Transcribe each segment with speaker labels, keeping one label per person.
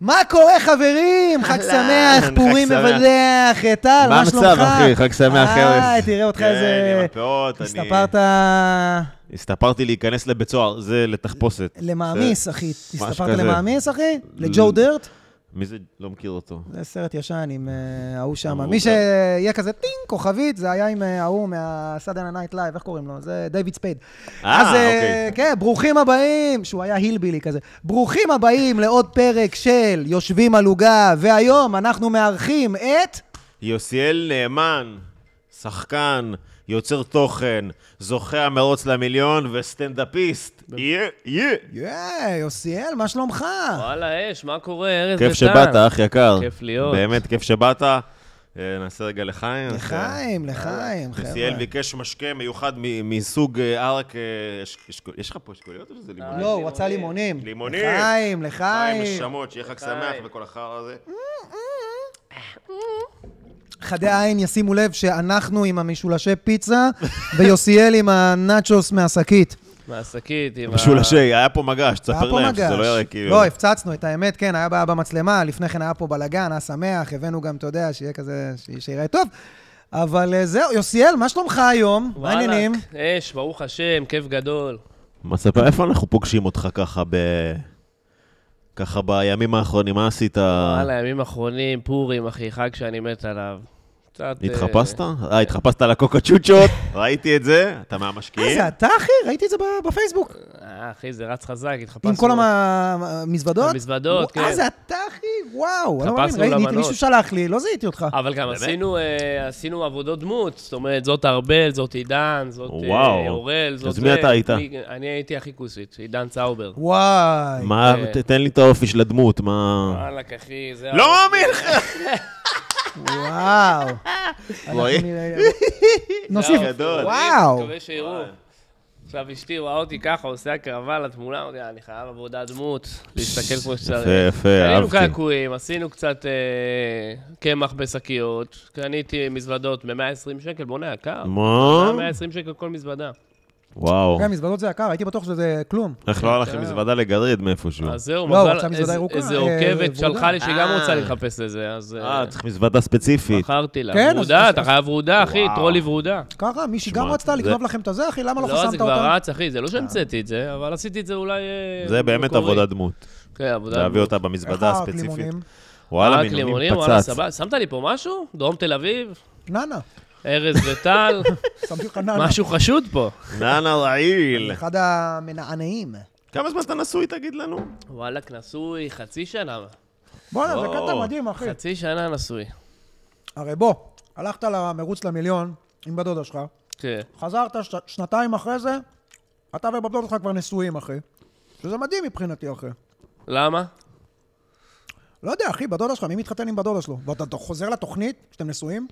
Speaker 1: מה קורה, חברים? חג
Speaker 2: אהלן,
Speaker 1: שמח,
Speaker 2: כן, חג
Speaker 1: פורים
Speaker 2: שמח.
Speaker 1: מבדח, אה, טל,
Speaker 2: מה
Speaker 1: מה שלומך?
Speaker 2: המצב, אחי? חג שמח,
Speaker 1: אה,
Speaker 2: ארז.
Speaker 1: תראה אותך
Speaker 2: כן, עם
Speaker 1: איזה...
Speaker 2: הפאות, אני...
Speaker 1: הסתפרת
Speaker 2: הסתפרתי להיכנס לבית סוהר, זה לתחפושת.
Speaker 1: למעמיס, אחי.
Speaker 2: משהו
Speaker 1: הסתפרת
Speaker 2: כזה.
Speaker 1: למעמיס, אחי? לג'ו דירט?
Speaker 2: מי זה? לא מכיר אותו.
Speaker 1: זה סרט ישן עם אה, ההוא שם.
Speaker 2: אמרו
Speaker 1: מי
Speaker 2: כ-
Speaker 1: שיהיה כזה טינג, כוכבית, זה היה עם אה, ההוא מהסאדנה נייט לייב, איך קוראים לו? זה דיוויד ספייד.
Speaker 2: אה,
Speaker 1: אז, אה,
Speaker 2: אוקיי.
Speaker 1: כן, ברוכים הבאים, שהוא היה הילבילי כזה. ברוכים הבאים לעוד פרק של יושבים על עוגה, והיום אנחנו מארחים את...
Speaker 2: יוסיאל נאמן, שחקן, יוצר תוכן, זוכה המרוץ למיליון וסטנדאפיסט.
Speaker 3: כן.
Speaker 2: יא, יא.
Speaker 1: יא, יוסיאל, מה שלומך?
Speaker 3: וואלה, אש, מה קורה, ארז וטן?
Speaker 2: כיף שבאת, אח יקר.
Speaker 3: כיף להיות.
Speaker 2: באמת, כיף שבאת. אה, נעשה רגע לחיים.
Speaker 1: לחיים, לחיים, חבר'ה.
Speaker 2: יוסיאל ביקש משקה מיוחד מ- מסוג אה, ערק... אה, יש- יש- יש לך פה אשכוליות או שזה לימונים?
Speaker 1: לא, הוא רצה לימונים.
Speaker 2: לימונים.
Speaker 1: לחיים,
Speaker 2: חיים,
Speaker 1: לחיים.
Speaker 2: נשמות, שיהיה חג שמח
Speaker 3: חיים.
Speaker 2: וכל החרא הזה.
Speaker 1: חדי העין ישימו לב שאנחנו עם המשולשי פיצה, ויוסיאל עם הנאצ'וס מהשקית.
Speaker 3: מהשקית עם ה...
Speaker 2: משולשי, היה פה מגש,
Speaker 1: היה
Speaker 2: תספר
Speaker 1: פה
Speaker 2: להם שזה
Speaker 1: מגש.
Speaker 2: לא יראה כאילו...
Speaker 1: לא, הפצצנו את האמת, כן, היה בעיה במצלמה, לפני כן היה פה בלאגן, היה שמח, הבאנו גם, אתה יודע, שיהיה כזה, ש- שיראה טוב. אבל אה, זהו, יוסיאל, מה שלומך היום? מה
Speaker 3: וואלכ,
Speaker 1: העניינים?
Speaker 3: אש, ברוך השם, כיף גדול.
Speaker 2: מה, ספר, איפה אנחנו פוגשים אותך ככה ב... ככה בימים האחרונים, מה עשית?
Speaker 3: וואלה, ימים אחרונים, פורים, אחי, חג שאני מת עליו. קצת... אה,
Speaker 2: התחפשת? אה, התחפשת על הקוקצ'וצ'ות, ראיתי את זה, אתה
Speaker 1: אה,
Speaker 2: מהמשקיעים.
Speaker 1: זה אתה, אחי? ראיתי את זה ב- בפייסבוק.
Speaker 3: אה, אחי, זה רץ חזק, התחפשנו.
Speaker 1: עם כל המ- המזוודות?
Speaker 3: המזוודות,
Speaker 1: אה,
Speaker 3: כן.
Speaker 1: זה אתה, אחי? וואו. אני לא
Speaker 3: חפשנו
Speaker 1: מאמין, ראיתי,
Speaker 3: למנות.
Speaker 1: מישהו שלח לי, לא זיהיתי אותך.
Speaker 3: אבל גם
Speaker 2: באמת?
Speaker 3: עשינו, אה, עשינו עבודות דמות, זאת אומרת, זאת ארבל, זאת עידן, זאת אה,
Speaker 2: וואו.
Speaker 3: אורל, זאת...
Speaker 2: אז מי
Speaker 3: זה.
Speaker 2: אתה היית?
Speaker 3: אני- אני הייתי הכי כוסית, עידן צאובר.
Speaker 1: וואי.
Speaker 2: מה,
Speaker 3: אה.
Speaker 2: ת- תן לי את האופי של הדמות, מה...
Speaker 3: וואלכ, אחי, זה...
Speaker 2: לא מאמין לך!
Speaker 1: וואו.
Speaker 2: רואי?
Speaker 1: אנחנו נראה- נוסיף.
Speaker 2: גדול.
Speaker 1: וואו.
Speaker 3: מקווה שיראו. עכשיו אשתי רואה אותי ככה, עושה הקרבה לתמונה, אמרתי, "אה, אני חייב עבודה דמות, להסתכל כמו שצריך.
Speaker 2: יפה, יפה,
Speaker 3: קנינו
Speaker 2: אהבתי.
Speaker 3: קעקועים, עשינו קצת אה, קמח בשקיות, קניתי מזוודות ב-120 שקל, בוא'נה, יקר.
Speaker 2: מה?
Speaker 3: 120 שקל כל מזוודה.
Speaker 2: וואו.
Speaker 1: כן, מזוודות זה יקר, הייתי בטוח שזה כלום.
Speaker 2: איך לא הלכת מזוודה לגריד מאיפשהו?
Speaker 3: אז זהו,
Speaker 1: לא, הוא רצה מזוודה
Speaker 3: איזה-
Speaker 1: ירוקה,
Speaker 3: איזה
Speaker 1: אה,
Speaker 3: עוקבת
Speaker 1: ורודה.
Speaker 3: שלחה לי שגם
Speaker 2: אה.
Speaker 3: רוצה להתחפש לזה, אז אה,
Speaker 2: אה, צריך מזוודה ספציפית.
Speaker 3: מכרתי לה.
Speaker 1: כן, אז-
Speaker 3: ורודה,
Speaker 1: אז-
Speaker 3: אתה חייב ורודה, אחי,
Speaker 2: וואו.
Speaker 3: טרולי ורודה.
Speaker 1: ככה, מישהי
Speaker 2: שמע,
Speaker 1: גם רצתה
Speaker 2: זה-
Speaker 1: לגנוב לכם את הזה, אחי, למה לא
Speaker 3: לא, זה
Speaker 1: חסמת
Speaker 3: כבר
Speaker 1: אותה?
Speaker 3: רץ, אחי, זה לא שהמצאתי את זה, אבל עשיתי את זה אולי... אה,
Speaker 2: זה באמת
Speaker 3: מקורי.
Speaker 2: עבודת דמות.
Speaker 3: כן, עבודה.
Speaker 2: להביא אותה
Speaker 1: איך
Speaker 2: במזוודה הספציפית.
Speaker 1: הקלימונים?
Speaker 2: וואלה,
Speaker 3: רק
Speaker 2: מינונים
Speaker 3: לימונים, וואלה,
Speaker 2: פצץ.
Speaker 3: סבבה. שמת לי פה משהו? דרום תל אביב,
Speaker 1: נאנה,
Speaker 3: ארז וטל,
Speaker 1: שמתי לך נאנה.
Speaker 3: משהו חשוד פה.
Speaker 2: נאנה רעיל.
Speaker 1: אחד המנענעים.
Speaker 2: כמה זמן אתה נשוי, תגיד לנו?
Speaker 3: וואלכ, נשוי חצי שנה.
Speaker 1: בואנה, זה
Speaker 2: או,
Speaker 1: קטע מדהים, אחי.
Speaker 3: חצי שנה נשוי.
Speaker 1: הרי בוא, הלכת למרוץ למיליון עם בת דודה שלך,
Speaker 3: כן.
Speaker 1: חזרת ש- שנתיים אחרי זה, אתה ובת דודה שלך כבר נשואים, אחי. שזה מדהים מבחינתי, אחי.
Speaker 3: למה?
Speaker 1: לא יודע, אחי, בת דודה שלך, מי מתחתן עם בת דודה שלו? ואתה אתה חוזר לתוכנית כשאתם נשואים?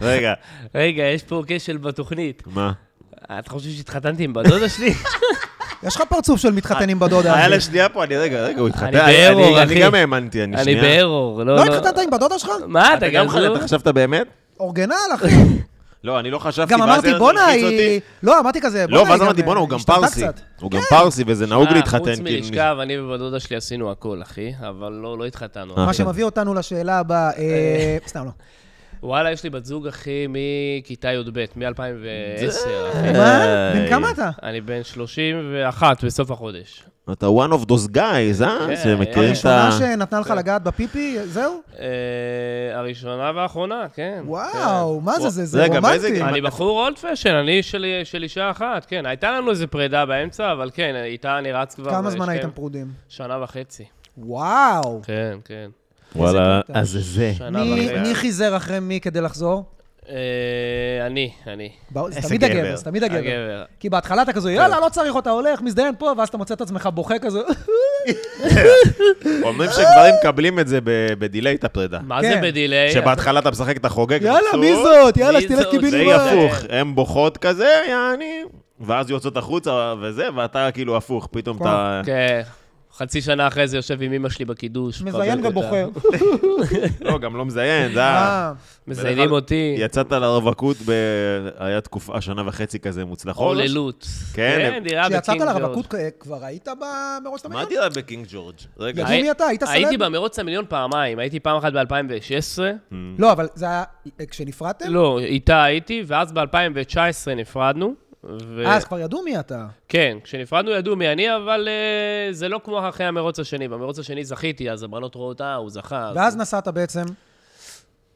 Speaker 2: רגע,
Speaker 3: רגע, יש פה כשל בתוכנית.
Speaker 2: מה?
Speaker 3: אתה חושב שהתחתנתי עם בדודה שלי?
Speaker 1: יש לך פרצוף של מתחתן עם בת דודה,
Speaker 2: היה
Speaker 1: אחי.
Speaker 2: לה שנייה פה, אני רגע, רגע, הוא התחתן.
Speaker 3: אני בארור,
Speaker 2: אני- אני
Speaker 3: אחי.
Speaker 2: גם האמנתי, אני
Speaker 3: אני
Speaker 2: שנייה.
Speaker 3: בארור, לא,
Speaker 1: לא
Speaker 3: לא.
Speaker 1: התחתנת עם בת דודה שלך?
Speaker 3: מה, אתה
Speaker 2: אתה
Speaker 3: גם
Speaker 2: גם חשבת, אתה
Speaker 3: חלק?
Speaker 2: חשבת באמת?
Speaker 1: אורגנל, אחי.
Speaker 2: לא, אני לא חשבתי,
Speaker 1: גם
Speaker 2: ואז
Speaker 1: אמרתי,
Speaker 2: ארז
Speaker 1: בואנה,
Speaker 2: הלחיץ
Speaker 1: היא...
Speaker 2: אותי.
Speaker 1: לא, אמרתי כזה,
Speaker 2: לא,
Speaker 1: בואנה,
Speaker 2: ואז
Speaker 1: היא
Speaker 2: אמרתי,
Speaker 1: גם,
Speaker 2: בואנה,
Speaker 1: אה,
Speaker 2: הוא גם
Speaker 1: השתנתה
Speaker 2: פרסי.
Speaker 1: קצת." אה,
Speaker 2: הוא גם פרסי, וזה נהוג להתחתן.
Speaker 3: אה, חוץ
Speaker 2: כאילו,
Speaker 3: מלשכב, אני ובת דודה שלי עשינו הכל, אחי, אבל לא לא התחתנו.
Speaker 2: אה.
Speaker 1: מה
Speaker 2: אוקיי.
Speaker 1: שמביא אותנו לשאלה הבאה, אה, סתם לא.
Speaker 3: וואלה, יש לי בת זוג, אחי, מכיתה י"ב, מ-2010, אחי.
Speaker 1: מה?
Speaker 2: היי.
Speaker 1: בן כמה אתה?
Speaker 3: אני בן 31 בסוף החודש.
Speaker 2: אתה one of those guys, אה?
Speaker 3: כן,
Speaker 2: שמכירים את ה...
Speaker 1: הראשונה שנתנה
Speaker 2: אה.
Speaker 1: לך לגעת בפיפי, זהו?
Speaker 3: אה, הראשונה והאחרונה, כן.
Speaker 1: וואו, מה זה, זה, זה
Speaker 2: רגע, באיזה
Speaker 1: רומנטי.
Speaker 2: גיל?
Speaker 3: כן. אני בחור אולד פשן, אני של- של אישה אחת, כן. הייתה לנו איזה פרידה באמצע, אבל כן, איתה אני רץ כבר...
Speaker 1: כמה
Speaker 3: אה,
Speaker 2: כן.
Speaker 1: זמן
Speaker 3: שתיים-
Speaker 1: הייתם פרודים?
Speaker 3: שנה וחצי.
Speaker 1: וואו.
Speaker 3: כן, כן.
Speaker 2: וואלה,
Speaker 1: קטע.
Speaker 2: אז זה זה.
Speaker 3: שנה
Speaker 1: מי
Speaker 3: וחצי.
Speaker 1: מי חיזר אחרי מי כדי לחזור?
Speaker 3: אה, אני, אני.
Speaker 1: באו- זה
Speaker 2: איזה
Speaker 1: תמיד הגבר,
Speaker 2: גבר.
Speaker 1: זה תמיד הגבר.
Speaker 3: הגבר.
Speaker 1: כי בהתחלה אתה
Speaker 2: כן.
Speaker 1: כזה, יאללה, לא צריך אותה, הולך, מזדיין פה, ואז אתה מוצא את עצמך בוכה כזה.
Speaker 2: אומרים שגברים מקבלים את זה ב- בדיליי את הפרידה.
Speaker 3: מה
Speaker 1: כן.
Speaker 3: זה בדיליי?
Speaker 2: שבהתחלה אתה משחק, אתה חוגג,
Speaker 1: יאללה,
Speaker 2: מבסוט,
Speaker 1: מי זאת? יאללה,
Speaker 3: מי
Speaker 1: שתלך
Speaker 3: זאת?
Speaker 1: קיבינימט.
Speaker 2: זה
Speaker 3: מה?
Speaker 2: הפוך, הן בוכות כזה, יעני, ואז יוצאות החוצה וזה, ואתה כאילו הפוך, פתאום
Speaker 1: כן.
Speaker 2: אתה...
Speaker 3: כן. חצי שנה אחרי זה יושב עם אמא שלי בקידוש.
Speaker 4: מזיין
Speaker 3: מחבק אותה.
Speaker 4: ובוחר.
Speaker 2: לא, גם לא מזיין, זה היה...
Speaker 1: אה,
Speaker 3: מזיינים אותי.
Speaker 2: יצאת לרווקות, ב... היה תקופה, שנה וחצי כזה מוצלחות.
Speaker 3: הוללות.
Speaker 2: כן,
Speaker 3: נראה
Speaker 1: כשיצאת
Speaker 3: בקינג
Speaker 1: לרווקות,
Speaker 3: ג'ורג'.
Speaker 1: כ- כבר היית ב- בראש
Speaker 2: מה
Speaker 1: המדינה?
Speaker 2: דירה בקינג ג'ורג'? רגע.
Speaker 1: ידעו מי אתה? היית סלב?
Speaker 3: הייתי במרוץ המיליון פעמיים, הייתי פעם אחת ב-2016,
Speaker 1: לא, אבל זה היה... כשנפרדתם?
Speaker 3: לא, איתה הייתי, ואז ב-2019 נפרדנו. ו...
Speaker 1: אה, אז כבר ידעו מי אתה.
Speaker 3: כן, כשנפרדנו ידעו מי אני, אבל אה, זה לא כמו אחרי המרוץ השני. במרוץ השני זכיתי, אז הבנות רואות, אה, הוא זכה. אז-
Speaker 1: ואז נסעת בעצם...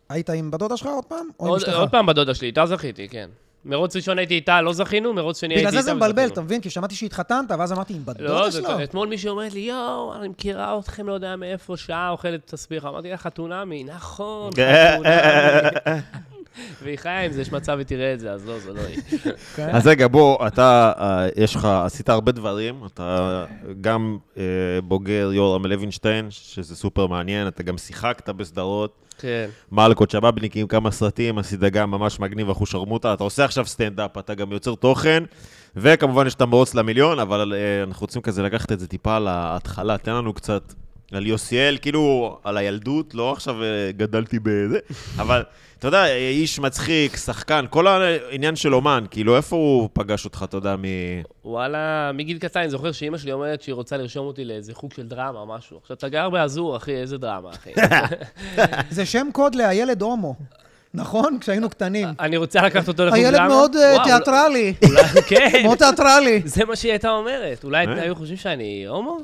Speaker 1: היית עם בת דודה שלך עוד פעם? או עם
Speaker 3: עוד,
Speaker 1: אשתך?
Speaker 3: עוד פעם בדודה שלי, איתה זכיתי, כן. מרוץ ראשון הייתי איתה, לא זכינו, מרוץ שני הייתי
Speaker 1: בגלל
Speaker 3: איתה
Speaker 1: זה זה מבלבל,
Speaker 3: וזכינו.
Speaker 1: אתה מבין? כי שמעתי שהתחתנת, ואז אמרתי, עם בת
Speaker 3: לא,
Speaker 1: דודה
Speaker 3: זה
Speaker 1: שלו?
Speaker 3: כבר אתמול מישהי אומרת לי, יואו, אני מכירה אתכם, לא יודע מאיפה, שעה אוכלת תסביך. אמרתי לה, חתונמי, נכון, חתונמי. והיא חיה עם זה, יש מצב ותראה את זה, אז לא, זה לא היא.
Speaker 1: כן.
Speaker 2: אז רגע, בוא, אתה, אה, יש לך, עשית הרבה דברים, אתה גם אה, בוגר יורם לוינשטיין, שזה סופר מעניין, אתה גם שיחקת בסדרות,
Speaker 3: כן.
Speaker 2: מלקות שבאבניקים, כמה סרטים, עשית גם ממש מגניב אחושרמוטה, אתה עושה עכשיו סטנדאפ, אתה גם יוצר תוכן, וכמובן יש את המרוץ למיליון, אבל אה, אנחנו רוצים כזה לקחת את זה טיפה להתחלה, תן לנו קצת על יוסיאל, כאילו על הילדות, לא עכשיו אה, גדלתי בזה, אבל אתה יודע, אה, איש מצחיק, שחקן, כל העניין של אומן, כאילו איפה הוא פגש אותך, אתה יודע, מ...
Speaker 3: וואלה, מגיל קטן, אני זוכר שאימא שלי אומרת שהיא רוצה לרשום אותי לאיזה חוג של דרמה, משהו. עכשיו, אתה גר באזור, אחי, איזה דרמה, אחי.
Speaker 1: זה שם קוד לילד הומו, נכון? כשהיינו קטנים.
Speaker 3: אני רוצה לקחת אותו לחוג דרמה.
Speaker 1: הילד מאוד אה,
Speaker 3: וואו, לא-
Speaker 1: תיאטרלי,
Speaker 3: אולי- כן.
Speaker 1: מאוד תיאטרלי.
Speaker 3: זה מה שהיא הייתה אומרת. אולי
Speaker 2: אה?
Speaker 3: היו חושבים שאני הומו?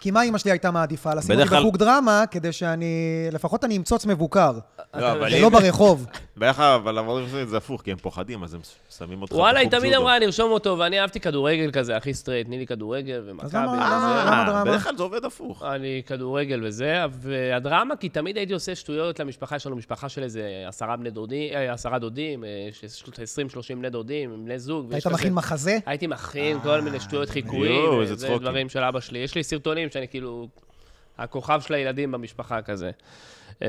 Speaker 1: כי מה אימא שלי הייתה מעדיפה? לשים
Speaker 2: בדרך
Speaker 1: אותי
Speaker 2: כלל-
Speaker 1: בחוג דרמה, כדי שאני... לפחות אני אמצוץ מבוקר,
Speaker 2: לא, אבל
Speaker 1: ולא ברחוב.
Speaker 2: בדרך כלל, אבל אמרנו זה הפוך, כי הם פוחדים, אז הם שמים אותך
Speaker 3: וואלה, היא
Speaker 2: בחוג
Speaker 3: תמיד
Speaker 2: ג'ודו.
Speaker 3: אמרה, נרשום אותו, ואני אהבתי כדורגל כזה, הכי סטרייט, תני לי כדורגל
Speaker 1: אז
Speaker 3: ומכבי.
Speaker 1: למה-
Speaker 2: אה,
Speaker 1: למה דרמה?
Speaker 2: בדרך כלל זה עובד הפוך.
Speaker 3: אני כדורגל וזה, והדרמה, כי תמיד הייתי עושה שטויות למשפחה, יש לנו משפחה של איזה עשרה בני דודים, אה, עשרה דודים, אה, שיש לנו 20-30 בני דודים, עם בני זוג. ויש
Speaker 1: היית
Speaker 3: כזה-
Speaker 1: מכין מחזה?
Speaker 3: הייתי מכין כל מיני שטויות חיקויים,
Speaker 2: אה, יואו, איזה
Speaker 3: וזה
Speaker 2: צחוקים.
Speaker 3: דברים של אבא שלי. יש לי סרטונים שאני כאילו, הכוכב של הילדים במשפחה כזה. אה,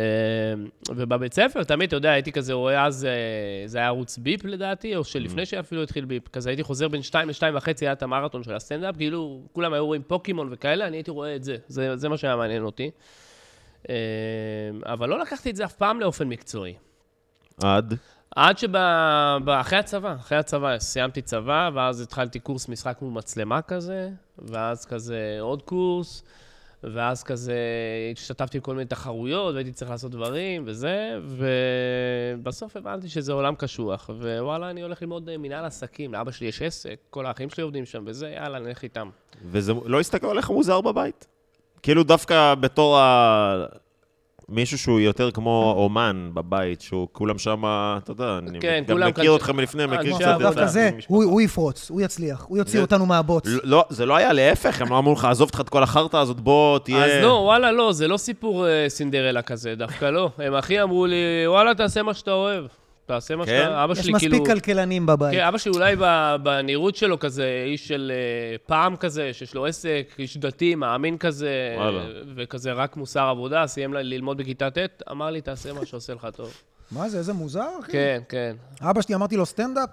Speaker 3: ובבית ספר, תמיד, אתה יודע, הייתי כזה רואה אז, אה, זה היה ערוץ ביפ לדעתי, או
Speaker 2: Mm.
Speaker 3: שלפני שאפילו התחיל ביפ, כזה הייתי חוזר בין 2 ל-2 וחצי, היה את המרתון של הסטנדאפ, כאילו, כולם היו רואים פוקימון וכאלה, אני הייתי רואה את זה, זה, זה מה שהיה מעניין אותי. אה, אבל לא לקחתי את זה אף פעם לאופן מקצועי.
Speaker 1: אה.
Speaker 2: עד?
Speaker 3: עד שאחרי הצבא, אחרי הצבא, סיימתי צבא, ואז התחלתי קורס משחק מול מצלמה כזה, ואז כזה עוד קורס, ואז כזה השתתפתי בכל מיני תחרויות, והייתי צריך לעשות דברים וזה, ובסוף הבנתי שזה עולם קשוח, ווואלה, אני הולך ללמוד אה, מנהל עסקים, לאבא שלי יש עסק, כל האחים שלי עובדים שם וזה, יאללה, נלך איתם.
Speaker 2: וזה לא הסתכל עליך מוזר בבית. כאילו דווקא בתור ה... מישהו שהוא יותר כמו אומן בבית, שהוא כולם שם, אתה יודע, אני
Speaker 3: כן,
Speaker 2: גם
Speaker 3: כולם
Speaker 2: מכיר
Speaker 3: כאן-
Speaker 2: אתכם מלפני, מכיר
Speaker 3: אנשי
Speaker 2: קצת
Speaker 3: עבודה
Speaker 2: את
Speaker 1: לא, דווקא
Speaker 2: ה-
Speaker 1: זה,
Speaker 2: משפחה.
Speaker 1: הוא הוא יפרוץ, הוא יצליח, הוא יוציא
Speaker 2: זה-
Speaker 1: אותנו מהבוץ.
Speaker 2: לא, זה לא היה להפך, הם לא אמרו לך, עזוב אותך את כל החרטא הזאת, בוא, תהיה...
Speaker 3: אז לא, וואלה, לא, זה לא סיפור אה, סינדרלה כזה, דווקא לא. הם הכי אמרו לי, וואלה, תעשה מה שאתה אוהב. תעשה מה
Speaker 2: כן?
Speaker 3: שאתה... אבא
Speaker 1: יש
Speaker 3: שלי כאילו...
Speaker 1: מספיק כלכלנים בבית.
Speaker 3: כן, אבא שלי אולי ב- בנראות שלו כזה, איש של אה, פעם כזה, שיש לו עסק, איש דתי, מאמין כזה,
Speaker 2: וואלה.
Speaker 3: אה, וכזה רק מוסר עבודה, סיים ל- ללמוד בכיתה ט', אמר לי, תעשה מה שעושה לך טוב.
Speaker 1: מה זה, איזה מוזר, אחי.
Speaker 3: כן, כן.
Speaker 1: אבא שלי, אמרתי לו סטנדאפ?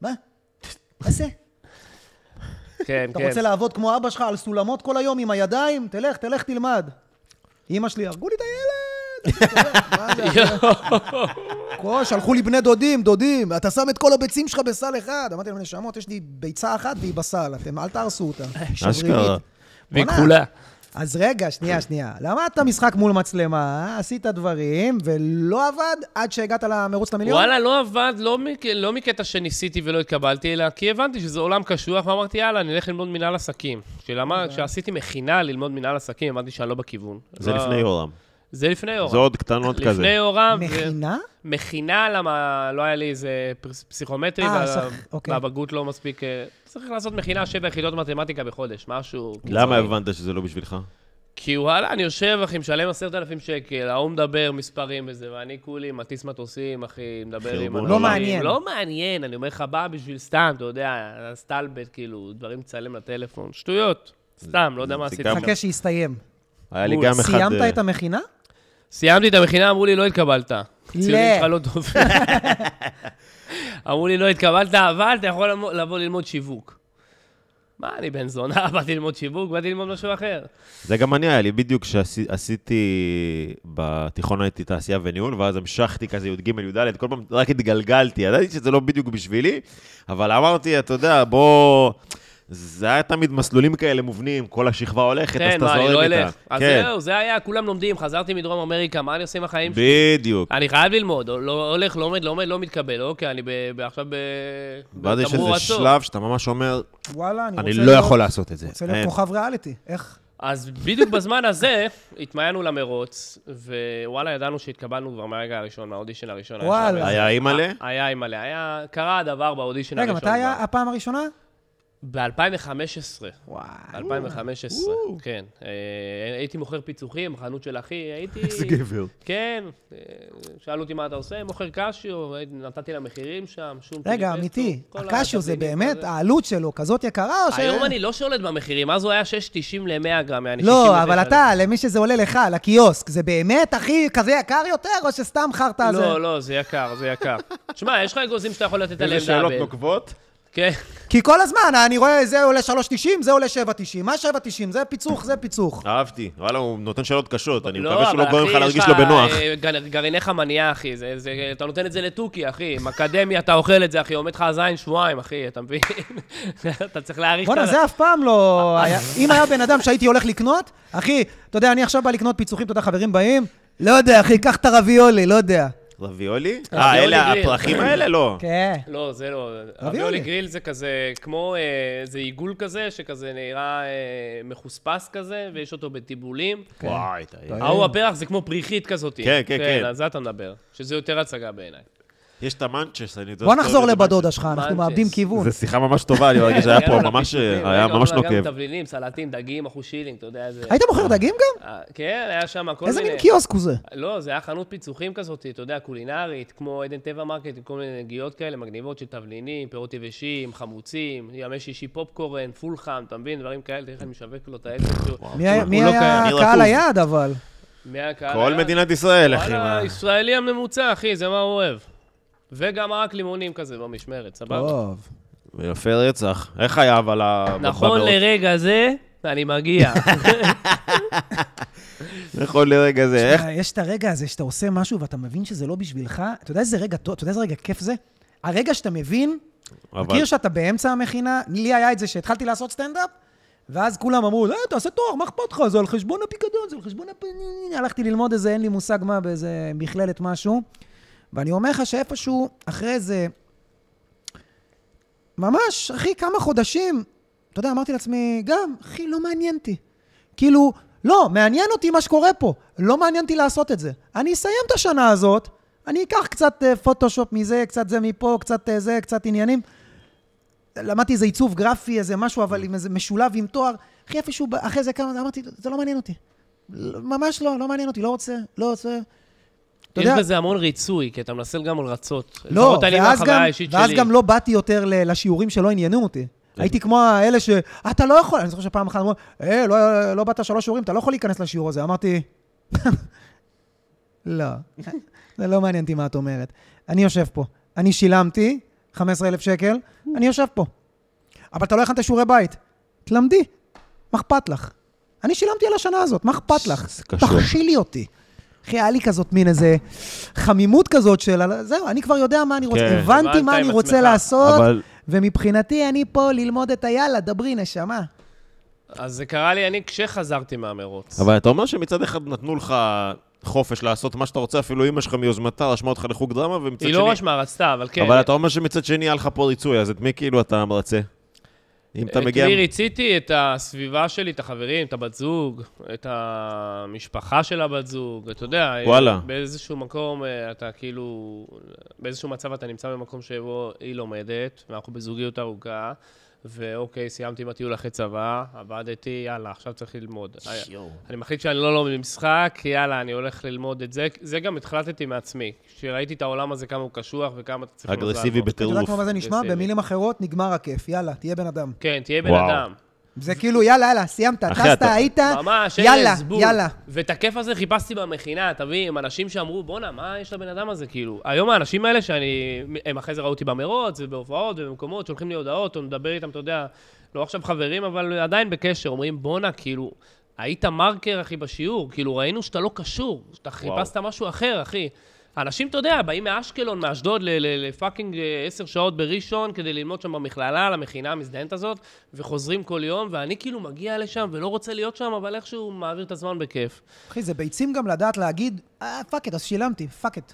Speaker 1: מה? מה זה?
Speaker 3: כן,
Speaker 1: אתה
Speaker 3: כן.
Speaker 1: רוצה לעבוד כמו אבא שלך על סולמות כל היום עם הידיים? תלך, תלך, תלמד. אמא שלי, הרגו לי את הילד! מה זה? כל- שלחו לי בני דודים, דודים, אתה שם את כל הביצים שלך בסל אחד. אמרתי להם, נשמות, יש לי ביצה אחת והיא בסל, אתם אל תהרסו אותה. שברירית.
Speaker 3: אה, והיא
Speaker 1: בואנה.
Speaker 3: כחולה.
Speaker 1: אז רגע, שנייה, שנייה. למדת משחק מול מצלמה, עשית דברים, ולא עבד עד שהגעת למרוץ למיליון?
Speaker 3: וואלה, לא עבד, לא, מק... לא מקטע שניסיתי ולא התקבלתי, אלא כי הבנתי שזה עולם קשוח, ואמרתי, יאללה, אני אלך ללמוד מנהל עסקים. כשלמה, כשעשיתי מכינה ללמוד מנהל עסקים, הבנתי שאני לא בכיוון.
Speaker 2: זה
Speaker 3: לא-
Speaker 2: לפני יורם.
Speaker 3: זה לפני יורם.
Speaker 2: זה עוד קטנות כזה.
Speaker 3: לפני יורם. ו-
Speaker 1: מכינה?
Speaker 3: מכינה, למה לא היה לי איזה פרס- פסיכומטרי,
Speaker 1: אה,
Speaker 3: וה-
Speaker 1: שח- אוקיי.
Speaker 3: והבגרות לא מספיק... אה, צריך לעשות מכינה שבע יחידות מתמטיקה בחודש, משהו... קיצוני.
Speaker 2: למה הבנת שזה לא בשבילך?
Speaker 3: כי וואלה, אני יושב, אחי, משלם עשרת אלפים שקל, ההוא מדבר מספרים וזה, ואני כולי מטיס מטוסים, אחי, מדבר עם...
Speaker 2: חרבון.
Speaker 3: אנשים.
Speaker 2: לא
Speaker 1: מעניין.
Speaker 3: לא מעניין, אני אומר לך, בא בשביל סתם, אתה יודע, סטלבט, כאילו, דברים לצלם לטלפון, שטויות. סתם, לא יודע מה
Speaker 2: זה
Speaker 3: עשיתי.
Speaker 2: גם-
Speaker 1: חכה שיסתיים.
Speaker 2: היה לי
Speaker 3: הוא-
Speaker 2: גם אחד...
Speaker 1: סיימת
Speaker 2: אה,
Speaker 1: את המכינה?
Speaker 3: סיימתי את המכינה, אמרו לי, לא התקבלת. ציונים שלך לא טובים. אמרו לי, לא התקבלת, אבל אתה יכול לבוא- לבוא ללמוד שיווק. מה, אני בן זונה, באתי ללמוד שיווק, באתי ללמוד משהו אחר.
Speaker 2: זה גם אני היה לי, בדיוק כשעשיתי, בתיכון הייתי תעשייה וניהול, ואז המשכתי כזה י"ג, י"ד, כל פעם רק התגלגלתי, ידעתי שזה לא בדיוק בשבילי, אבל אמרתי, אתה יודע, בוא... זה היה תמיד מסלולים כאלה מובנים, כל השכבה הולכת, אז
Speaker 3: כן,
Speaker 2: אתה
Speaker 3: מה, אני
Speaker 2: זורם
Speaker 3: לא
Speaker 2: איתה.
Speaker 3: אלך. אז
Speaker 2: כן,
Speaker 3: זהו, זה היה, כולם לומדים, חזרתי מדרום אמריקה, מה אני עושה עם החיים שלי?
Speaker 2: בדיוק.
Speaker 3: אני חייב ללמוד, לא- לא הולך, לומד, לומד, לא מתקבל, אוקיי, אני ב- ב- עכשיו ב...
Speaker 2: ואז יש
Speaker 3: בתמרור
Speaker 2: איזה
Speaker 3: עצור.
Speaker 2: שלב שאתה ממש אומר,
Speaker 1: וואלה, אני רוצה
Speaker 2: אני לא יכול לעשות את זה.
Speaker 1: רוצה להיות
Speaker 2: אין.
Speaker 1: כוכב ריאליטי. איך?
Speaker 3: אז בדיוק בזמן הזה התמיינו למרוץ, ווואלה, ידענו שהתקבלנו כבר מהרגע הראשון, מהאודישן הראשון. היה
Speaker 1: וואלה.
Speaker 3: שם-
Speaker 2: היה אימא'לה?
Speaker 3: היה עם עליה, היה... קרה הדבר באודישן
Speaker 1: רגע,
Speaker 3: הראשון.
Speaker 1: מתי היה הפעם הראשונה?
Speaker 3: ב-2015.
Speaker 1: וואי.
Speaker 3: 2015, כן. אה, הייתי מוכר פיצוחים, חנות של אחי, הייתי...
Speaker 2: איזה גבר.
Speaker 3: כן, אה, שאלו אותי מה אתה עושה, מוכר קשיו, הייתי- נתתי לה מחירים שם, שום
Speaker 1: רגע,
Speaker 3: פיליפסטו,
Speaker 1: אמיתי,
Speaker 3: כל
Speaker 1: הקשיו זה
Speaker 3: התבלינים,
Speaker 1: באמת,
Speaker 3: כל זה.
Speaker 1: העלות שלו כזאת יקרה או ש...
Speaker 3: היום אני לא שולט במחירים, אז הוא היה 6.90 ל-100 גרם, יעני 69.
Speaker 1: לא, אבל אתה, למי שזה עולה לך, לקיוסק, זה באמת, אחי, כזה יקר יותר, או שסתם חרטא הזה?
Speaker 3: לא, לא, זה יקר, זה יקר. תשמע, יש לך אגוזים שאתה יכול לתת עליהם
Speaker 2: איזה שאלות
Speaker 3: דאבל.
Speaker 2: נוקבות?
Speaker 3: כן.
Speaker 1: כי כל הזמן, אני רואה, זה עולה 3.90, זה עולה 7.90, מה 7.90? זה פיצוח, זה פיצוח.
Speaker 2: אהבתי. וואלה, הוא נותן שאלות קשות, אני
Speaker 3: לא,
Speaker 2: מקווה שהוא
Speaker 3: אבל
Speaker 2: לא גורם
Speaker 3: אחי,
Speaker 2: לך
Speaker 3: יש
Speaker 2: להרגיש לא בנוח.
Speaker 3: אה, גר- גרעיני חמניה, אחי, זה- זה- אתה נותן את זה לתוכי, אחי. עם אקדמיה, אתה אוכל את זה, אחי, עומד לך הזין שבועיים, אחי, אתה מבין? אתה צריך להעריך את
Speaker 1: בואנה, זה אף פעם לא... היה- אם היה בן אדם שהייתי הולך לקנות, אחי, אתה יודע, אני עכשיו בא לקנות פיצוחים, אתה יודע, חברים באים, לא יודע, אחי, קח את הרביולי, לא יודע.
Speaker 2: רביולי? אה,
Speaker 3: רביולי
Speaker 2: אלה,
Speaker 3: גריל.
Speaker 2: הפרחים האלה? לא.
Speaker 1: כן.
Speaker 3: לא, זה לא. רביולי גריל זה כזה, כמו, אה, זה עיגול כזה, שכזה נראה אה, מחוספס כזה, ויש אותו בטיבולים.
Speaker 1: כן.
Speaker 2: וואי, טעים.
Speaker 3: ההוא הפרח זה כמו פריחית כזאת.
Speaker 2: כן, כן, כן.
Speaker 3: על זה אתה מדבר, שזה יותר הצגה בעיניי.
Speaker 2: יש את המנצ'ס, אני...
Speaker 1: בוא נחזור לבדודה שלך, אנחנו
Speaker 3: מנצ'ס.
Speaker 1: מאבדים כיוון.
Speaker 2: זו שיחה ממש טובה,
Speaker 3: כן,
Speaker 2: אני מרגיש שהיה פה ממש... אה, היה ממש לא
Speaker 3: גם
Speaker 2: נוקב.
Speaker 3: תבלינים, סלטים, דגים, אחושילים, אתה יודע, זה...
Speaker 1: היית מוכר דגים גם?
Speaker 3: אה, כן, היה שם כל מיני...
Speaker 1: איזה מין קיוסק הוא זה?
Speaker 3: לא, זה היה חנות פיצוחים כזאת, אתה יודע, קולינרית, כמו עדן טבע מרקט, עם כל מיני נגיעות כאלה, מגניבות של תבלינים, פירות יבשים, חמוצים, ימי שישי פופקורן, פול חם, אתה מבין? דברים כאלה, תראה איך אני משווק לו את העסק. שהוא-
Speaker 1: מי היה-
Speaker 3: הוא
Speaker 1: מי
Speaker 3: לא
Speaker 1: היה
Speaker 3: קיים.
Speaker 2: אני
Speaker 1: קהל
Speaker 2: רטוב.
Speaker 1: היעד, אבל?
Speaker 3: מי הקהל
Speaker 2: כל
Speaker 3: היה?
Speaker 2: מדינת ישראל, אחי. מה?
Speaker 3: וואלה, ישראלי הממוצע, אחי, זה מה הוא אוהב. וגם מרק לימונים כזה במשמרת, סבבה?
Speaker 1: טוב.
Speaker 2: יפה רצח. איך היה אבל ה...
Speaker 3: נכון
Speaker 2: במרוץ?
Speaker 3: לרגע זה, אני מגיע.
Speaker 2: נכון לרגע זה. איך...
Speaker 1: אה, יש את הרגע הזה שאתה עושה משהו ואתה מבין שזה לא בשבילך, אתה יודע איזה רגע טוב, אתה יודע איזה רגע כיף זה? הרגע שאתה מבין,
Speaker 2: אבל-
Speaker 1: מכיר שאתה באמצע המכינה, לי היה את זה שהתחלתי לעשות סטנדאפ, ואז כולם אמרו, אה, תעשה תואר, מה אכפת לך? זה על חשבון הפיקדון, זה על חשבון הפ... הלכתי ללמוד איזה, אין לי מושג מה, באיזה מכללת משהו, ואני אומר לך שאיפשהו, אחרי איזה... ממש, אחי, כמה חודשים, אתה יודע, אמרתי לעצמי, גם, אחי, לא מעניין אותי. כאילו, לא, מעניין אותי מה שקורה פה, לא מעניין אותי לעשות את זה. אני אסיים את השנה הזאת, אני אקח קצת אה, פוטושופ מזה, קצת זה מפה, קצת אה, זה, קצת עניינים. למדתי איזה עיצוב גרפי, איזה משהו, אבל עם איזה משולב עם תואר. אחי, איפשהו, ב- אחרי זה כמה, אמרתי, זה לא מעניין אותי. לא- ממש לא, לא מעניין אותי, לא רוצה, לא רוצה. אתה
Speaker 3: יש
Speaker 1: יודע,
Speaker 3: בזה המון ריצוי, כי אתה מנסה גם לרצות.
Speaker 1: לא,
Speaker 3: לפחות אני
Speaker 1: ואז
Speaker 3: מהחוויה
Speaker 1: גם,
Speaker 3: האישית
Speaker 1: ואז
Speaker 3: שלי.
Speaker 1: גם לא באתי יותר ל- לשיעורים שלא עניינו אותי. הייתי כמו האלה ש... אתה לא יכול, אני זוכר שפעם אחת אמרו, אה, לא, לא באת שלוש שיעורים, אתה לא יכול להיכנס לשיעור הזה. אמרתי, לא, זה לא מעניין אותי מה את אומרת. אני יושב פה. אני שילמתי 15,000 שקל, אני יושב פה. אבל אתה לא הכנת שיעורי בית. תלמדי, מה אכפת לך? אני שילמתי על השנה הזאת, מה אכפת לך?
Speaker 2: זה קשור.
Speaker 1: תכשילי אותי. אחי, היה לי כזאת מין איזה חמימות כזאת של... זהו, אני כבר יודע מה אני רוצה.
Speaker 2: כן.
Speaker 1: הבנתי
Speaker 3: הבנת
Speaker 1: מה
Speaker 3: עם
Speaker 1: אני רוצה
Speaker 3: עצמך.
Speaker 1: לעשות,
Speaker 2: אבל-
Speaker 1: ומבחינתי אני פה ללמוד את היאללה, דברי נשמה.
Speaker 3: אז זה קרה לי אני כשחזרתי מהמרוץ.
Speaker 2: אבל אתה אומר שמצד אחד נתנו לך חופש לעשות מה שאתה רוצה, אפילו אימא שלך מיוזמתה רשמה אותך לחוג דרמה, ומצד שני...
Speaker 3: היא לא רשמה, רצתה, אבל כן.
Speaker 2: אבל אתה אומר שמצד שני היה לך פה ריצוי, אז את מי כאילו אתה מרצה? אם אתה
Speaker 3: את
Speaker 2: מגיע...
Speaker 3: מי ריציתי? את הסביבה שלי, את החברים, את הבת זוג, את המשפחה של הבת זוג, אתה יודע.
Speaker 2: וואלה.
Speaker 3: באיזשהו מקום אה, אתה כאילו... באיזשהו מצב אתה נמצא במקום שבו היא לומדת, ואנחנו בזוגיות ארוכה, ואוקיי, סיימתי עם הטיול אחרי צבא, עבדתי, יאללה, עכשיו צריך ללמוד. אני מחליט שאני לא לומד משחק, יאללה, אני הולך ללמוד את זה. זה גם החלטתי מעצמי. כשראיתי את העולם הזה, כמה הוא קשוח וכמה אתה צריך... לא מזל
Speaker 2: אגרסיבי
Speaker 3: בו.
Speaker 1: אתה יודע
Speaker 2: בטירוף.
Speaker 1: כמו מה זה נשמע?
Speaker 3: בסדר.
Speaker 1: במילים אחרות, נגמר הכיף. יאללה, תהיה בן אדם.
Speaker 3: כן, תהיה בן
Speaker 2: וואו.
Speaker 3: אדם.
Speaker 1: זה כאילו, יאללה, יאללה, סיימת,
Speaker 2: אחי,
Speaker 1: טסת,
Speaker 2: אתה-
Speaker 1: היית,
Speaker 3: ממש,
Speaker 1: יאללה,
Speaker 3: ארז בול.
Speaker 1: יאללה.
Speaker 3: ואת הכיף הזה חיפשתי במכינה, אתה מבין, עם אנשים שאמרו, בואנה, מה יש לבן אדם הזה, כאילו? היום האנשים האלה שאני... הם אחרי זה ראו אותי במרוץ, ובהופעות, ובמקומות, שולחים לי הודעות, או מדבר איתם, אתה יודע, לא עכשיו חברים, אבל עדיין בקשר, אומרים, בואנה, כאילו, היית מרקר, אחי, בשיעור, כאילו, ראינו שאתה לא קשור, שאתה חיפשת משהו אחר, אחי. אנשים, אתה יודע, באים מאשקלון, מאשדוד, ל- ל- לפאקינג אה, עשר שעות בראשון, כדי ללמוד שם במכללה, למכינה המזדיינת הזאת, וחוזרים כל יום, ואני כאילו מגיע לשם ולא רוצה להיות שם, אבל איכשהו מעביר את הזמן בכיף.
Speaker 1: אחי, זה ביצים גם לדעת להגיד, אה, פאק את, אז שילמתי, פאק את.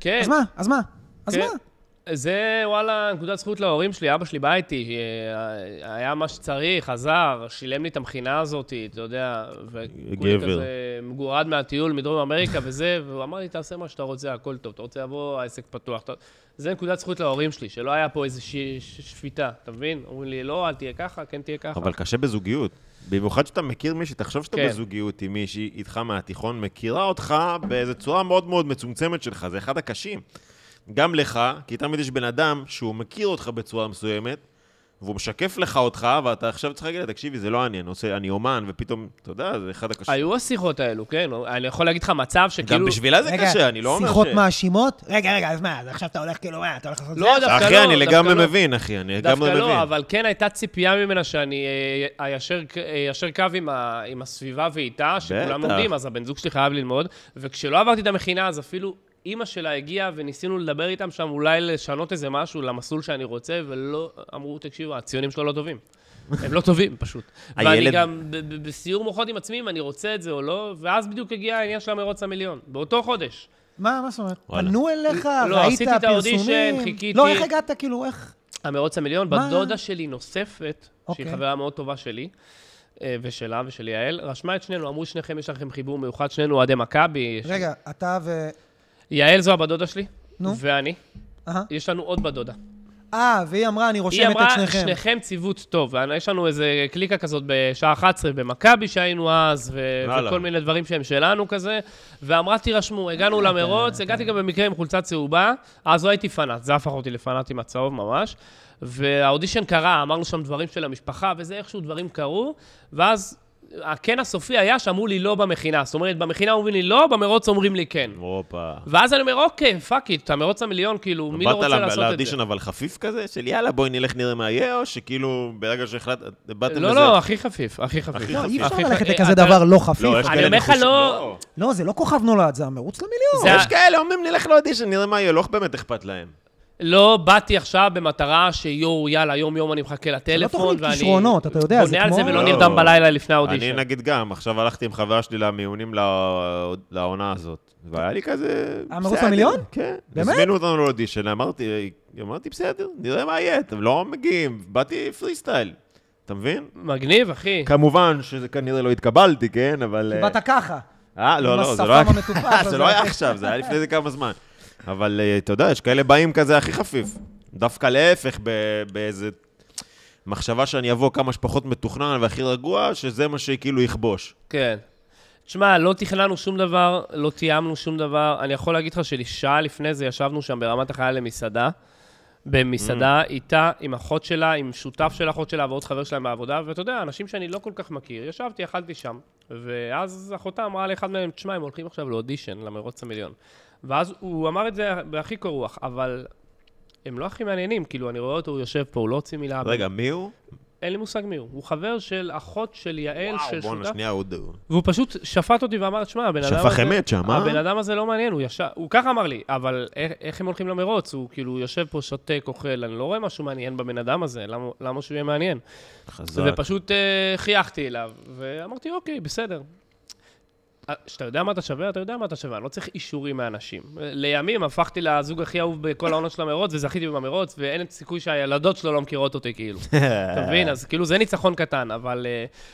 Speaker 3: כן.
Speaker 1: אז מה? אז מה? אז
Speaker 3: כן.
Speaker 1: מה?
Speaker 3: זה, וואלה, נקודת זכות להורים שלי. אבא שלי בא איתי, אה, היה מה שצריך, עזר, שילם לי את המכינה הזאת, אתה יודע, וכולי
Speaker 2: גבר.
Speaker 3: כזה מגורד מהטיול מדרום אמריקה וזה, והוא אמר לי, תעשה מה שאתה רוצה, הכל טוב, אתה רוצה לבוא, העסק פתוח. אתה... זה נקודת זכות להורים שלי, שלא היה פה איזו ש... ש... שפיטה, אתה מבין? אומרים לי, לא, אל תהיה ככה, כן תהיה ככה.
Speaker 2: אבל קשה בזוגיות. במיוחד שאתה מכיר מישהי, תחשוב שאתה
Speaker 3: כן.
Speaker 2: בזוגיות עם מישהי איתך מהתיכון, מכירה אותך באיזו צורה מאוד מאוד מצומצמת שלך, זה אחד הקשים. גם לך, כי תמיד יש בן אדם שהוא מכיר אותך בצורה מסוימת, והוא משקף לך אותך, ואתה עכשיו צריך להגיד, לה, תקשיבי, זה לא אני, אני, עושה, אני אומן, ופתאום, אתה יודע, זה אחד הקשים.
Speaker 3: היו כאילו- השיחות האלו, כן, אני יכול להגיד לך מצב שכאילו...
Speaker 2: גם בשבילה זה
Speaker 1: רגע,
Speaker 2: קשה, אני לא אומר ש...
Speaker 1: שיחות מאשימות? רגע, רגע, אז מה? אז עכשיו אתה הולך כאילו, מה? אתה הולך לעשות את זה?
Speaker 3: לא, דווקא
Speaker 2: אחי, אני
Speaker 3: דווקא
Speaker 2: לגמרי
Speaker 3: לא.
Speaker 2: מבין, אחי, אני
Speaker 3: דווקא
Speaker 2: לגמרי
Speaker 3: לא,
Speaker 2: מבין.
Speaker 3: אבל כן הייתה ציפייה ממנה שאני אה, הישר ק- אה, ישר קו עם ה- עם הסביבה ואיתה, שכולם
Speaker 2: בטח.
Speaker 3: לומדים, אז הבן זוג שלי חייב ללמוד. וכשלא עברתי את המכינה, אז אפילו אימא שלה הגיעה וניסינו לדבר איתם שם, אולי לשנות איזה משהו למסלול שאני רוצה, ולא אמרו, תקשיבו, הציונים שלו לא טובים. הם לא טובים, פשוט. ואני
Speaker 2: הילד-
Speaker 3: גם ב- ב- בסיור מוחות עם עצמי, אם אני רוצה את זה או לא, ואז בדיוק הגיע העניין של המרוץ המיליון, באותו חודש.
Speaker 1: מה, מה זאת אומרת?
Speaker 2: וואלה.
Speaker 1: פנו אליך,
Speaker 3: לא,
Speaker 1: ראית
Speaker 3: עשיתי את האודישן,
Speaker 1: פרסומים?
Speaker 3: חיכיתי.
Speaker 1: לא, איך הגעת? כאילו, איך?
Speaker 3: המרוץ המיליון,
Speaker 1: מה?
Speaker 3: בדודה שלי נוספת, שהיא
Speaker 1: אוקיי.
Speaker 3: חברה מאוד טובה שלי, אה, ושלה ושל יעל, רשמה את שנינו, אמרו שניכם, יש לכם חיבור מיוחד, שנינו אוהדי מכבי. ש-
Speaker 1: רגע, אתה ו...
Speaker 3: יעל זו הבת דודה שלי,
Speaker 1: נו.
Speaker 3: ואני.
Speaker 1: אהה.
Speaker 3: יש לנו עוד בת דודה.
Speaker 1: אה, והיא אמרה, אני
Speaker 3: היא
Speaker 1: רושמת את
Speaker 3: אמרה,
Speaker 1: שניכם.
Speaker 3: שניכם ציוות טוב. ואני- יש לנו איזה קליקה כזאת בשעה 11 במכבי שהיינו אז, ו-
Speaker 2: וואלה.
Speaker 3: וכל מיני דברים שהם שלנו כזה, ואמרה, תירשמו, הגענו למרוץ, הגעתי גם במקרה עם חולצה צהובה, אז לא הייתי פנאט, זה הפך אותי לפנאט עם הצהוב ממש. והאודישן קרה, אמרנו שם דברים של המשפחה, וזה איכשהו דברים קרו, ואז הכן הסופי היה שאמרו לי לא במכינה. זאת אומרת, במכינה אומרים לי לא, במרוץ אומרים לי כן.
Speaker 2: הופה.
Speaker 3: ואז אני אומר, אוקיי, פאק איט, המרוץ המיליון, כאילו, מי לא רוצה
Speaker 2: באת
Speaker 3: לעשות את זה?
Speaker 2: לאדישן אבל חפיף כזה, של יאללה, בואי נלך נראה מה יהיה, או שכאילו ברגע שהחלטת, באתם לזה...
Speaker 3: לא, לא, הכי חפיף, הכי חפיף.
Speaker 2: הכי
Speaker 1: לא, אי
Speaker 2: חפיף.
Speaker 1: אפשר
Speaker 3: הכי
Speaker 1: ללכת
Speaker 3: חפיף.
Speaker 1: לכזה
Speaker 3: אתה-
Speaker 1: דבר לא חפיף.
Speaker 2: אה, לא, יש
Speaker 3: אני
Speaker 2: כאלה
Speaker 3: אומר לך,
Speaker 2: נחושים,
Speaker 3: לא-
Speaker 1: לא, זה לא כוכב נולד, זה המרוץ למיליון.
Speaker 3: זה-
Speaker 2: יש כאלה, אומרים נלך לאודישן, נראה מה יהיה, לא באמת אכפת להם.
Speaker 3: לא באתי עכשיו במטרה שיואו, יאללה, יום-יום אני מחכה לטלפון,
Speaker 1: לא תוכנית
Speaker 3: ואני...
Speaker 1: כישרונות, אתה יודע, זה
Speaker 3: בונה על זה
Speaker 1: כמו-
Speaker 3: ולא
Speaker 2: לא.
Speaker 3: נרדם בלילה לפני
Speaker 2: אני
Speaker 3: האודישן.
Speaker 2: נגיד גם, עכשיו הלכתי עם חברה שלי למיונים לא- לעונה הזאת, והיה לי כזה...
Speaker 1: המרוץ
Speaker 2: בסדר,
Speaker 1: למיליון?
Speaker 2: כן.
Speaker 1: באמת?
Speaker 2: הזמינו אותנו לאודישן, אמרתי, אמרתי, בסדר, נראה מה יהיה, אתם לא מגיעים, באתי פרי סטייל, אתה מבין?
Speaker 3: מגניב, אחי.
Speaker 2: כמובן שזה כנראה לא התקבלתי, כן, אבל... אה,
Speaker 1: באת ככה.
Speaker 2: אה, לא,
Speaker 1: עם
Speaker 2: לא, זה
Speaker 1: השפם
Speaker 2: לא היה...
Speaker 1: המטופש
Speaker 2: זה
Speaker 1: הזה.
Speaker 2: לא היה עכשיו, זה היה לפני זה כמה זמן. אבל אה, אתה יודע, יש כאלה באים כזה הכי חפיף. דווקא להפך, ב- באיזה מחשבה שאני אבוא כמה שפחות מתוכנן והכי רגוע, שזה מה שכאילו יכבוש.
Speaker 3: כן. תשמע, לא תכננו שום דבר, לא תיאמנו שום דבר. אני יכול להגיד לך ששעה לפני זה ישבנו שם ברמת החייל למסעדה. במסעדה איתה, עם אחות שלה, עם שותף של אחות שלה ועוד חבר שלה מהעבודה, ואתה יודע, אנשים שאני לא כל כך מכיר, ישבתי, אכלתי שם, ואז אחותה אמרה לאחד מהם, תשמע, הם הולכים עכשיו לאודישן, למרוץ המיליון. ואז הוא אמר את זה בהכי קור רוח, אבל הם לא הכי מעניינים, כאילו, אני רואה אותו, הוא יושב פה, הוא לא הוציא מילה,
Speaker 2: רגע, מי הוא?
Speaker 3: אין לי מושג מי הוא. הוא חבר של אחות של יעל, של
Speaker 2: בואנה,
Speaker 3: שותף
Speaker 2: שנייה, הוא... הוא-
Speaker 3: והוא פשוט שפט אותי ואמר, תשמע, הבן אדם הזה...
Speaker 2: שפך אמת שם, אה?
Speaker 3: הבן אדם הזה לא מעניין, הוא ישר... הוא ככה אמר לי, אבל איך, איך הם הולכים למרוץ? הוא כאילו יושב פה, שותק, אוכל, אני לא רואה משהו מעניין בבן אדם הזה, למה, למה שהוא יהיה מעניין?
Speaker 2: חזק.
Speaker 3: ופשוט אה, חייכתי אליו, ואמרתי, אוקיי, בסדר. אה, כשאתה יודע מה אתה שווה, אתה יודע מה אתה שווה, אני לא צריך אישורים מאנשים. אה, לימים הפכתי לזוג הכי אהוב בכל העונה של המרוץ, וזכיתי במרוץ, ואין סיכוי שהילדות שלו לא מכירות אותי, כאילו. אתה מבין? אז כאילו זה ניצחון קטן, אבל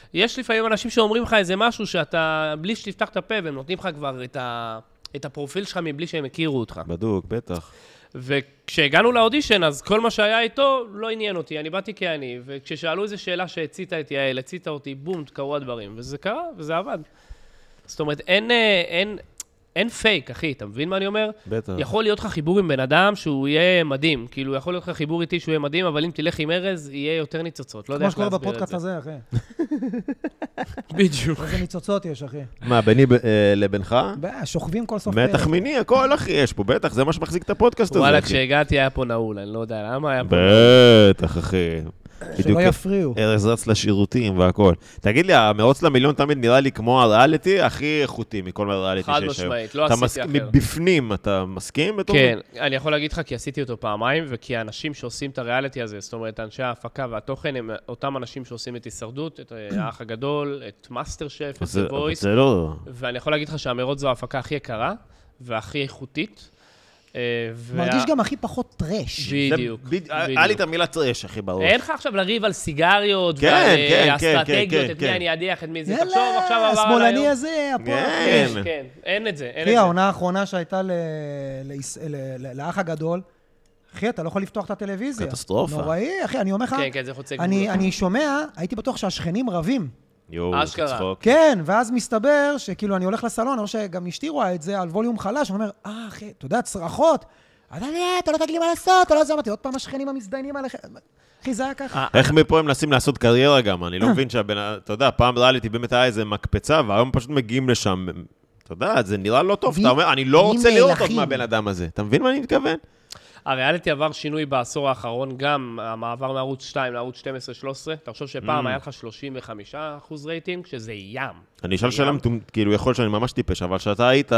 Speaker 3: uh, יש לפעמים אנשים שאומרים לך איזה משהו שאתה, בלי שתפתח את הפה, והם נותנים לך כבר את, ה, את הפרופיל שלך מבלי שהם הכירו אותך.
Speaker 2: בדוק, בטח.
Speaker 3: וכשהגענו לאודישן, אז כל מה שהיה איתו לא עניין אותי, אני באתי כי אני, וכששאלו איזו שאלה שהציתה את יעל, הציתה אותי, בום, קרו הדברים, וזה קרה, וזה עבד. זאת אומרת, אין, אה, אין, אין פייק, אחי, אתה מבין מה אני אומר?
Speaker 2: בטח.
Speaker 3: יכול להיות לך חיבור עם בן אדם שהוא יהיה מדהים, כאילו, יכול להיות לך חיבור איתי שהוא יהיה מדהים, אבל אם תלך עם ארז, יהיה יותר ניצוצות, לא יודע
Speaker 1: כמו
Speaker 3: איך
Speaker 1: שקורה
Speaker 3: להסביר את
Speaker 1: בפודקאסט
Speaker 3: זה.
Speaker 1: הזה, אחי.
Speaker 3: בדיוק.
Speaker 1: איזה ניצוצות יש, אחי.
Speaker 2: מה, ביני ב- אה, לבינך?
Speaker 1: ב- שוכבים כל סוף
Speaker 2: מתח
Speaker 1: פרק.
Speaker 2: מיני, הכל, אחי, יש פה, בטח,
Speaker 1: אוקיי.
Speaker 2: זה מה שמחזיק את הפודקאסט הזה,
Speaker 3: וואלה,
Speaker 2: אחי.
Speaker 3: כשהגעתי היה פה נעול, אני לא יודע למה היה פה...
Speaker 2: בטח, אחי.
Speaker 1: שלא יפריעו.
Speaker 2: ארז רץ לשירותים והכול. תגיד לי, המרוץ למיליון תמיד נראה לי כמו הריאליטי הכי איכותי מכל הריאליטי
Speaker 3: חד
Speaker 2: שיש היום.
Speaker 3: משמעית, לא
Speaker 2: אתה
Speaker 3: עשיתי
Speaker 2: מסכים-
Speaker 3: אחר.
Speaker 2: מבפנים אתה מסכים? בתור-
Speaker 3: כן, אני יכול להגיד לך כי עשיתי אותו פעמיים, וכי האנשים שעושים את הריאליטי הזה, זאת אומרת, אנשי ההפקה והתוכן, הם אותם אנשים שעושים את הישרדות, את אה, האח הגדול, את מאסטר שף, את
Speaker 2: זה-
Speaker 3: The
Speaker 2: אבל
Speaker 3: Voice.
Speaker 2: זה לא...
Speaker 3: ואני יכול להגיד לך שהמרוץ זו ההפקה הכי יקרה והכי איכותית. אה, וה-
Speaker 1: מרגיש גם הכי פחות טרש.
Speaker 3: בדיוק.
Speaker 2: זה אה, בד- היה לי
Speaker 3: בדיוק.
Speaker 2: את המילה טרש, אחי, ברור.
Speaker 3: אין לך עכשיו לריב על סיגריות
Speaker 2: כן,
Speaker 3: ועל
Speaker 2: כן, כן,
Speaker 3: אה, אסטרטגיות,
Speaker 2: כן,
Speaker 3: את מי
Speaker 2: כן.
Speaker 3: אני אדיח, את מי זה. תחשוב, עכשיו
Speaker 1: יאללה,
Speaker 3: עבר על
Speaker 1: השמאלני
Speaker 3: היום.
Speaker 1: הזה, הפועל.
Speaker 2: כן.
Speaker 3: כן, כן, אין את זה, אין את
Speaker 1: אחי,
Speaker 3: זה.
Speaker 1: העונה האחרונה שהייתה ל- ליס- ל- ל- לאח הגדול, אחי, אתה לא יכול לפתוח את הטלוויזיה.
Speaker 2: קטסטרופה.
Speaker 1: נוראי, אחי, אני אומר לך,
Speaker 3: כן, כן, זה חוצה
Speaker 1: אני-
Speaker 3: גבולות.
Speaker 1: אני שומע, הייתי בטוח שהשכנים רבים.
Speaker 2: יואו, איזה
Speaker 3: אשכרה.
Speaker 2: צחוק.
Speaker 1: כן, ואז מסתבר שכאילו אני הולך לסלון, או שגם אשתי רואה את זה על ווליום חלש, אני אומר, אה, אחי, אתה יודע, צרחות. אתה יודע, אתה לא תגיד לי מה לעשות, אתה לא זה, אמרתי, עוד פעם השכנים המזדיינים עליכם. אחי, זה היה
Speaker 3: אה,
Speaker 1: ככה.
Speaker 2: איך מפה הם מנסים לעשות קריירה גם? אני לא מבין שהבן... אתה יודע, פעם ריאליטי באמת היה איזה מקפצה, והיום פשוט מגיעים לשם. אתה יודע, זה נראה לא טוב.
Speaker 1: מי-
Speaker 2: אתה אומר, אני לא
Speaker 1: מי
Speaker 2: רוצה לראות עוד
Speaker 1: מלכים?
Speaker 2: מהבן אדם הזה. אתה מבין מה אני מתכוון?
Speaker 3: הריאליטי עבר שינוי בעשור האחרון, גם המעבר מערוץ 2 לערוץ 12-13. תחשוב
Speaker 2: Mm.
Speaker 3: שפעם היה לך 35 אחוז רייטינג, שזה ים.
Speaker 2: אני אשאל שאלה מטומ... כאילו, יכול להיות שאני ממש טיפש, אבל כשאתה היית,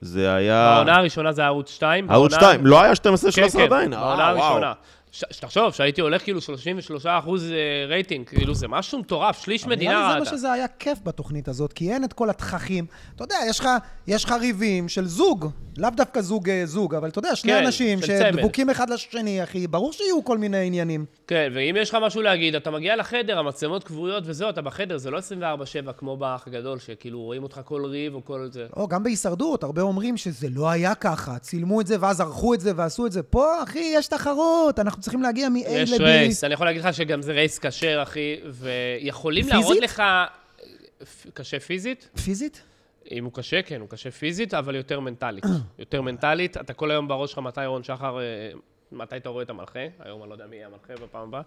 Speaker 2: זה היה...
Speaker 3: בעונה הראשונה זה היה ערוץ 2.
Speaker 2: ערוץ
Speaker 3: בעונה-
Speaker 2: 2, לא היה 12-13
Speaker 3: כן, כן,
Speaker 2: עדיין. אה,
Speaker 3: בעונה
Speaker 2: וואו.
Speaker 3: הראשונה. ש- שתחשוב, שהייתי הולך כאילו 33 אחוז רייטינג, כאילו זה משהו מטורף, שליש מדינה
Speaker 1: נראה לי זה
Speaker 3: ראתה.
Speaker 1: מה שזה היה כיף בתוכנית הזאת, כי אין את כל התככים. אתה יודע, יש לך, יש לך ריבים של זוג, לאו דווקא זוג אה, זוג, אבל אתה יודע, שני
Speaker 3: כן,
Speaker 1: אנשים
Speaker 3: של צמד.
Speaker 1: שדבוקים אחד לשני, אחי, ברור שיהיו כל מיני עניינים.
Speaker 3: כן, ואם יש לך משהו להגיד, אתה מגיע לחדר, המצלמות כבויות וזהו, אתה בחדר, זה לא 24-7 כמו באח הגדול, שכאילו רואים אותך כל ריב או כל זה.
Speaker 1: או, גם בהישרדות, הרבה אומרים שזה לא היה ככה, צילמו את זה ואז ערכו את זה ועשו את זה. פה, אחי, יש תחרות, אנחנו צריכים להגיע מ-A ל-B.
Speaker 3: יש רייס, אני יכול להגיד לך שגם זה רייס כשר, אחי, ויכולים
Speaker 1: פיזית?
Speaker 3: להראות לך... פ- קשה פיזית?
Speaker 1: פיזית?
Speaker 3: אם הוא קשה, כן, הוא קשה פיזית, אבל יותר מנטלית. יותר מנטלית, אתה כל היום בראש שלך מתי רון שחר, אה, מתי אתה רואה את המלכה, היום אני לא יודע מי יהיה המלכה בפעם הבאה.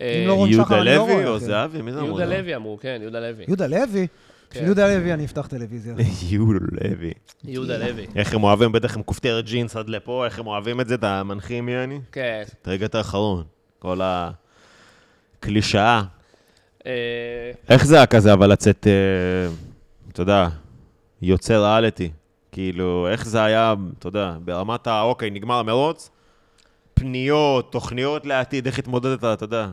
Speaker 3: אה,
Speaker 1: לא רון שחר,
Speaker 2: יהודה
Speaker 1: אני לא רואה,
Speaker 2: לוי או
Speaker 1: כן.
Speaker 2: זהבי? מי זה אמרו?
Speaker 3: יהודה לוי אמרו, כן, יהודה לוי.
Speaker 1: יהודה לוי?
Speaker 3: כן.
Speaker 1: בשביל יהודה לוי אני אפתח טלוויזיה.
Speaker 2: יהודה לוי.
Speaker 3: יהודה לוי.
Speaker 2: איך הם אוהבים, בטח הם כופתי ג'ינס עד לפה, איך הם אוהבים את זה, את המנחים יעני?
Speaker 3: כן.
Speaker 2: את הרגע האחרון, כל הקלישאה.
Speaker 3: אה,
Speaker 2: איך זה היה כזה, אבל לצאת, אה, אתה יודע, יוצא ריאליטי? כאילו, איך זה היה, אתה יודע, ברמת ה... אוקיי, נגמר המרוץ, פניות, תוכניות לעתיד, איך התמודדת, אתה יודע.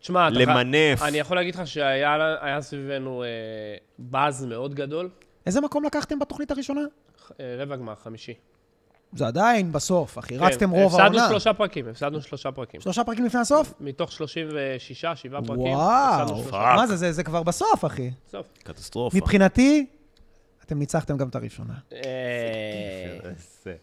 Speaker 3: תשמע, אתה ח-
Speaker 2: למנף.
Speaker 3: אני יכול להגיד לך שהיה היה סביבנו אה, באז מאוד גדול,
Speaker 1: איזה מקום לקחתם בתוכנית הראשונה?
Speaker 3: אה, רבע גמר, חמישי.
Speaker 1: זה עדיין בסוף, אחי,
Speaker 3: כן,
Speaker 1: רצתם רוב
Speaker 3: הפסדנו
Speaker 1: העונה.
Speaker 3: שלושה פרקים, הפסדנו שלושה פרקים.
Speaker 1: שלושה פרקים לפני הסוף?
Speaker 3: מתוך 36, 7 פרקים, הפסדנו
Speaker 1: וואו,
Speaker 3: שלושה.
Speaker 2: פאק.
Speaker 1: מה זה, זה, זה כבר בסוף, אחי.
Speaker 3: בסוף.
Speaker 2: קטסטרופה.
Speaker 1: מבחינתי, אתם ניצחתם גם את הראשונה.
Speaker 3: אה,
Speaker 2: איזה-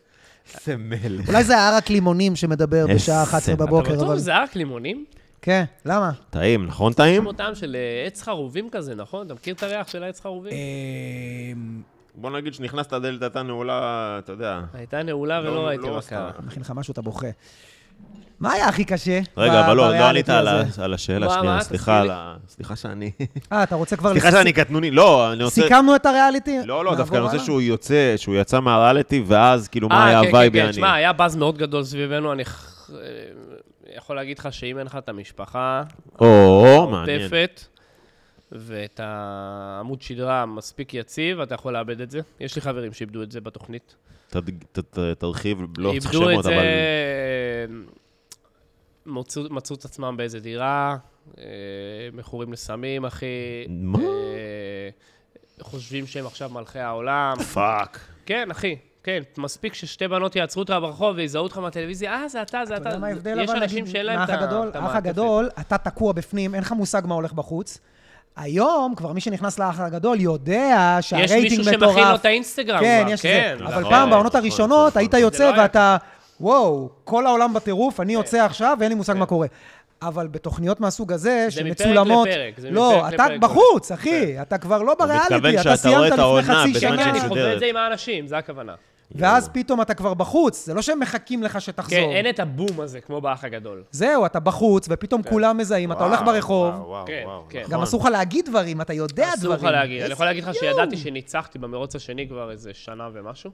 Speaker 2: איזה מלך.
Speaker 1: אולי זה הרק לימונים שמדבר
Speaker 2: איזה-
Speaker 1: בשעה 11
Speaker 2: אתה
Speaker 1: בבוקר,
Speaker 3: אתה בטוח
Speaker 1: אבל...
Speaker 3: זה רק לימונים?
Speaker 1: כן, למה?
Speaker 2: טעים, נכון טעים?
Speaker 3: כמו טעם של אה, עץ חרובים כזה, נכון? אתה מכיר את הריח של העץ חרובים?
Speaker 1: אה,
Speaker 2: בוא נגיד שנכנסת לדלת הייתה נעולה, אתה יודע.
Speaker 3: הייתה נעולה
Speaker 2: לא-
Speaker 3: ולא ראיתי
Speaker 2: לא
Speaker 3: מה
Speaker 2: עשתה.
Speaker 3: קרה.
Speaker 1: מכין לך משהו, אתה בוכה. מה היה הכי קשה?
Speaker 2: רגע,
Speaker 1: ב-
Speaker 2: אבל לא, לא
Speaker 1: בריאליטי
Speaker 2: ענית על ה-
Speaker 1: הזה?
Speaker 2: על השאלה
Speaker 3: מה, מה,
Speaker 2: שנייה,
Speaker 3: תזכיר
Speaker 2: סליחה
Speaker 3: לי.
Speaker 2: על ה... סליחה שאני...
Speaker 1: אה, אתה רוצה כבר...
Speaker 2: סליחה
Speaker 1: לס-
Speaker 2: שאני קטנוני, לא, אני רוצה...
Speaker 1: סיכמנו את הריאליטי?
Speaker 2: לא, לא,
Speaker 1: נעבור
Speaker 2: דווקא אני רוצה
Speaker 1: הלאה?
Speaker 2: שהוא יוצא, שהוא יצא מהריאליטי, ואז כאילו מה
Speaker 3: אה,
Speaker 2: היה
Speaker 3: כן,
Speaker 2: הווייב
Speaker 3: כן, כן,
Speaker 2: יעני.
Speaker 3: תשמע, היה באז מאוד גדול סביבנו, אני ח- אה, יכול להגיד לך שאם אין לך את המשפחה
Speaker 2: או, מעניין.
Speaker 3: העוטפת, ואת העמוד שדרה המספיק יציב, אתה יכול לאבד את זה. יש לי חברים שאיבדו את זה בתוכנית.
Speaker 2: תד- ת- ת- תרחיב, לא צריך
Speaker 3: איבדו את
Speaker 2: שמות,
Speaker 3: זה, אה,
Speaker 2: אבל...
Speaker 3: מצאו, מצאו את עצמם באיזה דירה, אה, מכורים לסמים, אחי.
Speaker 2: מה?
Speaker 3: אה, חושבים שהם עכשיו מלכי העולם.
Speaker 2: פאק.
Speaker 3: כן, אחי. כן, מספיק ששתי בנות יעצרו אותך ברחוב ויזהו אותך מהטלוויזיה, אה, זה אתה, זה אתה.
Speaker 1: אתה יודע מה ההבדל
Speaker 3: יש
Speaker 1: אבל,
Speaker 3: אנשים
Speaker 1: נגיד,
Speaker 3: שאין להם את
Speaker 1: מהאח הגדול?
Speaker 3: ה- את
Speaker 1: האח
Speaker 3: המעטפת.
Speaker 1: הגדול, אתה תקוע בפנים, אין לך מושג מה הולך בחוץ. היום, כבר מי שנכנס לאח הגדול יודע
Speaker 3: יש
Speaker 1: שהרייטינג מטורף.
Speaker 3: מישהו שמכין לו את האינסטגרם
Speaker 1: כן,
Speaker 3: כבר,
Speaker 1: יש
Speaker 3: כן.
Speaker 1: את זה. אבל
Speaker 2: נכון,
Speaker 1: פעם, בעונות
Speaker 2: נכון,
Speaker 1: הראשונות,
Speaker 2: נכון.
Speaker 1: היית
Speaker 3: זה
Speaker 1: יוצא
Speaker 3: לא היה כן.
Speaker 1: ואתה, וואו, כל העולם בטירוף, אני יוצא עכשיו ואין לי מושג מה קורה. אבל בתוכניות מהסוג הזה,
Speaker 3: מפרק
Speaker 1: שמצולמות...
Speaker 3: לפרק, זה
Speaker 1: לא,
Speaker 3: מפרק
Speaker 1: אתה
Speaker 3: לפרק.
Speaker 1: בחוץ, אחי, אתה כבר לא בריאליטי,
Speaker 2: מתכוון
Speaker 1: אתה
Speaker 2: שאתה
Speaker 1: סיימת
Speaker 2: רואה את
Speaker 1: לפני
Speaker 2: העונה
Speaker 1: חצי
Speaker 2: בזמן
Speaker 3: כן,
Speaker 1: שנה.
Speaker 3: כן, אני
Speaker 2: שמשודרת.
Speaker 3: חווה את זה עם האנשים, זה הכוונה.
Speaker 1: ואז פתאום אתה כבר בחוץ, זה לא שהם מחכים לך
Speaker 3: כן,
Speaker 1: שתחזור.
Speaker 3: אין את כן. הבום הזה, כמו באח הגדול.
Speaker 1: זהו, אתה בחוץ, ופתאום כולם מזהים, אתה הולך
Speaker 2: וואו,
Speaker 1: ברחוב,
Speaker 2: וואו, וואו,
Speaker 3: כן,
Speaker 2: וואו,
Speaker 3: כן.
Speaker 2: נכון.
Speaker 1: גם אסור לך להגיד דברים, אתה יודע דברים.
Speaker 3: אסור לך להגיד. אני
Speaker 1: איזה
Speaker 3: יכול להגיד לך
Speaker 1: יואו.
Speaker 3: שידעתי שניצחתי במרוץ השני כבר איזה שנה ומשהו,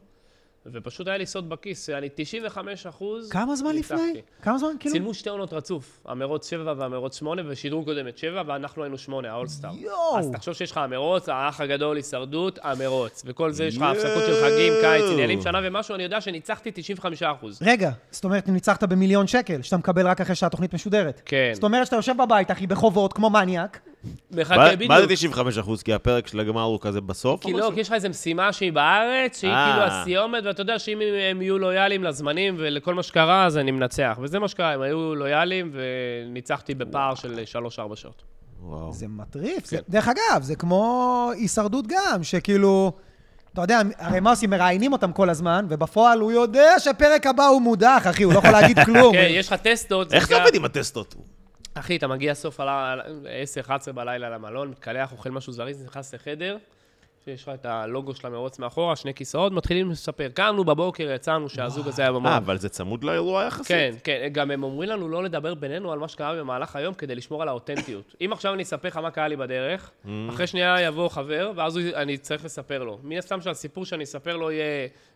Speaker 3: ופשוט היה לי סוד בכיס, אני 95 אחוז...
Speaker 1: כמה זמן לפני? כמה זמן, כאילו?
Speaker 3: צילמו שתי עונות רצוף, המרוץ 7 והמרוץ 8, ושידרו קודם את 7, ואנחנו היינו 8, האולסטאר.
Speaker 1: יואו!
Speaker 3: אז תחשוב שיש לך המרוץ, האח הגדול, הישרדות, המרוץ. וכל זה יש לך הפסקות של חגים, קיץ, עניינים, שנה ומשהו, אני יודע שניצחתי 95 אחוז.
Speaker 1: רגע, זאת אומרת, אם ניצחת במיליון שקל, שאתה מקבל רק אחרי שהתוכנית משודרת.
Speaker 3: כן.
Speaker 1: זאת אומרת שאתה יושב בבית, אחי, בחובות, כמו מניאק.
Speaker 3: מחכה
Speaker 1: כן,
Speaker 3: בדיוק.
Speaker 2: מה זה 95 אחוז? כי הפרק של הגמר הוא כזה בסוף? או
Speaker 3: כי לא,
Speaker 2: משהו?
Speaker 3: כי יש לך איזו משימה שהיא בארץ, שהיא
Speaker 2: אה.
Speaker 3: כאילו הסיומת, ואתה יודע שאם הם- הם יהיו לויאליים לזמנים ולכל מה שקרה, אז אני מנצח. וזה מה שקרה, הם היו לויאליים, וניצחתי בפער של 3-4 שעות.
Speaker 2: וואו.
Speaker 1: זה מטריף. זה-
Speaker 3: כן.
Speaker 1: דרך אגב, זה כמו הישרדות גם, שכאילו... אתה יודע, הרי מה עושים? מראיינים אותם כל הזמן, ובפועל הוא יודע שפרק הבא הוא מודח, אחי, הוא לא יכול להגיד כלום.
Speaker 3: כן, יש לך טסטות.
Speaker 2: אה, איך זה
Speaker 3: גם-
Speaker 2: עובד עם הטסטות?
Speaker 3: אחי, אתה מגיע סוף על ה... 10-11 בלילה למלון, מתקלח, אוכל משהו זריז, נכנס לחדר, שיש לך את הלוגו של המרוץ מאחורה, שני כיסאות, מתחילים לספר. קמנו בבוקר, יצאנו שהזוג הזה היה
Speaker 2: אה,
Speaker 3: במועד.
Speaker 2: אבל זה צמוד לאירוע יחסית.
Speaker 3: כן, כן, גם הם אומרים לנו לא לדבר בינינו על מה שקרה במהלך היום כדי לשמור על האותנטיות. אם עכשיו אני אספר לך מה קרה לי בדרך,
Speaker 2: Mm.
Speaker 3: אחרי שנייה יבוא חבר, ואז הוא- אני צריך לספר לו. מן הסתם שהסיפור שאני אספר לו יהיה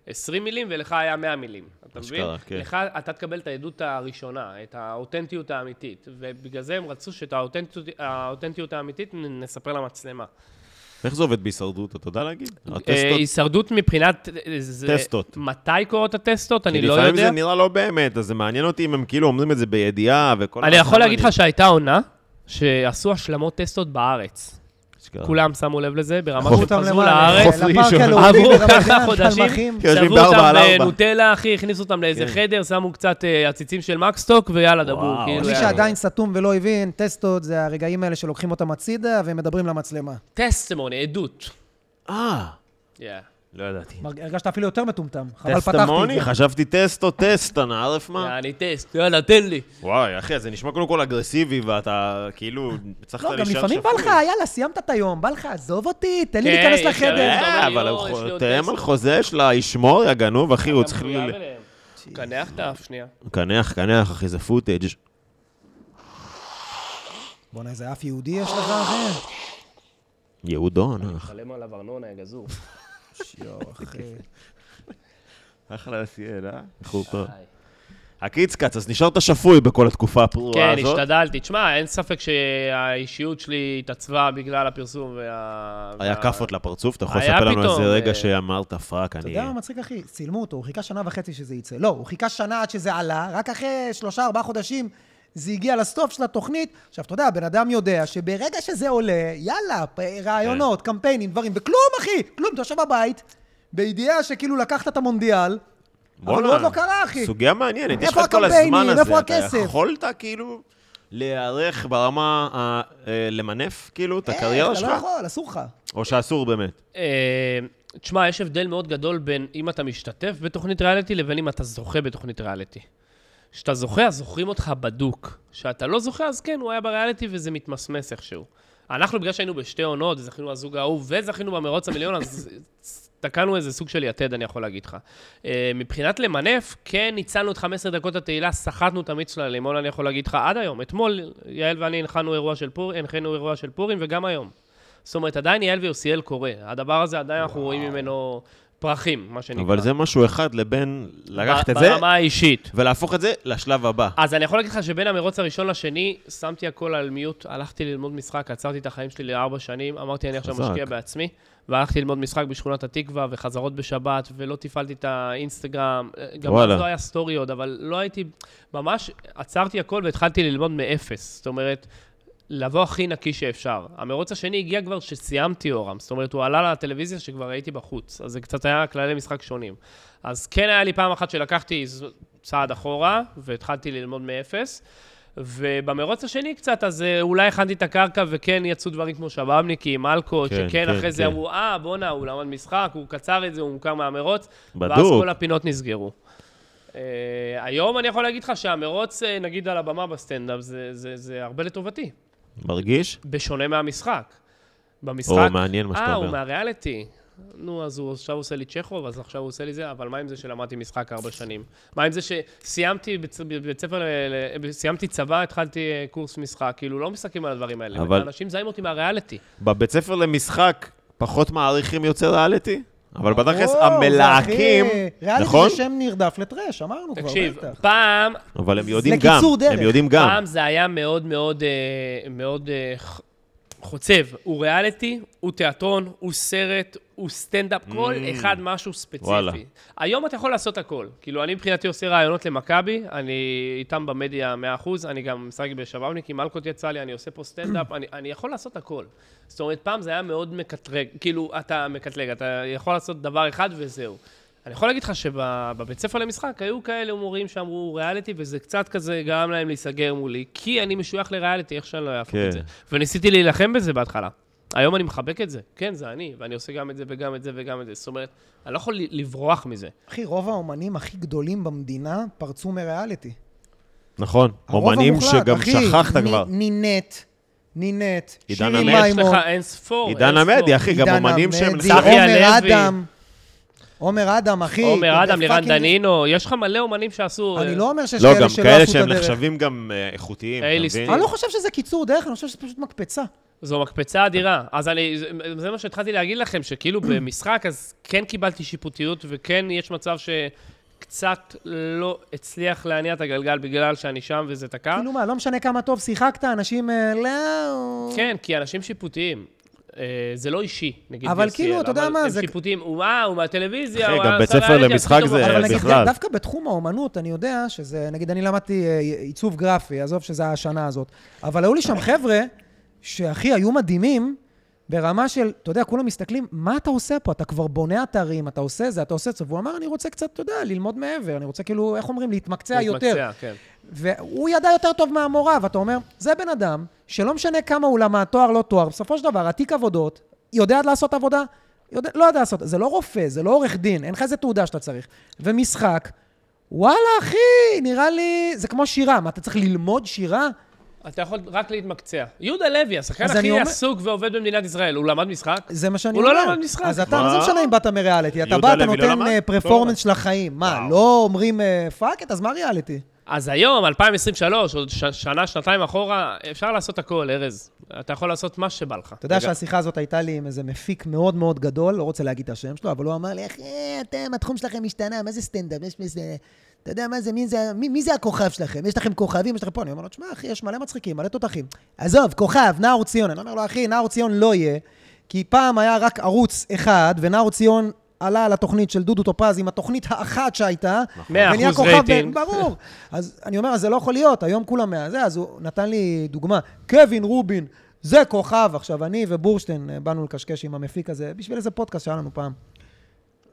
Speaker 3: 20 מילים, ולך היה 100 מילים. אתה מבין?
Speaker 2: אשכרה, כן.
Speaker 3: לך, אתה תקבל את העדות הראשונה, את האותנטיות האמיתית. ובגלל זה הם רצו שאת האותנטיות, האותנטיות האמיתית נ- נספר למצלמה.
Speaker 2: איך זה עובד בהישרדות? אתה יודע להגיד?
Speaker 3: אה,
Speaker 2: הטסטות?
Speaker 3: הישרדות מבחינת... אה, זה-
Speaker 2: טסטות.
Speaker 3: מתי קורות הטסטות? אני
Speaker 2: כי
Speaker 3: לא
Speaker 2: לפעמים
Speaker 3: יודע.
Speaker 2: זה נראה לא באמת, אז זה מעניין אותי אם הם כאילו אומרים את זה בידיעה וכל...
Speaker 3: אני
Speaker 2: ה-
Speaker 3: יכול להגיד לך שהייתה עונה שעשו השלמות טסטות בארץ.
Speaker 2: אשכרה.
Speaker 3: כולם שמו לב לזה, ברמה
Speaker 1: לקחו
Speaker 3: שהם
Speaker 1: אותם
Speaker 3: חזרו
Speaker 1: למעלה, כן,
Speaker 3: לארץ,
Speaker 2: חוף ראשון.
Speaker 1: לפארק הלאומי,
Speaker 3: עברו
Speaker 1: ברמת
Speaker 3: ככה
Speaker 1: גן,
Speaker 3: חודשים, כן,
Speaker 1: פלמחים.
Speaker 2: יושבים
Speaker 3: שברו
Speaker 2: בארבע
Speaker 3: אותם
Speaker 2: על ארבע. כן.
Speaker 3: בנוטלה, אחי, הכניסו אותם לאיזה חדר, שמו קצת אה, עציצים של מקסטוק, ויאללה, דבור.
Speaker 2: וואו,
Speaker 3: כאילו,
Speaker 1: מי
Speaker 3: היה-
Speaker 1: שעדיין סתום ולא הבין, טסטות זה הרגעים האלה שלוקחים אותם הצידה ומדברים למצלמה.
Speaker 3: טסטמוני, עדות.
Speaker 2: אה,
Speaker 3: Yeah.
Speaker 2: לא ידעתי.
Speaker 1: מרג- הרגשתי אפילו יותר מטומטם. חבל פתחתי את
Speaker 2: טסטמוני?
Speaker 1: זה.
Speaker 2: חשבתי טסטו טסט, אנא ערף מה?
Speaker 3: יעני טסט, יאללה, תן לי.
Speaker 2: וואי, אחי, זה נשמע קודם כל אגרסיבי, ואתה כאילו, צריך
Speaker 1: לא,
Speaker 2: להישאר
Speaker 1: גם
Speaker 2: שפוי.
Speaker 1: לפעמים בא לך, יאללה, סיימת את היום, בא לך, עזוב אותי, תן לי
Speaker 3: כן,
Speaker 1: להיכנס
Speaker 3: יש כאלה.
Speaker 1: לחדר.
Speaker 3: אתה
Speaker 2: אה,
Speaker 3: אומר,
Speaker 2: אבל
Speaker 3: "יואו, יש לי
Speaker 2: הוא-
Speaker 3: עוד
Speaker 2: תאם
Speaker 3: טסט".
Speaker 2: על חוזה שלה, ישמור, יא גנוב, אחי, הוא
Speaker 3: אתה
Speaker 2: צריך...
Speaker 3: מחויב
Speaker 2: ל-
Speaker 3: אליהם. קנח את האף שנייה.
Speaker 2: קנח, קנח, אחי, זה פוטאג'.
Speaker 1: בואנה, איזה אף יהודי יש לך,
Speaker 2: אה.
Speaker 1: אחי.
Speaker 2: יהודו, נח.
Speaker 3: חלם עליו ארנונה, גזור.
Speaker 1: שיו, אחי.
Speaker 2: אחלה סיאל, אה? בחור טוב. הקיץ קץ, אז נשארת שפוי בכל התקופה הפרועה
Speaker 3: כן,
Speaker 2: הזאת.
Speaker 3: השתדלתי. תשמע, אין ספק שהאישיות שלי התעצבה בגלל הפרסום וה...
Speaker 2: היה
Speaker 3: וה-
Speaker 2: כאפות לפרצוף, אתה יכול
Speaker 3: היה
Speaker 2: לספר לנו
Speaker 3: פתאום,
Speaker 2: איזה רגע
Speaker 3: אה,
Speaker 2: שאמרת, פאק,
Speaker 1: אתה
Speaker 2: אני...
Speaker 1: יודע מה מצחיק, אחי? צילמו אותו, הוא חיכה שנה וחצי שזה יצא. לא, הוא חיכה שנה עד שזה עלה, רק אחרי שלושה, ארבעה חודשים זה הגיע לסוף של התוכנית. עכשיו, אתה יודע, הבן אדם יודע שברגע שזה עולה, יאללה, פ- רעיונות,
Speaker 2: כן.
Speaker 1: קמפיינים, דברים, וכלום, אחי! כלום, אתה יושב בבית, בידיעה שכאילו לקחת את המונדיאל, אבל
Speaker 2: בואנה,
Speaker 1: הוא עוד לא קרה, אחי.
Speaker 2: סוגיה מעניינת, יש לך
Speaker 1: איפה
Speaker 2: את כל
Speaker 1: הקמפיינים?
Speaker 2: הזמן הזה,
Speaker 1: איפה
Speaker 2: אתה
Speaker 1: הכסף?
Speaker 2: יכולת כאילו להיערך ברמה, ה- אה, למנף כאילו את
Speaker 1: אה,
Speaker 2: הקריירה
Speaker 1: אתה
Speaker 2: שלך?
Speaker 1: לא יכול, אסור לך.
Speaker 2: או שאסור באמת?
Speaker 3: אה, תשמע, יש הבדל מאוד גדול בין אם אתה משתתף בתוכנית ריאליטי לבין אם אתה זוכה בתוכנית ריאליטי. כשאתה זוכה, אז זוכרים אותך בדוק. כשאתה לא זוכה, אז כן, הוא היה בריאליטי וזה מתמסמס איכשהו. אנחנו, בגלל שהיינו בשתי עונות, זכינו הזוג האהוב וזכינו במרוץ המיליון, אז תקענו איזה סוג של יתד, אני יכול להגיד לך. אה, מבחינת למנף, כן, ניצלנו את 15 דקות התהילה, סחטנו את המיץ של הלימון, אני יכול להגיד לך, עד היום. אתמול, יעל ואני הנחנו אירוע של פורים, הנחינו אירוע של פורים, וגם היום. זאת אומרת, עדיין יעל ויוסיאל קורה. הדבר הזה, עדיין אנחנו רואים ממנו פרחים, מה שנקרא.
Speaker 2: אבל זה משהו אחד לבין לקחת
Speaker 3: ב-
Speaker 2: את זה
Speaker 3: ברמה האישית.
Speaker 2: ולהפוך את זה לשלב הבא.
Speaker 3: אז אני יכול להגיד לך שבין המרוץ הראשון לשני, שמתי הכל על מיוט, הלכתי ללמוד משחק, עצרתי את החיים שלי לארבע שנים, אמרתי, אני עכשיו
Speaker 2: חזק.
Speaker 3: משקיע בעצמי, והלכתי ללמוד משחק בשכונת התקווה, וחזרות בשבת, ולא תפעלתי את האינסטגרם. גם אז
Speaker 2: וואלה.
Speaker 3: לא היה סטורי עוד, אבל לא הייתי... ממש עצרתי הכל והתחלתי ללמוד מאפס. זאת אומרת... לבוא הכי נקי שאפשר. המרוץ השני הגיע כבר כשסיימתי אורם, זאת אומרת, הוא עלה לטלוויזיה שכבר הייתי בחוץ, אז זה קצת היה כללי משחק שונים. אז כן היה לי פעם אחת שלקחתי ז- צעד אחורה, והתחלתי ללמוד מאפס, ובמרוץ השני קצת, אז אה, אולי הכנתי את הקרקע, וכן יצאו דברים כמו שבאבניקים, מלקות,
Speaker 2: כן,
Speaker 3: שכן,
Speaker 2: כן,
Speaker 3: אחרי זה
Speaker 2: כן.
Speaker 3: אמרו, אה, בואנה, הוא למד משחק, הוא קצר את זה, הוא מוכר מהמרוץ, ואז
Speaker 2: בדוק.
Speaker 3: כל הפינות נסגרו. אה, היום אני יכול להגיד לך שהמרוץ, אה, נגיד על הבמה בסטנדאפ, זה, זה, זה הרבה לטובתי.
Speaker 2: מרגיש?
Speaker 3: בשונה מהמשחק. במשחק...
Speaker 2: או, מעניין מה שאתה
Speaker 3: אה, הוא
Speaker 2: אומר.
Speaker 3: מהריאליטי. נו, אז הוא עכשיו עושה לי צ'כוב, אז עכשיו הוא עושה לי זה, אבל מה עם זה שלמדתי משחק ארבע שנים? מה עם זה שסיימתי בצ- בבית ספר, ל- ל- סיימתי צבא, התחלתי אה, קורס משחק? כאילו, לא מסתכלים על הדברים האלה.
Speaker 2: אבל-
Speaker 3: אבל... אנשים זהים אותי מהריאליטי.
Speaker 2: בבית ספר למשחק פחות מעריכים יוצא ריאליטי? אבל בתכלס
Speaker 1: וואו, זה
Speaker 2: המלהקים,
Speaker 1: הכי-
Speaker 2: נכון?
Speaker 1: ריאליטי זה שם נרדף לטרש, אמרנו כבר,
Speaker 3: תקשיב,
Speaker 1: בטח.
Speaker 3: פעם,
Speaker 2: אבל הם יודעים גם,
Speaker 1: לקיצור
Speaker 2: הם
Speaker 1: דרך. אה,
Speaker 2: יודעים גם.
Speaker 3: פעם זה היה מאוד מאוד אה, מאוד אה, ח- חוצב. הוא ריאליטי, הוא תיאטרון, הוא סרט, הוא סטנדאפ, כל אחד משהו ספציפי.
Speaker 2: Mm. וואלה.
Speaker 3: היום אתה יכול לעשות הכל. כאילו, אני מבחינתי עושה רעיונות למכבי, אני איתם במדיה 100%, אני גם משחק בשבאבניק, עם אלקוט יצא לי, אני עושה פה סטנדאפ, אני, אני יכול לעשות הכל. זאת אומרת, פעם זה היה מאוד מקטרג, כאילו, אתה מקטלג, אתה יכול לעשות דבר אחד וזהו. אני יכול להגיד לך שבבית ספר למשחק היו כאלה הומורים שאמרו ריאליטי, וזה קצת כזה גרם להם להיסגר מולי, כי אני משוייך לריאליטי, איך שאני לא אהפוך
Speaker 2: כן.
Speaker 3: את זה. וניסיתי להילחם בזה בהתחלה. היום אני מחבק את זה, כן, זה אני, ואני עושה גם את זה וגם את זה וגם את זה. זאת אומרת, אני לא יכול לברוח מזה.
Speaker 1: אחי, רוב האומנים הכי גדולים במדינה פרצו מריאליטי.
Speaker 2: נכון,
Speaker 1: הרוב
Speaker 2: אומנים
Speaker 1: המוחלט,
Speaker 2: שגם
Speaker 1: אחי,
Speaker 2: שכחת
Speaker 1: נ-
Speaker 2: כבר.
Speaker 1: נינט, נינט,
Speaker 2: עידן
Speaker 1: שירי
Speaker 2: עמית.
Speaker 3: יש לך
Speaker 1: מימון,
Speaker 3: אין ספור,
Speaker 2: עידן
Speaker 3: אין ספור.
Speaker 2: עמדי, אחי, גם
Speaker 1: עידן
Speaker 2: אומנים שהם...
Speaker 1: עמדי,
Speaker 2: נחשבים-
Speaker 3: צחי
Speaker 1: עומר
Speaker 3: הלוי.
Speaker 1: אדם. עומר אדם, אחי.
Speaker 3: עומר
Speaker 1: the
Speaker 3: אדם, לירן
Speaker 1: fucking-
Speaker 3: דנינו, יש לך מלא אומנים שעשו...
Speaker 1: אני
Speaker 3: אה,
Speaker 1: לא אומר שיש
Speaker 2: לא,
Speaker 1: כאלה
Speaker 2: גם
Speaker 1: שלא
Speaker 2: כאלה
Speaker 1: עשו את
Speaker 2: שהם
Speaker 1: הדרך.
Speaker 2: נחשבים גם אה, איכותיים, אתה
Speaker 3: אייליסטים.
Speaker 2: מבין?
Speaker 1: אני לא חושב שזה קיצור דרך, אני חושב שזה פשוט מקפצה.
Speaker 3: זו מקפצה אדירה. אז אני, זה- זה מה שהתחלתי להגיד לכם, שכאילו במשחק, אז כן קיבלתי שיפוטיות, וכן יש מצב שקצת לא הצליח להניע את הגלגל בגלל שאני שם וזה תקע.
Speaker 1: כאילו מה, לא משנה כמה טוב שיחקת, אנשים... אה, לא...
Speaker 3: כן, כי אנשים שיפוטיים. אה, זה לא אישי, נגיד
Speaker 1: אבל
Speaker 3: DCL,
Speaker 1: כאילו, אתה יודע
Speaker 3: אבל
Speaker 1: מה,
Speaker 3: הם
Speaker 1: זה-
Speaker 3: שיפוטיים, הוא מה, הוא מהטלוויזיה,
Speaker 2: אחי,
Speaker 3: הוא
Speaker 2: גם
Speaker 3: עשה
Speaker 2: בית ספר
Speaker 3: ריאליטי, אז
Speaker 2: למשחק
Speaker 3: פתאום-
Speaker 2: זה-
Speaker 1: אבל נגיד,
Speaker 2: בכלל.
Speaker 1: דווקא בתחום האומנות, אני יודע שזה, נגיד, אני למדתי אה, עיצוב גרפי, עזוב שזה השנה הזאת, אבל היו לי שם חבר'ה שהכי היו מדהימים, ברמה של, אתה יודע, כולם מסתכלים, מה אתה עושה פה? אתה כבר בונה אתרים, אתה עושה זה, אתה עושה זה, והוא אמר, אני רוצה קצת, אתה יודע, ללמוד מעבר, אני רוצה כאילו, איך אומרים, להתמקצע יותר.
Speaker 3: מתמקצע, כן.
Speaker 1: והוא ידע יותר טוב מהמורה, ואתה אומר, זה בן אדם שלא משנה כמה הוא למד, תואר לא תואר, בסופו של דבר, עתיק עבודות, יודע לעשות עבודה, יודע, לא יודע לעשות, זה לא רופא, זה לא עורך דין, אין לך איזה תעודה שאתה צריך. ומשחק, וואלה, אחי, נראה לי, זה כמו שירה, מה, אתה צריך ללמוד שירה?
Speaker 3: אתה יכול רק להתמקצע. יהודה לוי, השחקן
Speaker 1: אז אני
Speaker 3: הכי
Speaker 1: אומר-
Speaker 3: עסוק ועובד במדינת ישראל, הוא למד משחק?
Speaker 1: זה מה שאני
Speaker 3: הוא
Speaker 1: אומר.
Speaker 3: לא למד משחק.
Speaker 1: אז אתה,
Speaker 2: מה?
Speaker 1: זה משנה אם באת מריאליטי, אתה
Speaker 2: יהודה
Speaker 1: בא, אתה
Speaker 2: לוי לא
Speaker 1: נותן
Speaker 2: למד?
Speaker 1: אה, פרפורמנס של החיים. מה,
Speaker 2: וואו.
Speaker 1: לא אומרים פאק אז מה ריאליטי?
Speaker 3: אז היום, 2023, עוד ש- שנה, שנתיים אחורה, אפשר לעשות הכל, ארז. אתה יכול לעשות מה שבא לך.
Speaker 1: אתה יודע
Speaker 2: רגע.
Speaker 1: שהשיחה הזאת הייתה לי עם איזה מפיק מאוד מאוד גדול, לא רוצה להגיד את השם שלו, אבל הוא אמר לי, אחי, אתם, התחום שלכם השתנה, מה זה סטנדאפ? יש מזה... אתה יודע מה זה, מי זה, מי, מי זה הכוכב שלכם? יש לכם כוכבים, יש לכם פה. אני אומר לו, תשמע, אחי, יש מלא מצחיקים, מלא תותחים. עזוב, כוכב, נער ציון. אני אומר לו, אחי, נער ציון לא יהיה, כי פעם היה רק ערוץ אחד, ונער ציון עלה על התוכנית של דודו טופז עם התוכנית האחת שהייתה.
Speaker 2: נכון.
Speaker 3: מאה
Speaker 1: ונהיה
Speaker 3: אחוז
Speaker 1: כוכב
Speaker 3: רייטינג.
Speaker 1: ב- ברור. אז אני אומר, אז זה לא יכול להיות, היום כולם מהזה, אז הוא נתן לי דוגמה. קווין רובין, זה כוכב. עכשיו, אני ובורשטיין אה, באנו לקשקש עם המפיק הזה, בשביל איזה פודקאסט שהיה לנו פעם.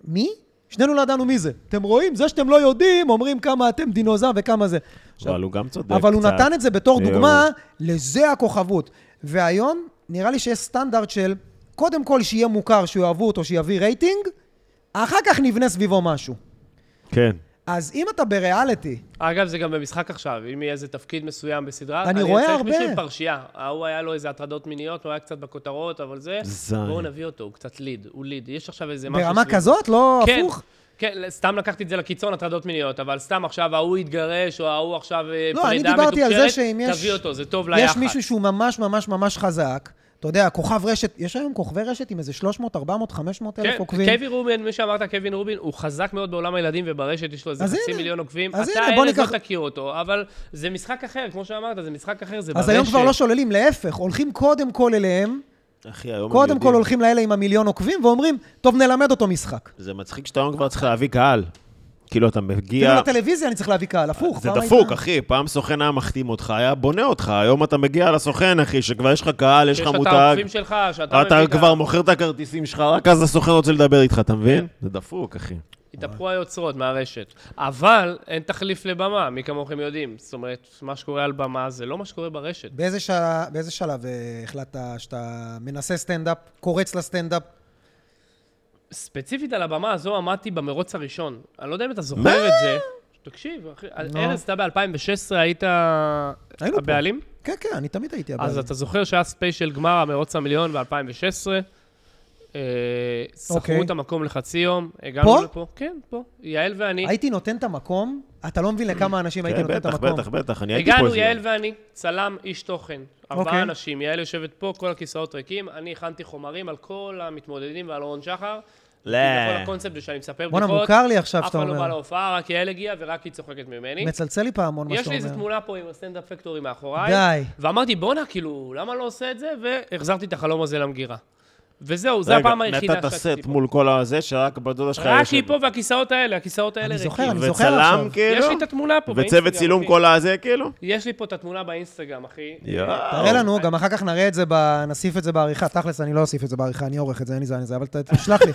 Speaker 1: מי? שנינו לא ידענו מי זה. אתם רואים? זה שאתם לא יודעים, אומרים כמה אתם דינוזר וכמה זה. עכשיו,
Speaker 2: אבל הוא גם צודק
Speaker 1: אבל הוא
Speaker 2: קצת. אה,
Speaker 1: נתן את זה בתור
Speaker 2: יואו.
Speaker 1: דוגמה לזה הכוכבות. והיום, נראה לי שיש סטנדרט של, קודם כל שיהיה מוכר, שיאהבו אותו, שיביא רייטינג, אחר כך נבנה סביבו משהו.
Speaker 2: כן.
Speaker 1: אז אם אתה בריאליטי,
Speaker 3: אגב, זה גם במשחק עכשיו, אם יהיה איזה תפקיד מסוים בסדרה,
Speaker 1: אני רואה
Speaker 3: צריך
Speaker 1: הרבה.
Speaker 3: מישהו עם פרשייה. ההוא היה לו איזה הטרדות מיניות, הוא היה קצת בכותרות, אבל זה...
Speaker 2: זין.
Speaker 3: בואו נביא אותו, הוא קצת ליד, הוא ליד. יש עכשיו איזה משהו...
Speaker 1: ברמה
Speaker 3: סביב-
Speaker 1: כזאת? לא
Speaker 3: כן,
Speaker 1: הפוך?
Speaker 3: כן, סתם לקחתי את זה לקיצון, הטרדות מיניות, אבל סתם עכשיו ההוא התגרש, או ההוא עכשיו אה,
Speaker 1: לא, אני
Speaker 3: פרידה
Speaker 1: דיברתי על זה
Speaker 3: מתוקשרת,
Speaker 1: שאם יש-
Speaker 3: תביא אותו, זה טוב ליחד.
Speaker 1: יש מישהו שהוא ממש ממש ממש חזק, אתה יודע, כוכב רשת, יש היום כוכבי רשת עם איזה 300, 400, 500 אלף עוקבים.
Speaker 3: כן, קווין רובין, מי שאמרת, קווין רובין, הוא חזק מאוד בעולם הילדים, וברשת יש לו איזה
Speaker 1: אז
Speaker 3: חצי
Speaker 1: הנה.
Speaker 3: מיליון עוקבים.
Speaker 1: אז
Speaker 3: אתה,
Speaker 1: הנה, בוא
Speaker 3: ארז, לא
Speaker 1: ניקח-
Speaker 3: תכיר אותו, אבל זה משחק אחר, כמו שאמרת, זה משחק אחר, זה ברשת.
Speaker 1: אז היום כבר לא שוללים, להפך, הולכים קודם כל אליהם,
Speaker 2: אחי, היום הם
Speaker 1: קודם
Speaker 2: יודעים.
Speaker 1: כל הולכים לאלה עם המיליון עוקבים ואומרים, טוב, נלמד אותו משחק.
Speaker 2: זה מצחיק שאתה היום כבר צריך להביא קהל. כאילו, אתה
Speaker 1: אפילו
Speaker 2: מגיע...
Speaker 1: בטלוויזיה אני צריך להביא קהל, הפוך.
Speaker 2: זה
Speaker 1: פעם
Speaker 2: דפוק,
Speaker 1: הייתה-
Speaker 2: אחי. פעם סוכן היה מחתים אותך, היה בונה אותך. היום אתה מגיע לסוכן, אחי, שכבר יש לך קהל, יש לך
Speaker 3: שיש לך את
Speaker 2: מותג.
Speaker 3: העוקבים שלך, אה? שאתה
Speaker 2: אתה
Speaker 3: מביא את ה-
Speaker 2: כבר מוכר את הכרטיסים שלך, רק אז הסוכן רוצה לדבר איתך, אתה מבין?
Speaker 3: כן.
Speaker 2: זה דפוק, אחי.
Speaker 3: התהפכו היוצרות מהרשת. אבל אין תחליף לבמה, מי כמוכם יודעים. זאת אומרת, מה שקורה על במה זה לא מה שקורה ברשת.
Speaker 1: באיזה שעה- באיזה שלב אה, החלטת שאתה מנסה סטנדאפ, קורץ לסטנדאפ?
Speaker 3: ספציפית על הבמה הזו עמדתי במרוץ הראשון. אני לא יודע אם אתה
Speaker 2: מה?
Speaker 3: זוכר את זה. תקשיב, אחי, ארז, אתה ב-2016 היית
Speaker 1: היינו פה.
Speaker 3: הבעלים?
Speaker 1: כן, כן, אני תמיד הייתי הבעלים.
Speaker 3: אז אתה זוכר שהיה ספיישל גמר המרוץ המיליון ב-2016? אה, שכרו
Speaker 1: אוקיי.
Speaker 3: את המקום לחצי יום, הגענו
Speaker 1: פה?
Speaker 3: לפה. כן, פה. יעל ואני.
Speaker 1: הייתי נותן את המקום, אתה לא מבין לכמה אנשים הייתי
Speaker 2: כן,
Speaker 1: נותן את
Speaker 2: בטח,
Speaker 1: המקום.
Speaker 2: בטח, בטח. אני הייתי פה...
Speaker 3: הגענו,
Speaker 2: איזה-
Speaker 3: יעל ואני, צלם איש תוכן. ארבעה
Speaker 1: אוקיי.
Speaker 3: אנשים, יעל יושבת פה, כל הכיסאות ריקים, אני הכנתי חומרים על כל המתמודדים ועל אורון שחר.
Speaker 2: לא.
Speaker 3: כביכול הקונספט זה שאני מספר
Speaker 1: בואנה,
Speaker 3: בדיחות.
Speaker 1: מוכר לי עכשיו
Speaker 3: אף
Speaker 1: שאתה
Speaker 3: פעם לא בא
Speaker 1: אומר.
Speaker 3: להופעה, רק יעל הגיעה ורק היא צוחקת ממני.
Speaker 1: מצלצל לי פעמון מה
Speaker 3: יש
Speaker 1: שאתה
Speaker 3: לי איזו
Speaker 1: אומר.
Speaker 3: תמונה פה עם הסטנדאפ פקטורי מאחוריי.
Speaker 1: די.
Speaker 3: ואמרתי, בואנה, כאילו, למה לא עושה את זה? והחזרתי את החלום הזה למגירה. וזהו, זו הפעם היחידה
Speaker 4: נתת
Speaker 3: שעשיתי
Speaker 4: סט
Speaker 3: פה.
Speaker 4: מול כל הזה, שרק בת דודה שלך
Speaker 3: רק
Speaker 4: יושבת.
Speaker 3: היא פה והכיסאות האלה, הכיסאות
Speaker 1: אני
Speaker 3: האלה ריקים.
Speaker 1: זוכר, אני
Speaker 2: וצלם
Speaker 1: עכשיו.
Speaker 3: יש
Speaker 2: כאילו,
Speaker 3: לי את התמונה פה
Speaker 2: וצוות צילום
Speaker 3: אחי.
Speaker 2: כל הזה כאילו.
Speaker 3: יש לי פה את התמונה באינסטגרם, אחי.
Speaker 2: יואו.
Speaker 1: תראה
Speaker 3: אה,
Speaker 1: לנו, גם אחר כך נראה את זה, ב- נוסיף את זה בעריכה. תכלס, אני לא אוסיף את זה בעריכה, אני עורך את זה, אין לי זה, אין לי זה, אבל ת- תשלח לי.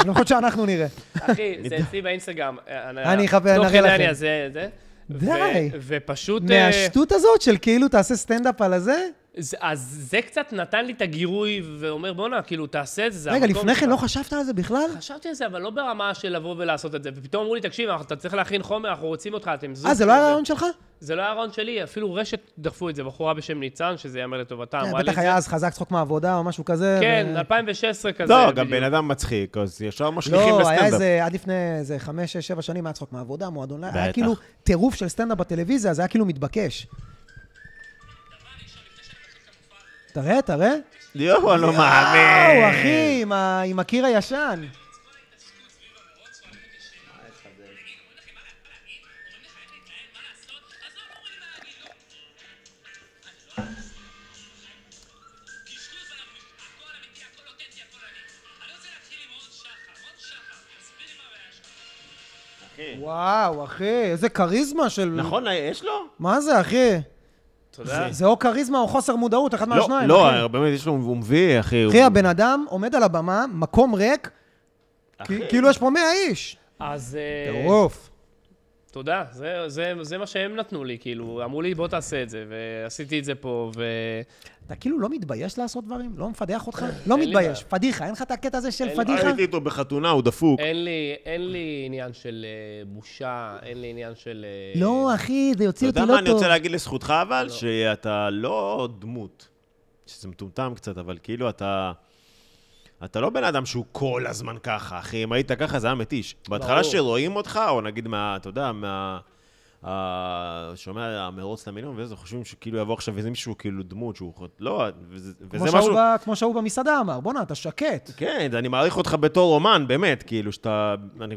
Speaker 1: לפחות שאנחנו נראה.
Speaker 3: אחי, זה אצלי באינסטגרם. אה,
Speaker 1: אני אחבר,
Speaker 3: תוך
Speaker 1: נראה
Speaker 3: כדי
Speaker 1: לכם.
Speaker 3: אני לא הזה, זה. ו-
Speaker 1: די.
Speaker 3: ופשוט... אה,
Speaker 1: מהשטות הזאת של כאילו תעשה סטנדאפ על הזה?
Speaker 3: זה- אז זה קצת נתן לי את הגירוי, ואומר, בואנה, כאילו, תעשה את זה, זה
Speaker 1: רגע,
Speaker 3: המקום
Speaker 1: לפני כן
Speaker 3: שלך."
Speaker 1: לא חשבת על זה בכלל?
Speaker 3: חשבתי על זה, אבל לא ברמה של לבוא ולעשות את זה. ופתאום אמרו לי, תקשיב, אנחנו- אתה צריך להכין חומר, אנחנו רוצים אותך, אתם זוג.
Speaker 1: אה, זה לא
Speaker 3: כזה."
Speaker 1: היה רעיון שלך?
Speaker 3: זה לא היה רעיון שלי, אפילו רשת דחפו את זה, בחורה בשם ניצן, שזה ייאמר לטובתה,
Speaker 1: כן,
Speaker 3: אמרה לי את
Speaker 1: בטח
Speaker 3: זה.
Speaker 1: היה אה, אז חזק צחוק מהעבודה או משהו כזה.
Speaker 3: כן,
Speaker 1: ו-
Speaker 3: 2016 כזה.
Speaker 4: לא, גם
Speaker 3: בדיוק.
Speaker 4: בן אדם מצחיק, אז ישר משליכים
Speaker 1: לא, היה
Speaker 4: לסטנדאפ.
Speaker 1: איזה, עד לפני איזה חמש, שש, שבע שנים היה צחוק מהעבודה, מועדון, לילה, היה
Speaker 2: בטח.
Speaker 1: כאילו טירוף של סטנדאפ בטלוויזיה, זה היה כאילו מתבקש. תראה, תראה.
Speaker 2: יואו, אני לא מאמין.
Speaker 1: וואו, אחי, עם ה- עם הקיר הישן. וואו, אחי, איזה כריזמה של...
Speaker 2: נכון, יש לו?
Speaker 1: מה זה, אחי?
Speaker 3: תודה.
Speaker 1: זה או כריזמה או חוסר מודעות, אחד
Speaker 2: לא,
Speaker 1: מהשניים. אחי.
Speaker 2: לא, באמת, יש לו, הוא מביא, אחי. הוא-
Speaker 1: אחי, הבן אדם עומד על הבמה, מקום ריק, כי- כאילו יש פה 100 איש.
Speaker 3: אז... אה,
Speaker 1: טירוף.
Speaker 3: תודה, זה, זה, זה מה שהם נתנו לי, כאילו, אמרו לי, בוא תעשה את זה, ועשיתי את זה פה, ו...
Speaker 1: אתה כאילו לא מתבייש לעשות דברים? לא מפדח אותך? לא
Speaker 3: לי
Speaker 1: מתבייש. פדיחה, אין לך את הקטע הזה של
Speaker 3: אין לי
Speaker 1: פדיחה?
Speaker 2: הייתי איתו בחתונה, הוא דפוק.
Speaker 3: אין לי, אין לי עניין של אה, בושה, אין לי עניין של... אה,
Speaker 1: לא, אחי, זה
Speaker 2: אתה
Speaker 1: יוציא אותי
Speaker 2: יודע
Speaker 1: לא
Speaker 2: מה אני
Speaker 1: טוב.
Speaker 2: רוצה להגיד לזכותך, אבל? שאתה לא דמות. שזה מטומטם קצת, אבל כאילו אתה... אתה לא בן אדם שהוא כל הזמן ככה, אחי. אם היית ככה, זה היה מתיש. בהתחלה
Speaker 3: ברור.
Speaker 2: שרואים אותך, או נגיד מה... אתה יודע, מה... ה- שומע המרוץ למיליון, וזה חושבים שכאילו יבוא עכשיו איזה מישהו כאילו דמות שהוא... חוט- לא, וזה
Speaker 1: כמו
Speaker 2: וזה
Speaker 1: שההוא
Speaker 2: משהו...
Speaker 1: ב- כמו שההוא במסעדה אמר, בואנה, אתה שקט.
Speaker 2: כן, אני מעריך אותך בתור אומן, באמת, כאילו, שאתה... אני,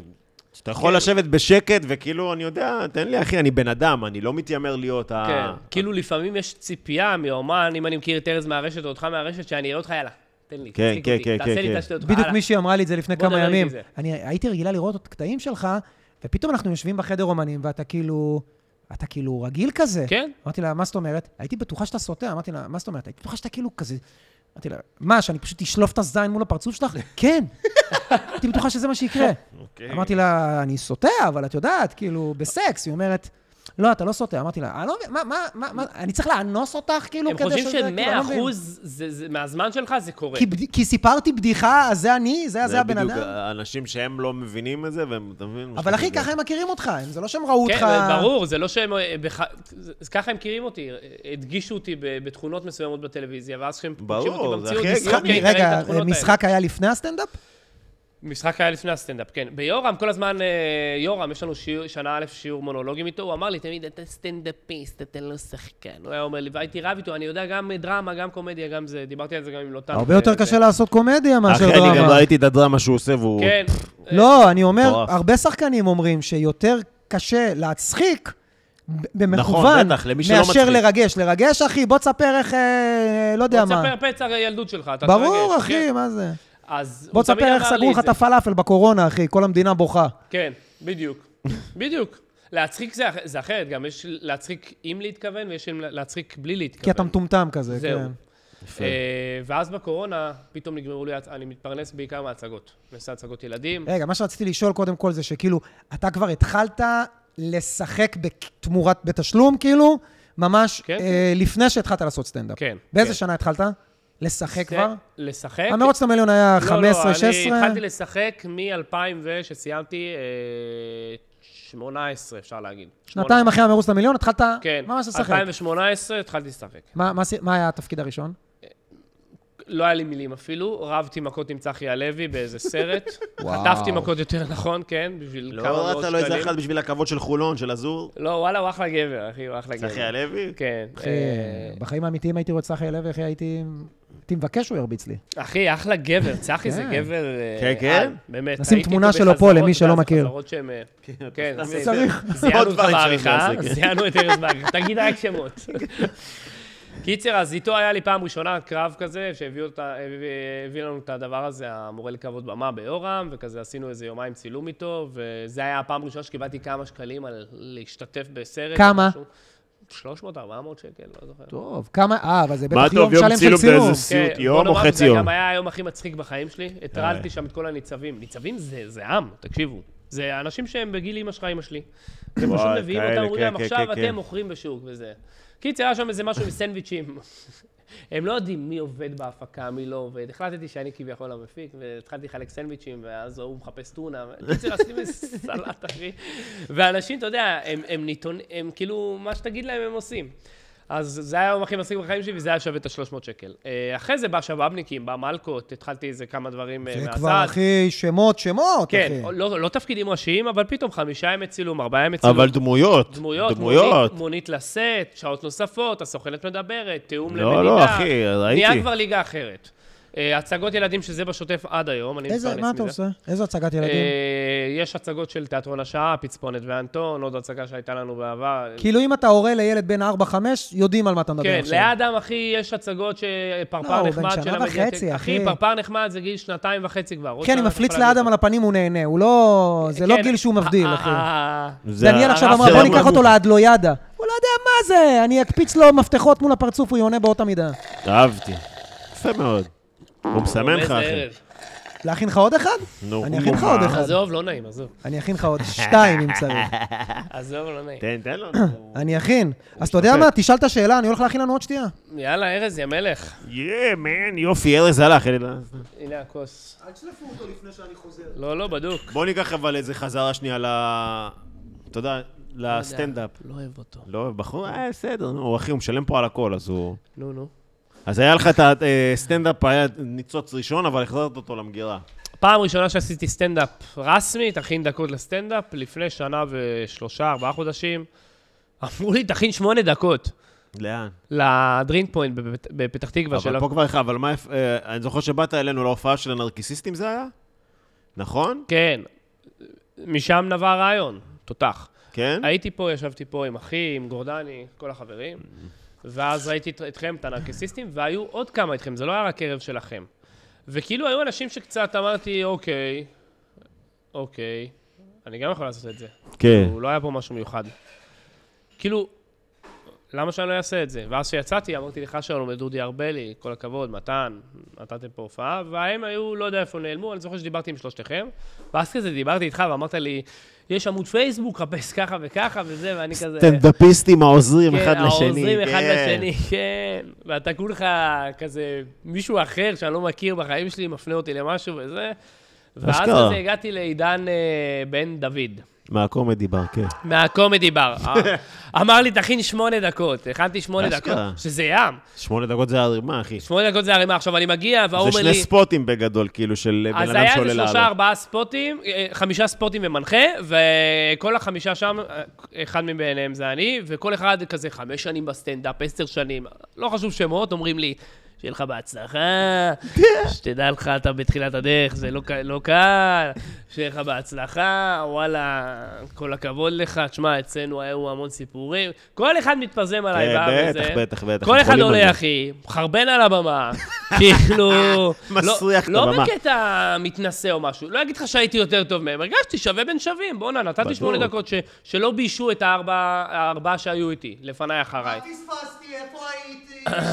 Speaker 1: כן.
Speaker 2: שאתה יכול לשבת בשקט, וכאילו, אני יודע, תן לי, אחי, אני בן אדם, אני לא מתיימר להיות ה...
Speaker 3: כן, כאילו, לפעמים יש ציפייה מאומן, אם אני מכיר את ארז מהרשת או אותך מהרשת, שאני אראה אותך, יאללה, תן לי,
Speaker 2: כן,
Speaker 3: תצחיק
Speaker 2: כן,
Speaker 3: אותי,
Speaker 2: כן,
Speaker 3: תעשה
Speaker 2: כן,
Speaker 3: לי
Speaker 2: כן.
Speaker 3: את השטויות,
Speaker 1: בדיוק
Speaker 3: הלאה.
Speaker 1: מישהי אמרי לי את זה לפני
Speaker 3: בוא
Speaker 1: כמה
Speaker 3: נדבר
Speaker 1: ימים.
Speaker 3: מזה.
Speaker 1: אני הייתי רגילה לראות את הקטעים שלך, ופתאום אנחנו יושבים בחדר אומנים, ואתה כאילו... אתה כאילו רגיל כזה.
Speaker 3: כן.
Speaker 1: אמרתי לה, מה זאת אומרת? הייתי בטוחה שאתה סוטה, אמרתי לה, מה זאת אומרת? הייתי בטוחה שאתה כאילו כזה... אמרתי לה, מה, שאני פשוט אשלוף את הזין מול הפרצוף שלך? כן. הייתי בטוחה שזה מה שיקרה.
Speaker 2: אוקיי.
Speaker 1: אמרתי לה, אני סוטה, אבל את יודעת, כאילו, בסקס. היא אומרת, לא, אתה לא סוטה. אמרתי לה, אני לא מבין, מה, מה, מה, מה, אני צריך לאנוס אותך, כאילו,
Speaker 3: הם
Speaker 1: כדי
Speaker 3: חושבים
Speaker 1: שזה- כאילו, אני לא
Speaker 3: ש-100%
Speaker 1: מבין."
Speaker 3: מהזמן שלך זה קורה.
Speaker 1: כי בד- כי סיפרתי בדיחה, אז זה אני, זה זה הבן
Speaker 2: בדיוק
Speaker 1: אדם.
Speaker 2: אנשים שהם לא מבינים את זה, והם, אתה מבין?
Speaker 1: אבל אחי,
Speaker 2: משתמשים
Speaker 1: ככה הם מכירים אותך, הם- זה לא שהם ראו אותך...
Speaker 3: כן, ברור, זה לא שהם... אה, בח... זה- ככה הם מכירים אותי, אה, הדגישו אותי ב- בתכונות מסוימות בטלוויזיה, ואז כשהם פוגשים
Speaker 2: ברור,
Speaker 3: אותי
Speaker 2: זה
Speaker 3: במציאות,
Speaker 2: הכי
Speaker 1: משחק-
Speaker 3: דיסקוטק,
Speaker 2: הגיוני.
Speaker 3: ראיתי אוקיי, את
Speaker 1: רגע, אה,
Speaker 3: התכונות האלה.
Speaker 1: משחק היה לפני הסטנדאפ?
Speaker 3: משחק היה לפני הסטנדאפ, כן. ביורם, כל הזמן, אה, יורם, יש לנו שיעור, שנה א' שיעור מונולוגים איתו, הוא אמר לי תמיד, אתה סטנדאפיסט, אתה לא שחקן. הוא היה אומר לי, והייתי רב איתו, אני יודע גם דרמה, גם קומדיה, גם זה, דיברתי על זה גם עם לוטן.
Speaker 1: הרבה יותר
Speaker 3: זה-
Speaker 1: קשה לעשות קומדיה מאשר
Speaker 2: אחי, אני גם לא
Speaker 1: דרמה.
Speaker 2: ראיתי את הדרמה שהוא עושה, והוא...
Speaker 3: כן,
Speaker 1: לא, אני אומר,
Speaker 2: מטורף.
Speaker 1: הרבה שחקנים אומרים שיותר קשה להצחיק ב- במכוון,
Speaker 2: נכון, בטח, למי שלא
Speaker 1: מאשר
Speaker 2: מצחיק.
Speaker 1: לרגש. לרגש, אחי, בוא תספר איך, אה, לא יודע
Speaker 3: בוא
Speaker 1: מה.
Speaker 3: תספר פצע הילדות שלך, אתה
Speaker 1: ברור,
Speaker 3: תרגש,
Speaker 1: אחי,
Speaker 3: כן.
Speaker 1: מה זה?
Speaker 3: אז
Speaker 1: בוא
Speaker 3: הוא תמיד
Speaker 1: תספר איך
Speaker 3: אמר לי
Speaker 1: סגרו לך
Speaker 3: זה.
Speaker 1: את הפלאפל בקורונה, אחי, כל המדינה בוכה.
Speaker 3: כן, בדיוק. בדיוק. להצחיק זה, אח- זה אחרת, גם יש להצחיק עם להתכוון ויש עם להצחיק בלי להתכוון.
Speaker 1: כי אתה מטומטם כזה,
Speaker 3: כן. זהו.
Speaker 1: כן.
Speaker 2: יפה.
Speaker 3: אה, ואז בקורונה, פתאום נגמרו לי, הצ- אני מתפרנס בעיקר מהצגות. אני עושה הצגות ילדים.
Speaker 1: רגע, מה שרציתי לשאול קודם כל זה שכאילו, אתה כבר התחלת לשחק בתמורת, בתשלום, כאילו, ממש
Speaker 3: כן,
Speaker 1: אה, לפני שהתחלת לעשות סטנדאפ.
Speaker 3: כן,
Speaker 1: באיזה
Speaker 3: כן.
Speaker 1: שנה התחלת? לשחק
Speaker 3: זה-
Speaker 1: אה, כבר?
Speaker 3: לשחק.
Speaker 1: המרוץ למיליון היה 15-16?
Speaker 3: לא, לא, אני התחלתי לשחק מ-2000 שסיימתי, אה, 18, אפשר להגיד.
Speaker 1: שנתיים אחרי המרוץ למיליון התחלת
Speaker 3: כן.
Speaker 1: ממש לשחק.
Speaker 3: 2018 התחלתי לשחק.
Speaker 1: מה- מה עשי- מה היה התפקיד הראשון?
Speaker 3: לא היה לי מילים אפילו, רבתי מכות עם צחי הלוי באיזה סרט.
Speaker 1: וואו.
Speaker 3: חטפתי מכות יותר נכון, כן, בשביל כמה
Speaker 2: לא
Speaker 3: מאות
Speaker 2: ראית
Speaker 3: שקלים.
Speaker 2: לו איזה אחד בשביל הכבוד של חולון, של עזור?
Speaker 3: לא, וואלה, הוא אחלה גבר, אחי, הוא אחלה גבר.
Speaker 2: צחי הלוי?
Speaker 3: כן.
Speaker 1: אחי,
Speaker 3: אה,
Speaker 1: בחיים האמיתיים הייתי רואה את צחי הלוי, אחי, הייתי... הייתי מבקש שהוא ירביץ לי.
Speaker 3: אחי, אחלה גבר, צחי זה
Speaker 1: כן.
Speaker 3: גבר... אה,
Speaker 2: כן, כן?
Speaker 3: על, באמת.
Speaker 1: נשים
Speaker 3: הייתי
Speaker 1: תמונה
Speaker 3: איתו
Speaker 1: שלו פה,
Speaker 3: בחזרות,
Speaker 1: למי שלא
Speaker 3: ואז
Speaker 1: מכיר.
Speaker 3: בחזרות שהם, אה, כן,
Speaker 2: אתה
Speaker 3: זה-
Speaker 1: צריך.
Speaker 2: עוד
Speaker 3: זיהנו אותך
Speaker 2: דברים שאני
Speaker 3: בעריכה,
Speaker 2: עושה, כן.
Speaker 3: זיהנו את ארז בעריכה, תגיד רק שמות. קיצר, אז איתו היה לי פעם ראשונה קרב כזה, שהביא אותה- הביא- הביא לנו את הדבר הזה, המורה לכבוד במה ביורם, וכזה עשינו איזה יומיים צילום איתו, וזה היה הפעם הראשונה שקיבלתי כמה שקלים על להשתתף בסרט.
Speaker 1: כמה?
Speaker 3: 300, 400 שקל, לא זוכר.
Speaker 1: טוב, כמה... אה, אבל זה
Speaker 4: מה
Speaker 1: בטח יום
Speaker 4: טוב, יום
Speaker 1: שלם של
Speaker 4: צילום
Speaker 1: צילום.
Speaker 4: באיזה
Speaker 3: כן,
Speaker 4: סיוט,
Speaker 3: בוא
Speaker 4: יום או
Speaker 3: נאמר,
Speaker 4: חצי
Speaker 3: זה
Speaker 4: יום? אה.
Speaker 3: גם היה היום הכי מצחיק בחיים שלי. הטרלתי שם את כל הניצבים. ניצבים זה, זה עם, תקשיבו. זה אנשים שהם בגיל אימא שלך, אימא שלי. הם פשוט
Speaker 4: וואי,
Speaker 3: מביאים
Speaker 4: כאלה,
Speaker 3: אותם, אומרים להם,
Speaker 4: כן, כן,
Speaker 3: עכשיו
Speaker 4: כן,
Speaker 3: אתם
Speaker 4: כן."
Speaker 3: מוכרים בשוק וזה. קיצר, היה שם איזה משהו עם סנדוויצ'ים. הם לא יודעים מי עובד בהפקה, מי לא עובד. החלטתי שאני כביכול המפיק, והתחלתי לחלק סנדוויצ'ים, ואז ההוא מחפש טונה. קיצר, עשיתי מזה סלט, אחי. ואנשים, אתה יודע, הם, הם ניתון, הם כאילו, מה שתגיד להם הם עושים. אז זה היה היום הכי מצחיק בחיים שלי, וזה היה שווה את ה-300 שקל. אה, אחרי זה בא שבאבניקים, בא מלקות, התחלתי איזה כמה דברים אה,
Speaker 1: זה
Speaker 3: מהצד.
Speaker 1: כבר, אחי, שמות, שמות, אחי.
Speaker 3: כן, לא, לא תפקידים ראשיים, אבל פתאום חמישה ימי צילום, ארבעה ימי צילום.
Speaker 2: אבל דמויות.
Speaker 3: דמויות,
Speaker 2: דמויות.
Speaker 3: מונית, מונית לסט, שעות נוספות, הסוכנת מדברת, תיאום
Speaker 2: לא,
Speaker 3: למדינה.
Speaker 2: לא, אחי,
Speaker 3: נהיה
Speaker 2: ראיתי.
Speaker 3: כבר ליגה אחרת. אה, הצגות ילדים שזה בשוטף עד היום, אני מתפרנס
Speaker 1: איזה,
Speaker 3: מזה.
Speaker 1: מה אתה עושה? איזה הצגת ילדים?
Speaker 3: אה, יש הצגות של תיאטרון השעה, פצפונת ואנטון, עוד הצגה שהייתה לנו בעבר.
Speaker 1: כאילו אם אתה הורה לילד בן 4-5, יודעים על מה אתה מדבר
Speaker 3: כן,
Speaker 1: עכשיו.
Speaker 3: לאדם, אחי, יש הצגות
Speaker 1: לא,
Speaker 3: שפרפר
Speaker 1: הוא
Speaker 3: נחמד
Speaker 1: בן
Speaker 3: של
Speaker 1: שנה
Speaker 3: המדיאטק.
Speaker 1: וחצי, אחי.
Speaker 3: אחי, פרפר נחמד זה גיל שנתיים וחצי כבר. עוד
Speaker 1: כן,
Speaker 3: שנה
Speaker 1: אם
Speaker 3: אתה
Speaker 1: מפליץ
Speaker 3: יכול להביא
Speaker 1: לאדם על
Speaker 3: אותו.
Speaker 1: הפנים הוא נהנה, הוא לא... זה לא
Speaker 3: כן,
Speaker 1: גיל שהוא מבדיל,
Speaker 3: אה,
Speaker 1: אחי.
Speaker 3: אה, אה.
Speaker 2: זה
Speaker 1: דניאל
Speaker 2: הרף
Speaker 1: עכשיו
Speaker 2: של
Speaker 1: אמר, בוא
Speaker 2: הנמוך.
Speaker 1: ניקח אותו לאדלוידה. הוא לא יודע מה זה, אני אקפיץ לו מפתחות מול הפרצוף, הוא יעונה באותה מידה.
Speaker 2: אהבתי. יפה מאוד. הוא מסמן לך,
Speaker 3: איזה
Speaker 2: אחי.
Speaker 3: ערב.
Speaker 1: להכין לך עוד אחד?
Speaker 2: נו,
Speaker 1: אני אכין לך עוד אחד.
Speaker 3: עזוב, לא נעים, עזוב.
Speaker 1: אני אכין לך עוד שתיים אם צריך.
Speaker 3: עזוב, לא נעים.
Speaker 2: תן, תן לנו.
Speaker 1: אני אכין. אז אתה יודע מה? תשאל את השאלה, אני הולך להכין לנו עוד שתייה.
Speaker 3: יאללה, ארז, יא מלך.
Speaker 2: יא, מן, יופי, ארז הלך. לא- אלה.
Speaker 3: הנה הכוס.
Speaker 1: אל תשלפו אותו לפני שאני חוזר.
Speaker 3: לא, לא, בדוק.
Speaker 2: בוא ניקח אבל איזה חזרה שנייה ל... אתה יודע, לסטנדאפ.
Speaker 3: לא אוהב אותו.
Speaker 2: לא, בחור, אה, בסדר, נו, אחי, הוא משלם פה על הכל, אז הוא...
Speaker 3: נו, נו.
Speaker 2: אז היה לך את הסטנדאפ, היה ניצוץ ראשון, אבל החזרת אותו למגירה.
Speaker 3: פעם ראשונה שעשיתי סטנדאפ רסמי, תכין דקות לסטנדאפ, לפני שנה ושלושה, ארבעה חודשים. אמרו לי, תכין שמונה דקות
Speaker 2: לאן?
Speaker 3: לדרינק פוינט בפת- בפתח תקווה
Speaker 2: אבל
Speaker 3: של...
Speaker 2: פה כבר, אבל מה, יפ- אה, אני זוכר שבאת אלינו להופעה של הנרקיסיסטים זה היה? נכון?
Speaker 3: כן. משם נבע הרעיון, תותח.
Speaker 2: כן?
Speaker 3: הייתי פה, ישבתי פה עם אחי, עם גורדני, כל החברים, ואז ראיתי את- אתכם, את הנרקסיסטים, והיו עוד כמה איתכם, זה לא היה רק ערב שלכם. וכאילו היו אנשים שקצת אמרתי, אוקיי, אוקיי, אני גם יכול לעשות את זה.
Speaker 2: כן.
Speaker 3: הוא לא היה פה משהו מיוחד. כאילו, למה שאני לא אעשה את זה? ואז כשיצאתי, אמרתי לך שלום לדודי ארבלי, כל הכבוד, מתן, נתתם פה הופעה, וההם היו, לא יודע איפה נעלמו, אני זוכר שדיברתי עם שלושתכם, ואז כזה דיברתי איתך ואמרת לי, יש עמוד פייסבוק, חפש ככה וככה וזה, ואני כזה...
Speaker 2: סטנדאפיסטים העוזרים אחד לשני.
Speaker 3: כן, העוזרים אחד
Speaker 2: כן.
Speaker 3: לשני, כן. ואתה כולך כזה, מישהו אחר שאני לא מכיר בחיים שלי, מפנה אותי למשהו וזה. ואז
Speaker 2: אשכרה.
Speaker 3: כזה הגעתי לעידן אה, בן דוד.
Speaker 2: מהקומדי בר, כן.
Speaker 3: מהקומדי בר. אה, אמר לי, תכין שמונה דקות. הכנתי שמונה דקות,
Speaker 2: אשכרה.
Speaker 3: שזה ים.
Speaker 2: שמונה דקות זה הרימה, אחי.
Speaker 3: שמונה דקות זה הרימה. עכשיו אני מגיע, והוא
Speaker 2: זה
Speaker 3: אומר לי...
Speaker 2: שני ספוטים בגדול, כאילו, של בן
Speaker 3: אז
Speaker 2: אדם
Speaker 3: היה איזה
Speaker 2: שעולה
Speaker 3: שלושה,
Speaker 2: לעלות.
Speaker 3: ארבעה ספוטים, אה, חמישה ספוטים ומנחה, וכל החמישה שם, אה, אחד מביניהם זה אני, וכל אחד כזה חמש שנים בסטנדאפ, עשר שנים, לא חשוב שמות, אומרים לי, שיהיה לך בהצלחה, שתדע לך, אתה בתחילת הדרך, זה לא, ק- לא קל, שיהיה לך בהצלחה, וואלה, כל הכבוד לך, תשמע, אצלנו היו המון סיפורים, כל אחד מתפזם עליי,
Speaker 2: כן,
Speaker 3: בא
Speaker 2: בטח,
Speaker 3: וזה.
Speaker 2: בטח, בטח,
Speaker 3: כל אחד
Speaker 2: חולים על
Speaker 3: עולה,
Speaker 2: זה.
Speaker 3: אחי, מחרבן על הבמה, כאילו...
Speaker 2: מסריח את
Speaker 3: לא, לא
Speaker 2: הבמה.
Speaker 3: בקטע מתנשא או משהו, לא אגיד לך שהייתי יותר טוב מהם, הרגשתי שווה בין שווים, בואנה, נתתי
Speaker 2: בטוח.
Speaker 3: שמונה דקות ש, שלא ביישו את הארבע- הארבעה שהיו איתי, לפניי אחריי.
Speaker 1: פספסתי, איפה הייתי?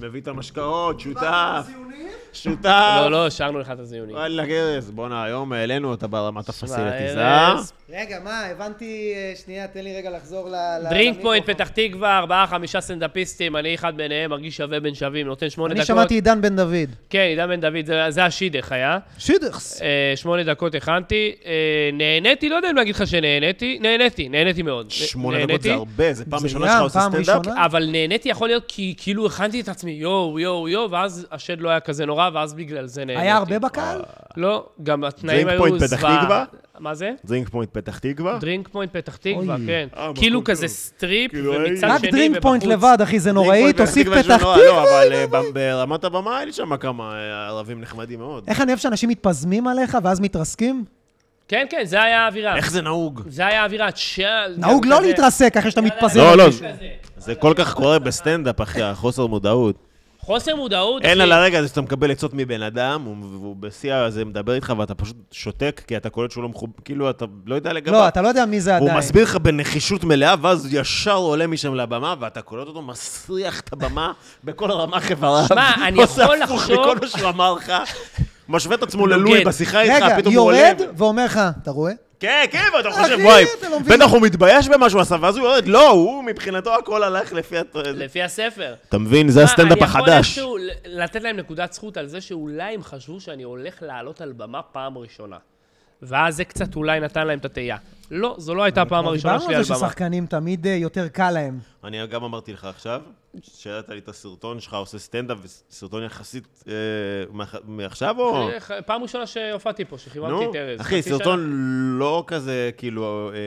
Speaker 2: מביא את המשקאות,
Speaker 1: לא
Speaker 2: שותף,
Speaker 1: ציונים?
Speaker 2: שותף.
Speaker 3: לא, לא, השארנו לך את הזיונים.
Speaker 2: וואלה, ארז, בואנה, היום העלינו אותה ברמת
Speaker 3: ארז,
Speaker 2: הפסיליטיזר.
Speaker 1: רגע, מה, הבנתי, אה, שנייה, תן לי רגע לחזור ל... ל-
Speaker 3: דרינק פוינט,
Speaker 1: למיקרופון.
Speaker 3: פתח תקווה, ארבעה, חמישה סטנדאפיסטים, אני אחד ביניהם, מרגיש שווה בין שווים, נותן שמונה דקות.
Speaker 1: אני שמעתי עידן בן דוד.
Speaker 3: כן, עידן בן דוד, זה- זה השידך היה.
Speaker 1: שידכס.
Speaker 3: אה, שמונה דקות הכנתי, אה, נהניתי, לא יודע אם להגיד לך שנהניתי, נהניתי, נהניתי מאוד.
Speaker 2: שמונה
Speaker 3: נהניתי.
Speaker 2: דקות זה הרבה, זה פעם
Speaker 1: זה
Speaker 2: ראשונה
Speaker 1: גם,
Speaker 2: שלך עושה
Speaker 1: פעם
Speaker 2: סטנדאפ?
Speaker 1: ראשונה.
Speaker 3: אבל נהניתי יכול להיות כי כאילו הכנתי את עצמי, יואו, יואו, יואו, ואז השד לא היה כזה נורא, ואז בגלל זה נהניתי.
Speaker 1: היה הרבה בקהל?
Speaker 3: לא, גם התנאים
Speaker 2: דרינק
Speaker 3: היו
Speaker 2: פוינט פתח
Speaker 3: זוועה.
Speaker 2: תקווה?
Speaker 3: מה זה?
Speaker 2: דרינק פוינט פתח תקווה?
Speaker 3: דרינק פוינט פתח תקווה,
Speaker 1: אוי.
Speaker 3: כן.
Speaker 2: אה,
Speaker 3: כאילו
Speaker 2: מקום
Speaker 3: כזה
Speaker 2: טוב.
Speaker 3: סטריפ,
Speaker 2: כאילו, אה,
Speaker 3: ומצד
Speaker 1: רק
Speaker 3: שני
Speaker 1: דרינק פוינט
Speaker 3: מבחוץ.
Speaker 1: לבד, אחי, זה נוראי,
Speaker 2: דרינק פוינט
Speaker 1: תוסיף
Speaker 2: תקווה
Speaker 1: פתח
Speaker 2: שלו,
Speaker 1: תקווה.
Speaker 2: לא, אבל אה, ב- ברמת הבמה היה לי שם כמה אה, ערבים נחמדים מאוד.
Speaker 1: איך אני אוהב שאנשים מתפזמים עליך ואז מתרסקים?
Speaker 3: כן, כן, זה היה האווירה.
Speaker 2: איך זה נהוג?
Speaker 3: זה היה האווירה, צ'אל.
Speaker 1: נהוג
Speaker 3: גם
Speaker 1: לא
Speaker 3: כזה.
Speaker 1: להתרסק אחרי שאתה
Speaker 3: יאללה,
Speaker 1: מתפזר.
Speaker 2: לא,
Speaker 1: על
Speaker 2: לא,
Speaker 1: מישהו.
Speaker 3: כזה.
Speaker 2: זה כל כך קורה בסטנדאפ, אחי, החוסר מודעות.
Speaker 3: חוסר מודעות.
Speaker 2: אין
Speaker 3: אחי.
Speaker 2: על הרגע הזה שאתה מקבל עצות מבן אדם, הוא- והוא בשיא הזה מדבר איתך ואתה פשוט שותק, כי אתה קולט שהוא לא מחוב... כאילו, אתה לא יודע לגביו.
Speaker 1: לא, אתה לא יודע מי זה
Speaker 2: הוא
Speaker 1: עדיין.
Speaker 2: מסביר לך בנחישות מלאה, ואז ישר עולה משם לבמה, ואתה קולט אותו מסריח את הבמה בכל רמה חברה.
Speaker 3: שמע, אני יכול
Speaker 2: עושה
Speaker 3: לחשוב-
Speaker 2: הפוך מכל מה שהוא אמר לך. משווה את עצמו
Speaker 3: נוגד.
Speaker 2: ללואי בשיחה איתך,
Speaker 1: רגע,
Speaker 2: פתאום הוא עולה.
Speaker 1: יורד ואומר לך, אתה רואה?
Speaker 2: כן, כן, ואתה חושב,
Speaker 1: אחי,
Speaker 2: וואי,
Speaker 1: אתה לא מבין."
Speaker 2: בטח הוא מתבייש במה שהוא עשה, ואז הוא יורד, לא, הוא מבחינתו הכל הלך לפי... הת-
Speaker 3: לפי הספר.
Speaker 2: אתה מבין, זה
Speaker 3: מה,
Speaker 2: הסטנדאפ
Speaker 3: אני יכול
Speaker 2: החדש.
Speaker 3: איכשהו ל- לתת להם נקודת זכות על זה שאולי הם חשבו שאני הולך לעלות על במה פעם ראשונה. ואז זה קצת אולי נתן להם את התהייה. לא, זו לא הייתה הפעם הראשונה
Speaker 1: דיברנו
Speaker 3: שלי
Speaker 1: על
Speaker 3: על
Speaker 1: זה
Speaker 3: במה.
Speaker 1: ששחקנים תמיד אה, יותר קל להם.
Speaker 2: אני גם אמרתי לך עכשיו, שהעלת לי את הסרטון שלך, עושה סטנדאפ, סרטון יחסית אה, מאח- מעכשיו או...
Speaker 3: אה, ח- פעם ראשונה שהופעתי פה, שחיממתי
Speaker 2: נו,
Speaker 3: את ארז.
Speaker 2: לא? אחי,
Speaker 3: חצי
Speaker 2: סרטון לא כזה, כאילו, אה,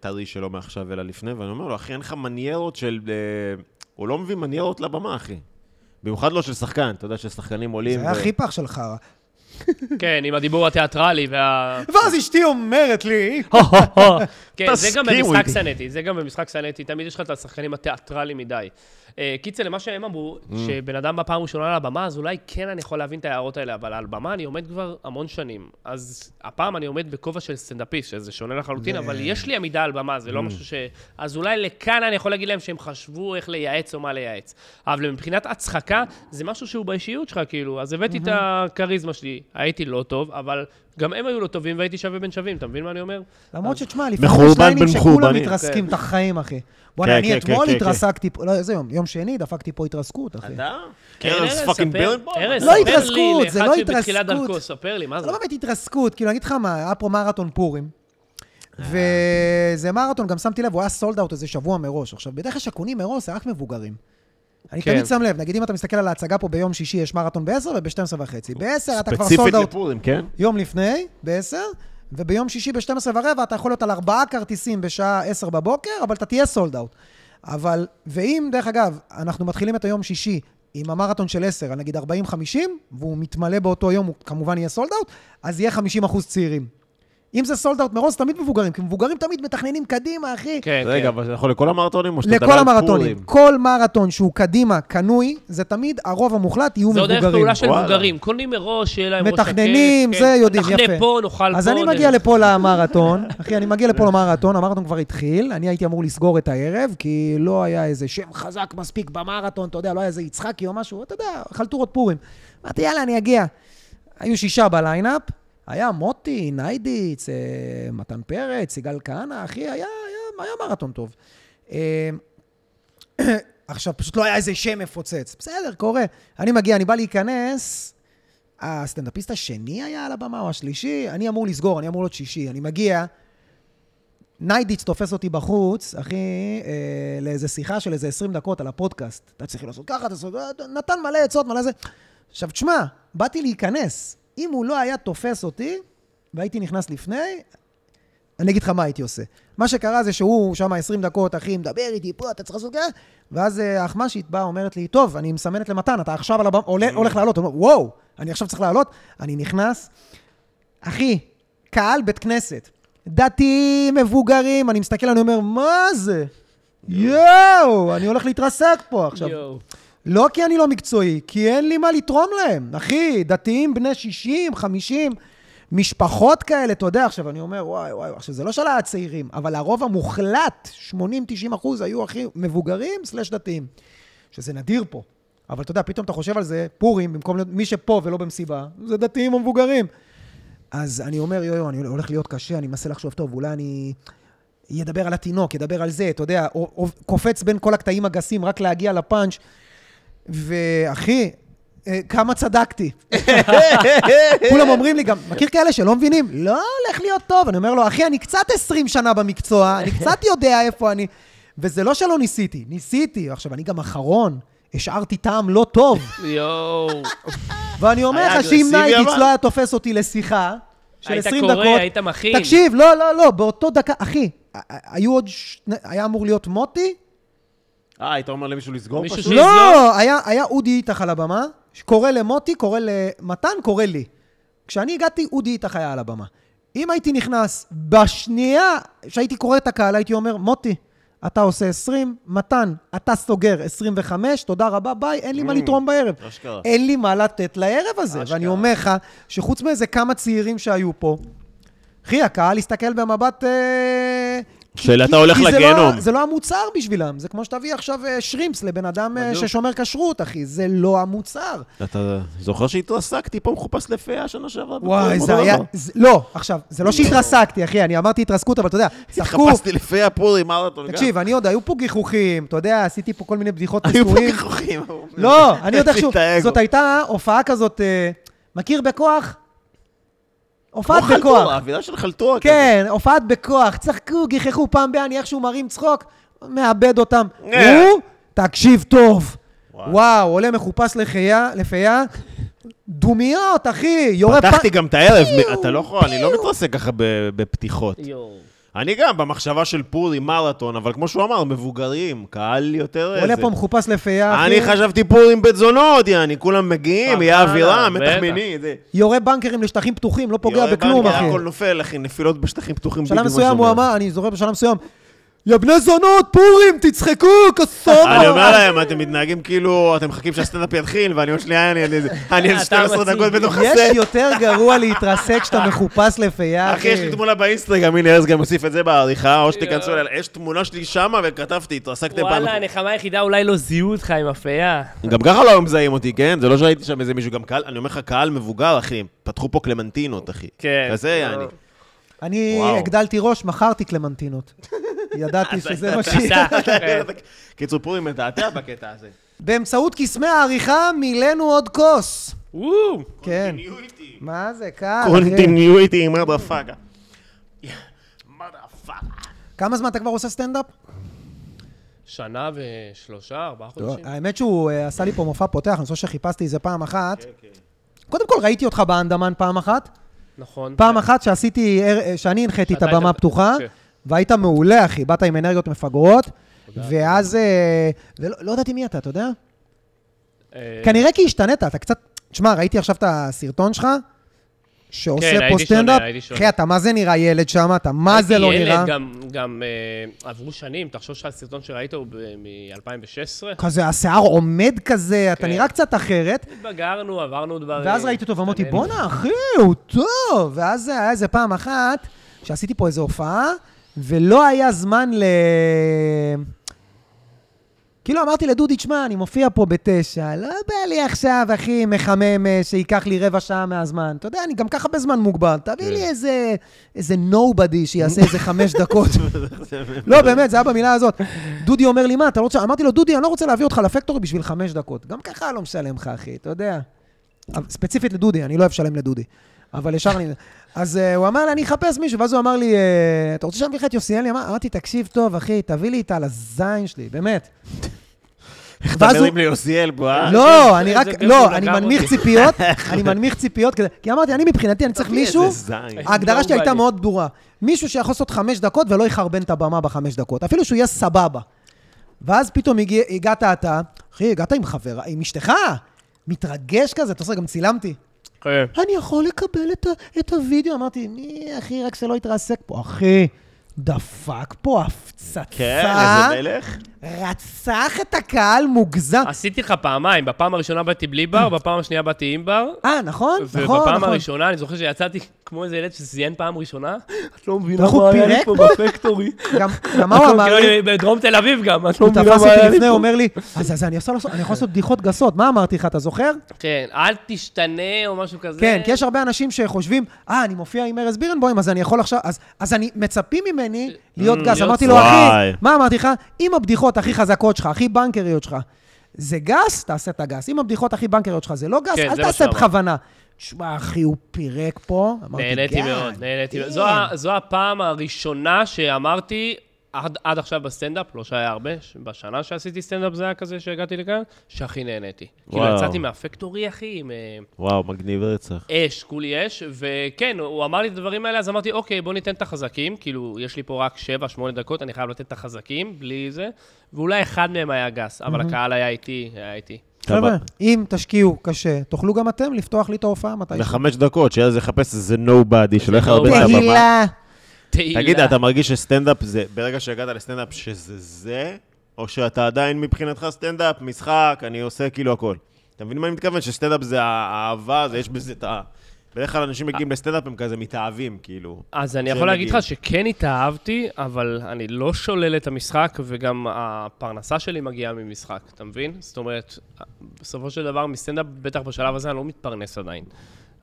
Speaker 2: טרי שלו מעכשיו, אלא לפני, ואני אומר לו, אחי, אין לך מניירות של... אה, הוא לא מביא מניירות לבמה, אחי. במיוחד לא של שחקן, אתה יודע ששחקנים
Speaker 1: זה
Speaker 2: עולים...
Speaker 1: היה
Speaker 2: ו-
Speaker 1: הכי פח של חרא.
Speaker 3: שנה. כן, עם הדיבור התיאטרלי וה...
Speaker 1: ואז אשתי אומרת לי,
Speaker 3: כן, זה גם
Speaker 2: תסכימו
Speaker 3: במשחק
Speaker 2: איתי.
Speaker 3: סנטי, זה גם במשחק סנטי, תמיד יש לך את השחקנים התיאטרליים מדי. אה, קיצר, למה שהם אמרו, שבן אדם בפעם הראשונה על הבמה, אז אולי כן אני יכול להבין את ההערות האלה, אבל על במה אני עומד כבר המון שנים. אז הפעם אני עומד בכובע של סטנדאפיסט, שזה שונה לחלוטין, אבל יש לי עמידה על במה, זה לא משהו ש... אז אולי לכאן אני יכול להגיד להם שהם חשבו איך לייעץ או מה לייעץ. אבל מבחינת הצחקה, זה משהו שהוא באישיות שלך, כאילו. אז הבאתי את הכריזמה שלי, הייתי לא טוב, אבל גם הם היו לא טובים והייתי שווה בין שווים, אתה מבין מה אני אומר?
Speaker 1: למרות שתשמע,
Speaker 2: מחורבן
Speaker 1: לפעמים יש ליינים
Speaker 2: בין
Speaker 1: שכולם
Speaker 2: מחורבנים.
Speaker 1: מתרסקים את החיים, אחי. בוא'נה,
Speaker 2: כן,
Speaker 1: אני
Speaker 2: כן,
Speaker 1: אתמול
Speaker 2: כן, כן,
Speaker 1: התרסקתי פה, לא, איזה יום? יום שני דפקתי פה התרסקות, אחי.
Speaker 2: אתה?
Speaker 3: כן,
Speaker 2: ארז פאקינג
Speaker 3: ספר-
Speaker 2: ברנבוים?
Speaker 3: ארז,
Speaker 1: לא
Speaker 3: ספר
Speaker 1: התרסקות,
Speaker 3: לי,
Speaker 1: זה
Speaker 3: לאחד
Speaker 1: לא
Speaker 3: שבתחילת
Speaker 1: התרסקות.
Speaker 3: דרכו, ספר לי, מה
Speaker 1: זה
Speaker 3: זה?
Speaker 1: לא באמת התרסקות, כאילו, אני אגיד לך מה, היה פה מרתון פורים. וזה מרתון, גם שמתי לב, הוא היה סולד אאוט איזה שבוע מראש. עכשיו, בדרך כלל שקונים מראש זה רק מבוגרים. אני
Speaker 3: כן.
Speaker 1: תמיד שם לב, נגיד אם אתה מסתכל על ההצגה פה ביום שישי, יש מרתון ב-10 וב-12 וחצי. ב-10 אתה כבר סולד
Speaker 2: ספציפית
Speaker 1: אאוט
Speaker 2: לפורים, כן?
Speaker 1: יום לפני, ב-10, וביום שישי ב-12 ורבע אתה יכול להיות על ארבעה כרטיסים בשעה 10 בבוקר, אבל אתה תהיה סולד אאוט. אבל, ואם, דרך אגב, אנחנו מתחילים את היום שישי עם המרתון של 10, על נגיד 40-50, והוא מתמלא באותו יום, הוא כמובן יהיה סולד אאוט, אז יהיה 50 אחוז צעירים. אם זה סולד אאוט מראש, תמיד מבוגרים, כי מבוגרים תמיד מתכננים קדימה, אחי.
Speaker 3: כן,
Speaker 2: רגע,
Speaker 3: כן.
Speaker 2: אבל זה יכול לכל המרתונים או שאתה מדבר
Speaker 1: לכל
Speaker 2: על
Speaker 1: המרתונים.
Speaker 2: פורים?
Speaker 1: כל מרתון שהוא קדימה, קנוי, זה תמיד הרוב המוחלט יהיו
Speaker 3: זה עוד
Speaker 1: מבוגרים.
Speaker 3: דרך פעולה של
Speaker 2: וואלה.
Speaker 3: מבוגרים. קונים מראש, שיהיה להם ראש שקט.
Speaker 1: מתכננים,
Speaker 3: כן.
Speaker 1: זה יודעים, יפה.
Speaker 3: נחנה פה, נאכל פה.
Speaker 1: אז אני
Speaker 3: נלך.
Speaker 1: מגיע לפה למרתון, אחי, אני מגיע לפה למרתון, המרתון כבר התחיל, אני הייתי אמור לסגור את הערב, כי לא היה איזה שם חזק מספיק במרתון, אתה יודע, לא היה איזה יצחקי או משהו, אתה יודע, חלטורות פורים. אמרתי, יאללה, אני אגיע. היו שישה בליינאפ, היה מוטי, ניידיץ, אה, מתן פרץ, יגאל כהנא, אחי, היה, היה, היה מרתון טוב. אה, עכשיו, פשוט לא היה איזה שם מפוצץ. בסדר, קורה. אני מגיע, אני בא להיכנס, הסטנדאפיסט השני היה על הבמה, או השלישי, אני אמור לסגור, אני אמור להיות שישי. אני מגיע, ניידיץ' תופס אותי בחוץ, אחי, אה, לאיזה שיחה של איזה 20 דקות על הפודקאסט. אתה צריך לעשות ככה, אתה צריך... נתן מלא עצות, מלא זה. עכשיו, תשמע, באתי להיכנס. אם הוא לא היה תופס אותי, והייתי נכנס לפני, אני אגיד לך מה הייתי עושה. מה שקרה זה שהוא שם 20 דקות, אחי, מדבר איתי, פה, אתה צריך לעשות ככה, ואז אה, האחמ"שית באה, אומרת לי, טוב, אני מסמנת למתן, אתה עכשיו על הבמה, עולה- הולך לעלות. אני אומר, וואו, אני עכשיו צריך לעלות? אני נכנס, אחי, קהל בית כנסת, דתיים, מבוגרים, אני מסתכל, אני אומר, מה זה? יואו, אני הולך להתרסק פה עכשיו.
Speaker 3: יואו.
Speaker 1: לא כי אני לא מקצועי, כי אין לי מה לתרום להם. אחי, דתיים בני 60, 50, משפחות כאלה, אתה יודע, עכשיו אני אומר, וואי, וואי, עכשיו זה לא של הצעירים, אבל הרוב המוחלט, 80-90 אחוז, היו הכי מבוגרים סלש דתיים. שזה נדיר פה. אבל אתה יודע, פתאום אתה חושב על זה, פורים, במקום להיות מי שפה ולא במסיבה, זה דתיים או מבוגרים. אז אני אומר, יואו, יואו, אני הולך להיות קשה, אני מנסה לחשוב, טוב, אולי אני... ידבר על התינוק, ידבר על זה, אתה יודע, או- או- קופץ בין כל הקטעים הגסים רק להגיע לפאנץ'. ואחי, אה, כמה צדקתי. כולם אומרים לי גם, מכיר כאלה שלא מבינים? לא הולך להיות טוב. אני אומר לו, אחי, אני קצת 20 שנה במקצוע, אני קצת יודע איפה אני... וזה לא שלא ניסיתי, ניסיתי. עכשיו, אני גם אחרון, השארתי טעם לא טוב.
Speaker 3: יואו.
Speaker 1: ואני אומר
Speaker 2: היה
Speaker 1: לך שאם
Speaker 2: אגרסיבי,
Speaker 1: ניידיץ
Speaker 2: אבל?
Speaker 1: לא היה תופס אותי לשיחה, של
Speaker 3: היית
Speaker 1: 20
Speaker 3: קורא,
Speaker 1: דקות.
Speaker 3: היית מכין.
Speaker 1: תקשיב, לא, לא, לא, באותו דקה, אחי, ה- ה- היו עוד, שני- היה אמור להיות מוטי?
Speaker 4: אה, היית אומר למישהו לסגור
Speaker 3: מישהו
Speaker 4: פשוט?
Speaker 3: שיסגור?
Speaker 1: לא, היה היה אודי איתך על הבמה, קורא למוטי, קורא למתן, קורא לי. כשאני הגעתי, אודי איתך היה על הבמה. אם הייתי נכנס בשנייה שהייתי קורא את הקהל, הייתי אומר, מוטי, אתה עושה 20, מתן, אתה סוגר 25, תודה רבה, ביי, אין לי מה לתרום בערב.
Speaker 4: אשכרה.
Speaker 1: אין לי מה לתת לערב הזה.
Speaker 4: אשכרה.
Speaker 1: ואני אומר לך, שחוץ מאיזה כמה צעירים שהיו פה, אחי, הקהל הסתכל במבט... אה, כי-
Speaker 2: של
Speaker 1: כי-
Speaker 2: אתה הולך
Speaker 1: כי זה לא-
Speaker 2: לגיהנום.
Speaker 1: זה לא המוצר בשבילם, זה כמו שתביא עכשיו אה, שרימפס לבן אדם אה,
Speaker 4: בדיוק.
Speaker 1: ששומר כשרות, אחי, זה לא המוצר.
Speaker 2: אתה זוכר שהתרסקתי פה מחופש לפיה שנה שעברה?
Speaker 1: וואי,
Speaker 2: בכל
Speaker 1: זה
Speaker 2: דבר?
Speaker 1: היה... זה- לא, עכשיו, זה לא שהתרסקתי, אחי, אני אמרתי התרסקות, אבל אתה יודע, צחקו,
Speaker 2: התחפשתי לפיה פורים, מרתון. גם.
Speaker 1: תקשיב, אני עוד, היו פה גיחוכים, אתה יודע, עשיתי פה כל מיני בדיחות
Speaker 2: היו פה
Speaker 1: נישואים.
Speaker 2: גיחוכים.
Speaker 1: לא, אני יודע שוב,
Speaker 2: תתאג.
Speaker 1: זאת הייתה הופעה כזאת, אה, מכיר בכוח? הופעת
Speaker 2: כמו חלטורה,
Speaker 1: בכוח.
Speaker 2: אווירה של חלטורה.
Speaker 1: כן, הופעת בכוח, צחקו, גיחכו פעם בי, אני איכשהו מרים צחוק, מאבד אותם.
Speaker 2: אה.
Speaker 1: הוא, תקשיב טוב. וואו, עולה מחופש לחייה, לפיה, דומיות, אחי,
Speaker 2: כזה.
Speaker 1: יורה
Speaker 2: פתחתי גם את הערב,
Speaker 1: פיו,
Speaker 2: אתה לא יכול, אני לא מתרסק ככה ב- בפתיחות.
Speaker 3: יואו.
Speaker 2: אני גם במחשבה של פורים, מרתון, אבל כמו שהוא אמר, מבוגרים, קהל יותר
Speaker 1: עולה
Speaker 2: איזה.
Speaker 1: פה מחופש לפיה,
Speaker 2: אני
Speaker 1: אחי,
Speaker 2: חשבתי פורים בית זונות, יעני, כולם מגיעים, יהיה
Speaker 3: פחדה,
Speaker 2: אווירה, מתח
Speaker 3: בטח.
Speaker 2: מיני, זה.
Speaker 1: יורה בנקרים לשטחים פתוחים, לא פוגע
Speaker 2: יורד
Speaker 1: בכלום,
Speaker 2: בנקר,
Speaker 1: אחי.
Speaker 2: הכל נופל, אחי, נפילות בשטחים פתוחים.
Speaker 1: בשלב
Speaker 2: בדיוק מה
Speaker 1: מסוים הוא
Speaker 2: שאומר.
Speaker 1: אמר, אני זוכר בשלב מסוים, יא בני זונות, פורים, תצחקו, קסומו.
Speaker 2: אני אומר להם, אתם מתנהגים כאילו, אתם מחכים שהסטנדאפ יתחיל, ואני עוד שנייה, אני- אני- אני עוד
Speaker 3: אתה
Speaker 2: 12
Speaker 3: מציג.
Speaker 2: דקות בתוך
Speaker 1: יש
Speaker 2: הסט.
Speaker 1: יותר גרוע להתרסק כשאתה מחופש לפיה,
Speaker 2: אחי, יש לי תמונה באינסטגרם, הנה ארז גם הוסיף את זה בעריכה, או שתיכנסו אליי, יש תמונה שלי שמה וכתבתי, התרסקתם פעם.
Speaker 3: וואלה, הנחמה היחידה אולי לא זיהו אותך עם אפיה.
Speaker 2: גם ככה לא היו מזהים אותי, כן? זה לא שהייתי שם איזה מישהו, גם קהל, אני אומר לך, קהל מבוגר, אחי, פתחו פה קלמנטינות, אחי.
Speaker 3: כן.
Speaker 2: כזה, יעני.
Speaker 1: אני
Speaker 2: וואו.
Speaker 1: הגדלתי ראש, מכרתי קלמנטינות. ידעתי שזה מה ש...
Speaker 3: תפיסה.
Speaker 2: קיצור, פורים מתעתע בקטע הזה.
Speaker 1: באמצעות קסמי העריכה מילאנו עוד כוס.
Speaker 3: וואו.
Speaker 1: כן.
Speaker 2: Continuity.
Speaker 1: מה זה, קל, אחי.
Speaker 2: Continuity, מדה פאקה. מדה פאקה.
Speaker 1: כמה זמן אתה כבר עושה סטנדאפ?
Speaker 3: שנה ושלושה,
Speaker 1: לא.
Speaker 3: ארבעה חודשים.
Speaker 1: האמת שהוא אה, עשה לי פה מופע פותח, אני חושב שחיפשתי איזה פעם אחת.
Speaker 3: כן,
Speaker 1: קודם כל, ראיתי אותך באנדמן פעם אחת.
Speaker 3: נכון.
Speaker 1: פעם אחת שעשיתי, ער- אה, שאני הנחיתי את
Speaker 3: שאתה
Speaker 1: הבמה
Speaker 3: היית-
Speaker 1: הפתוחה,
Speaker 3: כן.
Speaker 1: והיית מעולה, אחי. באת עם אנרגיות מפגרות, ואז... אה, ולא לא ידעתי מי אתה, אתה יודע?
Speaker 3: אה,
Speaker 1: כנראה כי השתנית, אתה קצת... תשמע, ראיתי עכשיו את הסרטון שלך, שעושה
Speaker 3: כן,
Speaker 1: פה
Speaker 3: הייתי שונה,
Speaker 1: סטנדאפ.
Speaker 3: הייתי שונה.
Speaker 1: אחי, אתה מה זה נראה ילד שם, אתה מה זה לא
Speaker 3: הייתי
Speaker 1: נראה.
Speaker 3: ילד, גם- גם אה, עברו שנים, תחשוב שהסרטון שראית הוא מ-2016.
Speaker 1: כזה, השיער עומד כזה, אתה
Speaker 3: כן.
Speaker 1: נראה קצת אחרת.
Speaker 3: התבגרנו, עברנו דברים.
Speaker 1: ואז ראיתי אותו ואמרתי,
Speaker 3: התענינו.
Speaker 1: בואנה, אחי, הוא טוב. ואז היה איזה פעם אחת שעשיתי פה איזו הופעה, ולא היה זמן ל... כאילו אמרתי לדודי, תשמע, אני מופיע פה בתשע, לא בא לי עכשיו, אחי, מחמם, אה, שייקח לי רבע שעה מהזמן. אתה יודע, אני גם ככה בזמן מוגבל, תביא לי איזה, איזה נובדי שיעשה איזה חמש דקות. לא, באמת, זה היה במילה הזאת. דודי אומר לי, מה, אתה לא רוצה... אמרתי לו, דודי, אני לא רוצה להביא אותך לפקטורי בשביל חמש דקות. גם ככה לא משלם לך, אחי, אתה יודע. אבל ספציפית לדודי, אני לא אוהב לשלם לדודי. אבל ישר אני... אז uh, הוא אמר לי, אני אחפש מישהו, ואז הוא אמר לי, אה, אתה רוצה שאני אביא לך את יוסיאלי? אמר- אמרתי, תקשיב טוב, אחי, תביא לי את על הזין שלי, באמת. ואז הוא...
Speaker 2: חברים לי יוסיאל פה, אה?
Speaker 1: לא,
Speaker 3: זה-
Speaker 1: אני
Speaker 3: זה
Speaker 1: רק...
Speaker 3: גם הוא
Speaker 1: לא, אני
Speaker 3: נגע
Speaker 1: מנמיך
Speaker 3: אותי.
Speaker 1: ציפיות, אני מנמיך ציפיות, כדי- כי אמרתי, אני מבחינתי, אני צריך מישהו...
Speaker 2: איזה זין.
Speaker 1: ההגדרה שלי
Speaker 3: לא
Speaker 1: הייתה
Speaker 3: בא לי.
Speaker 1: מאוד ברורה. מישהו שיכול לעשות חמש דקות ולא יחרבן את הבמה בחמש דקות, אפילו שהוא יהיה סבבה. ואז פתאום הגיע, הגעת אתה, אחי, הגעת עם חברה, עם אשתך, מתרגש כזה, אתה עושה, גם צילמתי.
Speaker 3: כן.
Speaker 1: אני יכול לקבל את, ה- את הוידאו? אמרתי, מי, אחי, רק שלא יתרסק פה. אחי, דפק פה הפצצה,
Speaker 2: כן, איזה מלך.
Speaker 1: רצח את הקהל מוגזם.
Speaker 3: עשיתי לך פעמיים, בפעם הראשונה באתי בלי בר, בפעם השנייה באתי עם בר.
Speaker 1: אה, נכון? נכון, נכון.
Speaker 3: ובפעם הראשונה, אני זוכר שיצאתי כמו איזה ילד שזיין פעם ראשונה. את לא מבינה
Speaker 1: איך הוא
Speaker 3: מה היה לי
Speaker 1: פירק
Speaker 3: פה בפקטורי.
Speaker 1: גם, גם מה הוא אמר
Speaker 3: כאילו,
Speaker 1: לי?
Speaker 3: אני בדרום תל אביב גם, את לא
Speaker 1: הוא
Speaker 3: מבינה
Speaker 1: תפס
Speaker 3: מה
Speaker 1: אותי
Speaker 3: היה לי
Speaker 1: לפני, הוא
Speaker 3: פה.
Speaker 1: אומר לי, אז אז אני עושה לעשות- אני יכול לעשות בדיחות גסות, מה אמרתי לך, אתה זוכר?
Speaker 3: כן, אל תשתנה או משהו כזה.
Speaker 1: כן, כי יש הרבה אנשים שחושבים, אה, אני מופיע עם ארז בירנבוים, אז אני יכול עכשיו, אז- אז אני, מצפים ממני להיות גס.
Speaker 3: להיות
Speaker 1: אמרתי
Speaker 3: צ-
Speaker 1: לו, אחי,
Speaker 2: וואי.
Speaker 1: מה אמרתי לך? אם הבדיחות הכי חזקות שלך, הכי בנקריות שלך, זה גס, תעשה את הגס. אם הבדיחות הכי בנקריות שלך זה לא גס,
Speaker 3: כן,
Speaker 1: אל
Speaker 3: זה מה
Speaker 1: תעשה
Speaker 3: שאמרתי.
Speaker 1: בכוונה. תשמע, אחי, הוא פירק פה. אמרתי,
Speaker 3: נהניתי
Speaker 1: "God כן.
Speaker 3: מאוד, נהניתי.
Speaker 1: damn."
Speaker 3: זו ה- זו הפעם הראשונה שאמרתי, עד, עד עכשיו בסטנדאפ, לא שהיה הרבה, ש- בשנה שעשיתי סטנדאפ זה היה כזה שהגעתי לכאן, שהכי נהניתי. כאילו
Speaker 2: וואו.
Speaker 3: יצאתי מהפקטורי, אחי, עם אה,
Speaker 2: וואו, מגניב רצח.
Speaker 3: אש, כולי אש, וכן, הוא אמר לי את הדברים האלה, אז אמרתי, אוקיי, בוא ניתן את החזקים, כאילו, יש לי פה רק 7-8 דקות, אני חייב לתת את החזקים, בלי זה, ואולי אחד מהם היה גס, אבל הקהל היה איתי, היה איתי.
Speaker 1: חבר'ה, אם תשקיעו קשה, תוכלו גם אתם לפתוח לי את ההופעה מתישהו.
Speaker 2: לחמש דקות, שאז יחפש איזה נובדי, שלא יכבד את
Speaker 3: nobody.
Speaker 2: הבמה.
Speaker 3: תהילה.
Speaker 2: תגיד, אתה מרגיש שסטנדאפ זה, ברגע שהגעת לסטנדאפ, שזה זה, או שאתה עדיין מבחינתך סטנדאפ, משחק, אני עושה כאילו הכל. אתה מבין מה אני מתכוון? שסטנדאפ זה האהבה, זה יש בזה את ה... בדרך כלל אנשים מגיעים לסטנדאפ, הם כזה מתאהבים, כאילו.
Speaker 3: אז אני
Speaker 2: שהם
Speaker 3: יכול להגיד
Speaker 2: מגיעים.
Speaker 3: לך שכן התאהבתי, אבל אני לא שולל את המשחק, וגם הפרנסה שלי מגיעה ממשחק, אתה מבין? זאת אומרת, בסופו של דבר, מסטנדאפ, בטח בשלב הזה, אני לא מתפרנס עדיין.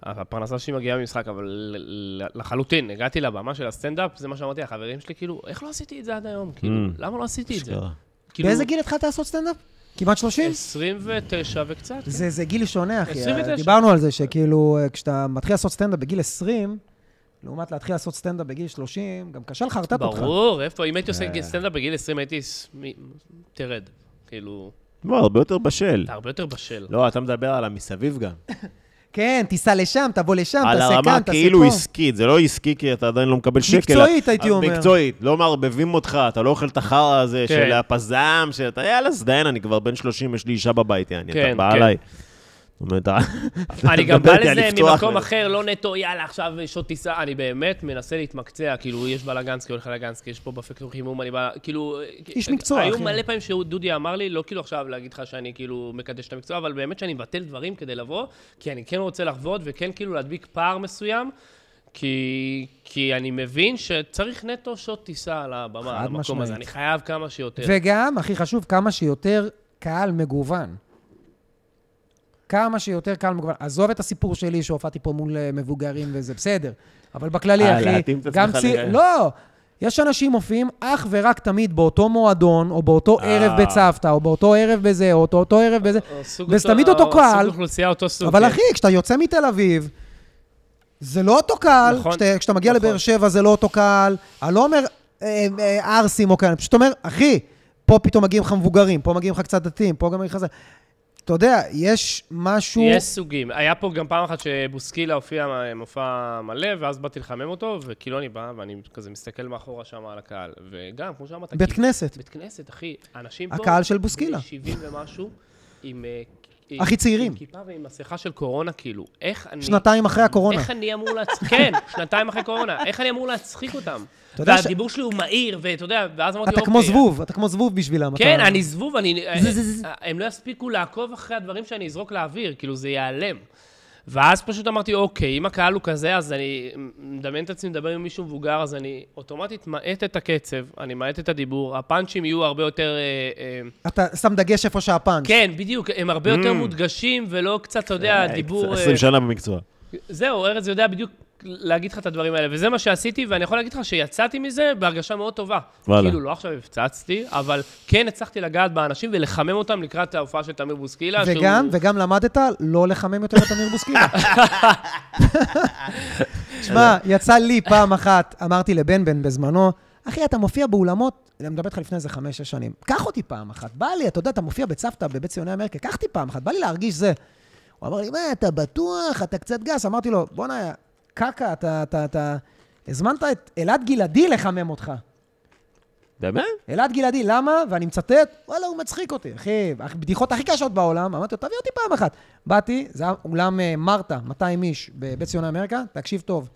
Speaker 3: הפרנסה שלי מגיעה ממשחק, אבל ל- ל- לחלוטין, הגעתי לבמה של הסטנדאפ, זה מה שאמרתי לחברים שלי, כאילו, איך לא עשיתי את זה עד היום? כאילו, למה לא עשיתי את זה?
Speaker 2: אשכרה.
Speaker 1: Mm.
Speaker 3: כאילו,
Speaker 1: באיזה גיל התחלת לעשות סטנדאפ? כמעט 30?
Speaker 3: 29 וקצת. כן.
Speaker 1: זה, זה גיל שונה, אחי.
Speaker 3: 29.
Speaker 1: דיברנו על זה שכאילו, אה, כשאתה מתחיל לעשות סטנדאפ בגיל 20, לעומת להתחיל לעשות סטנדאפ בגיל 30, גם קשה לחרטט אותך.
Speaker 3: כן,
Speaker 1: אה.
Speaker 3: ברור, איפה, אם הייתי עושה סטנדאפ בגיל 20, הייתי... ס- מ- תרד. כאילו,
Speaker 2: לא, הרבה יותר בשל.
Speaker 3: אתה הרבה יותר בשל.
Speaker 2: לא, אתה מדבר על המסביב גם.
Speaker 1: כן, תיסע לשם, תבוא לשם,
Speaker 2: על
Speaker 1: תעשה כאן,
Speaker 2: הרמה
Speaker 1: תעשה פה.
Speaker 2: כאילו עסקית, זה לא עסקי כי אתה עדיין לא מקבל שקל.
Speaker 1: מקצועית, הייתי
Speaker 2: אז
Speaker 1: אומר.
Speaker 2: מקצועית, לא מערבבים אותך, אתה לא אוכל את החרא הזה
Speaker 3: כן.
Speaker 2: של הפזם, שאתה, יאללה, זדיין, אני כבר בן 30, יש לי אישה בבית, יעני, אתה
Speaker 3: כן,
Speaker 2: בא
Speaker 3: כן.
Speaker 2: עליי. זאת אומרת, אתה-
Speaker 3: אני
Speaker 2: אתה
Speaker 3: גם
Speaker 2: מדבר
Speaker 3: בא
Speaker 2: איתי על
Speaker 3: לזה
Speaker 2: לפתוח
Speaker 3: ממקום
Speaker 2: ו-
Speaker 3: אחר, לא נטו, יאללה, עכשיו שעות טיסה. אני באמת מנסה להתמקצע, כאילו, יש בלגנסקי, הולך לגנסקי, יש פה בפקטור חימום, אני בא... כאילו...
Speaker 1: איש מקצוע,
Speaker 3: היו
Speaker 1: אחי.
Speaker 3: מלא פעמים שדודי אמר לי, לא כאילו עכשיו להגיד לך שאני כאילו מקדש את המקצוע, אבל באמת שאני מבטל דברים כדי לבוא, כי אני כן רוצה לחוות וכן כאילו להדביק פער מסוים. כי, כי אני מבין שצריך נטו שעות טיסה על הבמה,
Speaker 1: חד
Speaker 3: על המקום הזה.
Speaker 1: משמעית.
Speaker 3: אני חייב כמה שיותר.
Speaker 1: וגם, הכי חשוב, כמה שיותר קהל מגוון. כמה שיותר קהל מגוון. עזוב את הסיפור שלי שהופעתי פה מול אה, מבוגרים וזה בסדר, אבל בכללי,
Speaker 2: אה,
Speaker 1: אחי,
Speaker 2: להתאים את
Speaker 1: גם
Speaker 2: עצמך
Speaker 1: צי...
Speaker 2: לראה.
Speaker 1: לא! יש אנשים מופיעים אך ורק תמיד באותו מועדון, או באותו
Speaker 2: אה.
Speaker 1: ערב בצוותא, או באותו ערב בזה, או אותו- אותו ערב בזה,
Speaker 3: או אה, סוג
Speaker 1: וזה תמיד אותו
Speaker 3: או
Speaker 1: קהל.
Speaker 3: סוג אוכלוסייה, אותו סוג.
Speaker 1: אבל
Speaker 3: כן.
Speaker 1: אחי, כשאתה יוצא מתל אביב, זה לא אותו קהל,
Speaker 3: נכון,
Speaker 1: כשאתה, כשאתה מגיע
Speaker 3: נכון.
Speaker 1: לבאר שבע זה לא אותו קהל, אני לא אומר אה, אה, ערסים או כאלה, אני פשוט אומר, אחי, פה פתאום מגיעים לך מבוגרים, פה מגיעים לך קצת דתיים, פה גם מגיעים לך זה. אתה יודע, יש משהו...
Speaker 3: יש סוגים. היה פה גם פעם אחת שבוסקילה הופיע מופע מלא, ואז באתי לחמם אותו, וכאילו אני בא, ואני כזה מסתכל מאחורה שם על הקהל. וגם, כמו שאמרת...
Speaker 1: בית
Speaker 3: כאילו-
Speaker 1: כנסת.
Speaker 3: בית כנסת, אחי. אנשים פה...
Speaker 1: הקהל של בוסקילה.
Speaker 3: בני 70 ומשהו, עם... אה, עם-
Speaker 1: הכי צעירים.
Speaker 3: עם כיפה ועם מסכה של קורונה, כאילו. איך אני...
Speaker 1: שנתיים אחרי הקורונה.
Speaker 3: איך אני אמור להצחיק... כן, שנתיים אחרי קורונה. איך אני אמור להצחיק אותם?
Speaker 1: אתה יודע ש-
Speaker 3: והדיבור שלי הוא מהיר, ואתה יודע, ואז אמרתי,
Speaker 1: אתה כמו
Speaker 3: אוקיי,
Speaker 1: זבוב, אתה כמו זבוב בשבילם.
Speaker 3: כן,
Speaker 1: אתה-
Speaker 3: אני זבוב, אני...
Speaker 1: זה- זה- זה-
Speaker 3: הם לא יספיקו לעקוב אחרי הדברים שאני אזרוק לאוויר, כאילו, זה ייעלם. ואז פשוט אמרתי, אוקיי, אם הקהל הוא כזה, אז אני מדמיין את עצמי מדבר עם מישהו מבוגר, אז אני אוטומטית מאט את הקצב, אני מאט את הדיבור, הפאנצ'ים יהיו הרבה יותר... אה, אה,
Speaker 1: אתה שם דגש איפה שהפאנץ'.
Speaker 3: כן, בדיוק, הם הרבה
Speaker 1: Mm.
Speaker 3: יותר מודגשים, ולא קצת, אתה יודע, דיבור...
Speaker 2: 20
Speaker 3: אה,
Speaker 2: שנה במקצוע.
Speaker 3: זהו, ארז יודע בדיוק להגיד לך את הדברים האלה, וזה מה שעשיתי, ואני יכול להגיד לך שיצאתי מזה בהרגשה מאוד טובה.
Speaker 2: וואלה.
Speaker 3: כאילו, לא עכשיו הפצצתי, אבל כן הצלחתי לגעת באנשים ולחמם אותם לקראת ההופעה של תמיר בוסקילה,
Speaker 1: וגם, וגם למדת לא לחמם יותר את אמיר בוסקילה. שמע, יצא לי פעם אחת, אמרתי לבן בן בזמנו, אחי, אתה מופיע באולמות, אני מדבר איתך לפני איזה חמש-שש שנים, קח אותי פעם אחת, בא לי, אתה יודע, אתה מופיע בצוותא בבית ציוני אמריקה, קח אותי פעם אחת, בא לי להרגיש זה. הוא אמר לי, מה, אתה בטוח, אתה קצת גס. אמרתי לו, בואנה, קקה, אתה, אתה, אתה, הזמנת את אלעד גלעדי לחמם אותך.
Speaker 2: באמת?
Speaker 1: אלעד גלעדי, למה? ואני מצטט, וואלה, הוא מצחיק אותי, אחי, הבדיחות הכי קשות בעולם. אמרתי לו, תביא אותי פעם אחת. באתי, זה היה אולם אה, מרתה, 200 איש, בבית ציוני אמריקה, תקשיב טוב.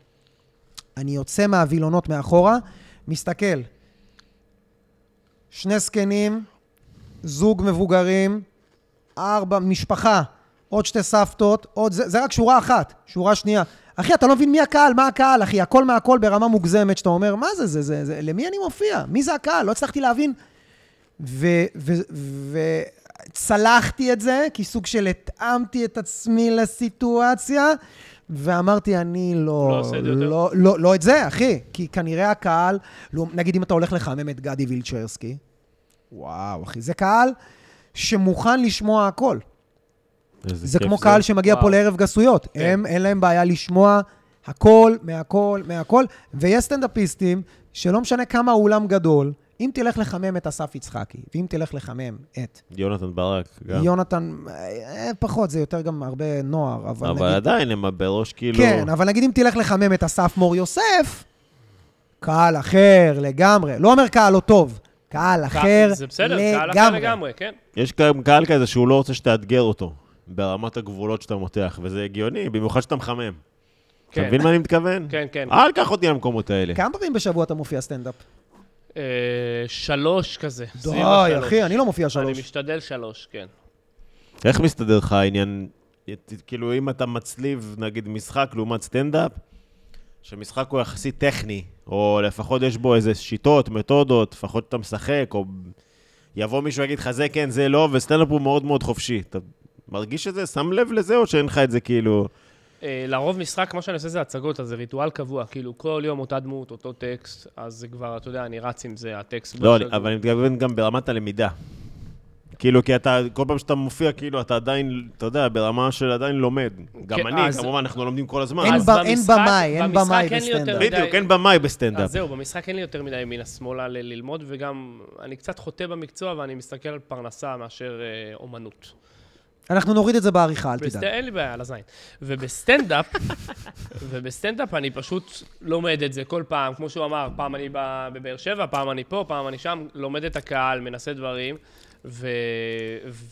Speaker 1: אני יוצא מהווילונות מאחורה, מסתכל. שני זקנים, זוג מבוגרים, ארבע, משפחה, עוד שתי סבתות, עוד זה, זה רק שורה אחת, שורה שנייה. אחי, אתה לא מבין מי הקהל, מה הקהל, אחי, הכל מהכל ברמה מוגזמת, שאתה אומר, מה זה, זה, זה, זה, למי אני מופיע? מי זה הקהל? לא הצלחתי להבין. וצלחתי את זה, כי סוג של התאמתי את עצמי לסיטואציה, ואמרתי, אני לא...
Speaker 3: לא עושה את זה יותר.
Speaker 1: לא, לא, לא את זה, אחי. כי כנראה הקהל, לא, נגיד אם אתה הולך לחמם את גדי וילצ'רסקי, וואו, אחי, זה קהל שמוכן לשמוע הכל. זה
Speaker 2: כן,
Speaker 1: כמו קהל שמגיע פה
Speaker 3: וואו.
Speaker 1: לערב גסויות. הם, אין להם בעיה לשמוע הכל, מהכל, מהכל. ויש סטנדאפיסטים, שלא משנה כמה האולם גדול, אם תלך לחמם את אסף יצחקי, ואם תלך לחמם את
Speaker 2: יונתן ברק גם.
Speaker 1: יונתן, אה, אה, פחות, זה יותר גם הרבה נוער, אבל,
Speaker 2: אבל
Speaker 1: נגיד...
Speaker 2: עדיין הם בראש כאילו...
Speaker 1: כן, אבל נגיד אם תלך לחמם את אסף מור יוסף, קהל אחר לגמרי. לא אומר קהל לא טוב, קהל אחר
Speaker 3: זה בסדר, קהל אחר לגמרי, כן.
Speaker 2: יש גם קהל כזה שהוא לא רוצה שתאתגר אותו ברמת הגבולות שאתה מותח, וזה הגיוני, במיוחד שאתה מחמם. אתה
Speaker 3: כן.
Speaker 2: מבין מה אני מתכוון?
Speaker 3: כן, כן.
Speaker 2: אל תקח אותי למקומות האלה.
Speaker 1: כמה פעמים בשבוע אתה מופיע סטנדאפ?
Speaker 3: אה, שלוש כזה. סביב
Speaker 1: די,
Speaker 3: השלוש.
Speaker 1: אחי, אני לא מופיע
Speaker 3: אני
Speaker 1: שלוש.
Speaker 3: משתדל שלוש, כן.
Speaker 2: איך מסתדר לך העניין, כאילו אם אתה מצליב נגיד משחק לעומת סטנדאפ, שמשחק הוא יחסית טכני, או לפחות יש בו איזה שיטות, מתודות, לפחות אתה משחק, או יבוא מישהו ויגיד לך זה כן, זה לא, וסטנדאפ הוא מאוד מאוד חופשי. אתה מרגיש את זה? שם לב לזה, או שאין לך את זה כאילו...
Speaker 3: אה, לרוב משחק, מה שאני עושה זה הצגות, אז זה ריטואל קבוע. כאילו, כל יום אותה דמות, אותו טקסט, אז זה כבר, אתה יודע, אני רץ עם זה, הטקסט.
Speaker 2: לא, אני,
Speaker 3: בשגור.
Speaker 2: אבל אני מתכוון גם ברמת הלמידה. כאילו, כי אתה, כל פעם שאתה מופיע, כאילו, אתה עדיין, אתה יודע, ברמה של עדיין לומד. גם
Speaker 3: כן,
Speaker 2: אני,
Speaker 3: אז-
Speaker 2: כמובן, אנחנו לא לומדים כל הזמן.
Speaker 1: אין
Speaker 3: אז
Speaker 1: ב- אין
Speaker 3: במשחק-
Speaker 1: במאי, אין
Speaker 3: במשחק
Speaker 1: במאי
Speaker 3: אין לי יותר
Speaker 1: בסטנדאפ.
Speaker 3: מדי-
Speaker 2: בדיוק, אין במאי
Speaker 3: אז
Speaker 2: בסטנדאפ.
Speaker 3: זהו, במשחק אין לי יותר מדי מן השמאלה ל- ללמוד, וגם אני קצת חוטא במקצוע ואני מסתכל על פרנסה מאשר אה, אומנות.
Speaker 1: אנחנו נוריד את זה בעריכה, אל
Speaker 3: בסט...
Speaker 1: תדאג.
Speaker 3: אין לי בעיה, על הזין. ובסטנדאפ, ובסטנדאפ אני פשוט לומד את זה כל פעם, כמו שהוא אמר, פעם אני בא- בבאר שבע, פעם אני פה, פעם אני שם, לומד את הקהל, מנסה דברים, ו...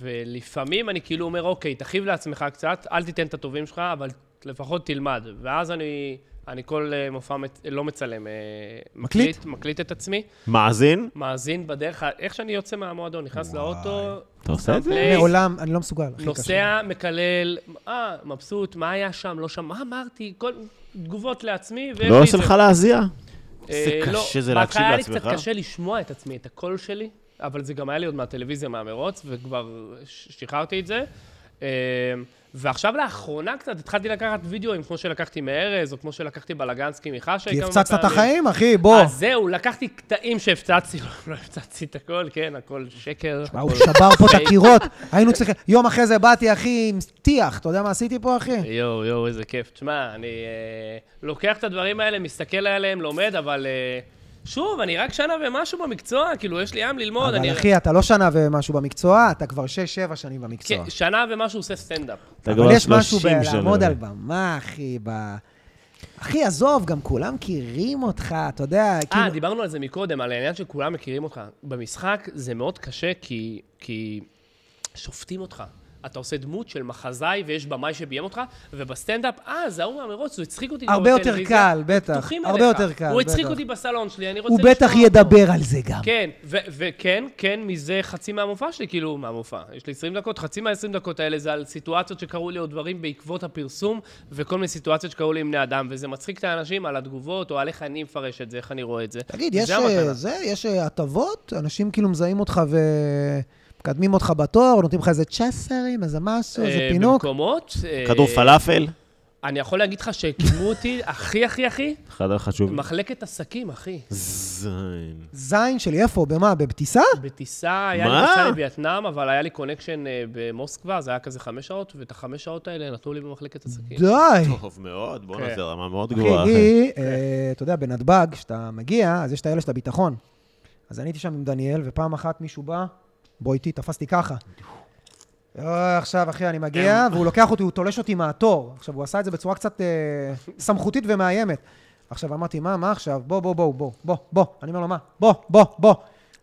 Speaker 3: ולפעמים אני כאילו אומר, אוקיי, תכאיב לעצמך קצת, אל תיתן את הטובים שלך, אבל לפחות תלמד. ואז אני, אני כל אה, מופע מצ... לא מצלם, אה,
Speaker 1: מקליט?
Speaker 3: מקליט, מקליט את עצמי.
Speaker 2: מאזין?
Speaker 3: מאזין בדרך, ה- איך שאני יוצא מהמועדון, נכנס לאוטו,
Speaker 2: אתה עושה את זה?
Speaker 3: שם פליי,
Speaker 1: מעולם, אני לא מסוגל, הכי קשה.
Speaker 3: נוסע, מקלל, אה, מבסוט, מה היה שם, לא שם, מה אמרתי, כל תגובות לעצמי, ואיך
Speaker 2: לא עושה לך להזיע? איזה קשה זה להקשיב
Speaker 3: אה, לא, בהתחלה היה לי
Speaker 2: לעצמך.
Speaker 3: קצת קשה לשמוע את עצמי, את הקול שלי, אבל זה גם היה לי עוד מהטלוויזיה, מהמרוץ, וכבר ש- שחררתי את זה. אה, ועכשיו לאחרונה קצת התחלתי לקחת וידאוים, כמו שלקחתי מארז, או כמו שלקחתי בלגנסקי מחשי
Speaker 1: כי
Speaker 3: כמה
Speaker 1: הפצצת את
Speaker 3: פעמים.
Speaker 1: החיים, אחי, בוא.
Speaker 3: אז זהו, לקחתי קטעים שהפצצתי, לא הפצצתי את הכל, כן, הכל שקר.
Speaker 1: מה, הוא
Speaker 3: הכל-
Speaker 1: שבר פה את הקירות, היינו צריכים... יום אחרי זה באתי, אחי, עם טיח. אתה יודע מה עשיתי פה, אחי?
Speaker 3: יואו, יואו, איזה כיף. תשמע, אני אה, לוקח את הדברים האלה, מסתכל עליהם, לומד, אבל אה, שוב, אני רק שנה ומשהו במקצוע, כאילו, יש לי עם ללמוד.
Speaker 1: אבל
Speaker 3: אני...
Speaker 1: אחי, אתה לא שנה ומשהו במקצוע, אתה כבר שש-שבע שנים במקצוע.
Speaker 3: כן, שנה ומשהו עושה סטנדאפ.
Speaker 2: אתה כבר
Speaker 1: אבל יש משהו
Speaker 2: 30 שנה.
Speaker 1: בלעמוד על במה, אחי, ב... אחי, עזוב, גם כולם מכירים אותך, אתה יודע,
Speaker 3: אה,
Speaker 1: כאילו...
Speaker 3: דיברנו על זה מקודם, על העניין שכולם מכירים אותך. במשחק זה מאוד קשה, כי, כי שופטים אותך. אתה עושה דמות של מחזאי ויש במאי שביים אותך, ובסטנדאפ, אה, זה ההוא מהמרוץ, הוא הצחיק אותי כבר
Speaker 1: הרבה יותר
Speaker 3: בטלוויזיה."
Speaker 1: קל, בטח.
Speaker 3: פתוחים
Speaker 1: הרבה
Speaker 3: עליך.
Speaker 1: יותר קל,
Speaker 3: הוא הצחיק
Speaker 1: בטח.
Speaker 3: אותי בסלון שלי, אני רוצה
Speaker 1: הוא
Speaker 3: לשמוע
Speaker 1: בטח ידבר על זה גם.
Speaker 3: כן, ו- וכן, כן, מזה חצי מהמופע שלי, כאילו, מהמופע. יש לי 20 דקות, חצי מה-20 דקות האלה זה על סיטואציות שקרו לי או דברים בעקבות הפרסום, וכל מיני סיטואציות שקרו לי עם בני אדם, וזה מצחיק את האנשים על התגובות, או על איך אני מפרש את זה, איך אני רואה את זה.
Speaker 1: תגיד,
Speaker 3: זה
Speaker 1: יש
Speaker 3: המתנה.
Speaker 1: אה, זה? יש אה, הטבות? אנשים כאילו מזהים אותך ומקדמים אותך בתור, נותנים לך איזה צ'סרים, איזה משהו, איזה
Speaker 3: אה,
Speaker 1: פינוק?
Speaker 3: במקומות... אה,
Speaker 2: כדור פלאפל?
Speaker 3: אני יכול להגיד לך שקידמו אותי, הכי הכי הכי,
Speaker 2: אחד החשוב.
Speaker 3: מחלקת עסקים, אחי.
Speaker 2: זין.
Speaker 1: זין שלי, איפה? במה? בבטיסה?
Speaker 3: בטיסה, היה
Speaker 2: מה?
Speaker 3: לי טיסה לווייטנאם, אבל היה לי קונקשן אה, במוסקבה, זה היה כזה חמש שעות, ואת החמש שעות האלה נתנו לי במחלקת עסקים.
Speaker 1: די.
Speaker 2: טוב מאוד, בואנה,
Speaker 3: כן.
Speaker 2: זה רמה מאוד
Speaker 1: אחי,
Speaker 2: גבוהה. אחי.
Speaker 1: היא, אה, אתה יודע, בנתב"ג, כשאתה מגיע, אז יש את האלה של הביטחון. אז אני הייתי שם עם דניאל, ופעם אחת מישהו בא, בוא איתי, תפסתי ככה. "אה, עכשיו, אחי, אני מגיע,
Speaker 2: כן.
Speaker 1: והוא לוקח אותי, הוא תולש אותי מהתור. עכשיו, הוא עשה את זה בצורה קצת אה, סמכותית ומאיימת. עכשיו, אמרתי, מה, מה עכשיו? בוא, בוא, בוא, בוא, בוא, בוא. אני אומר לו, מה? בוא, בוא, בוא.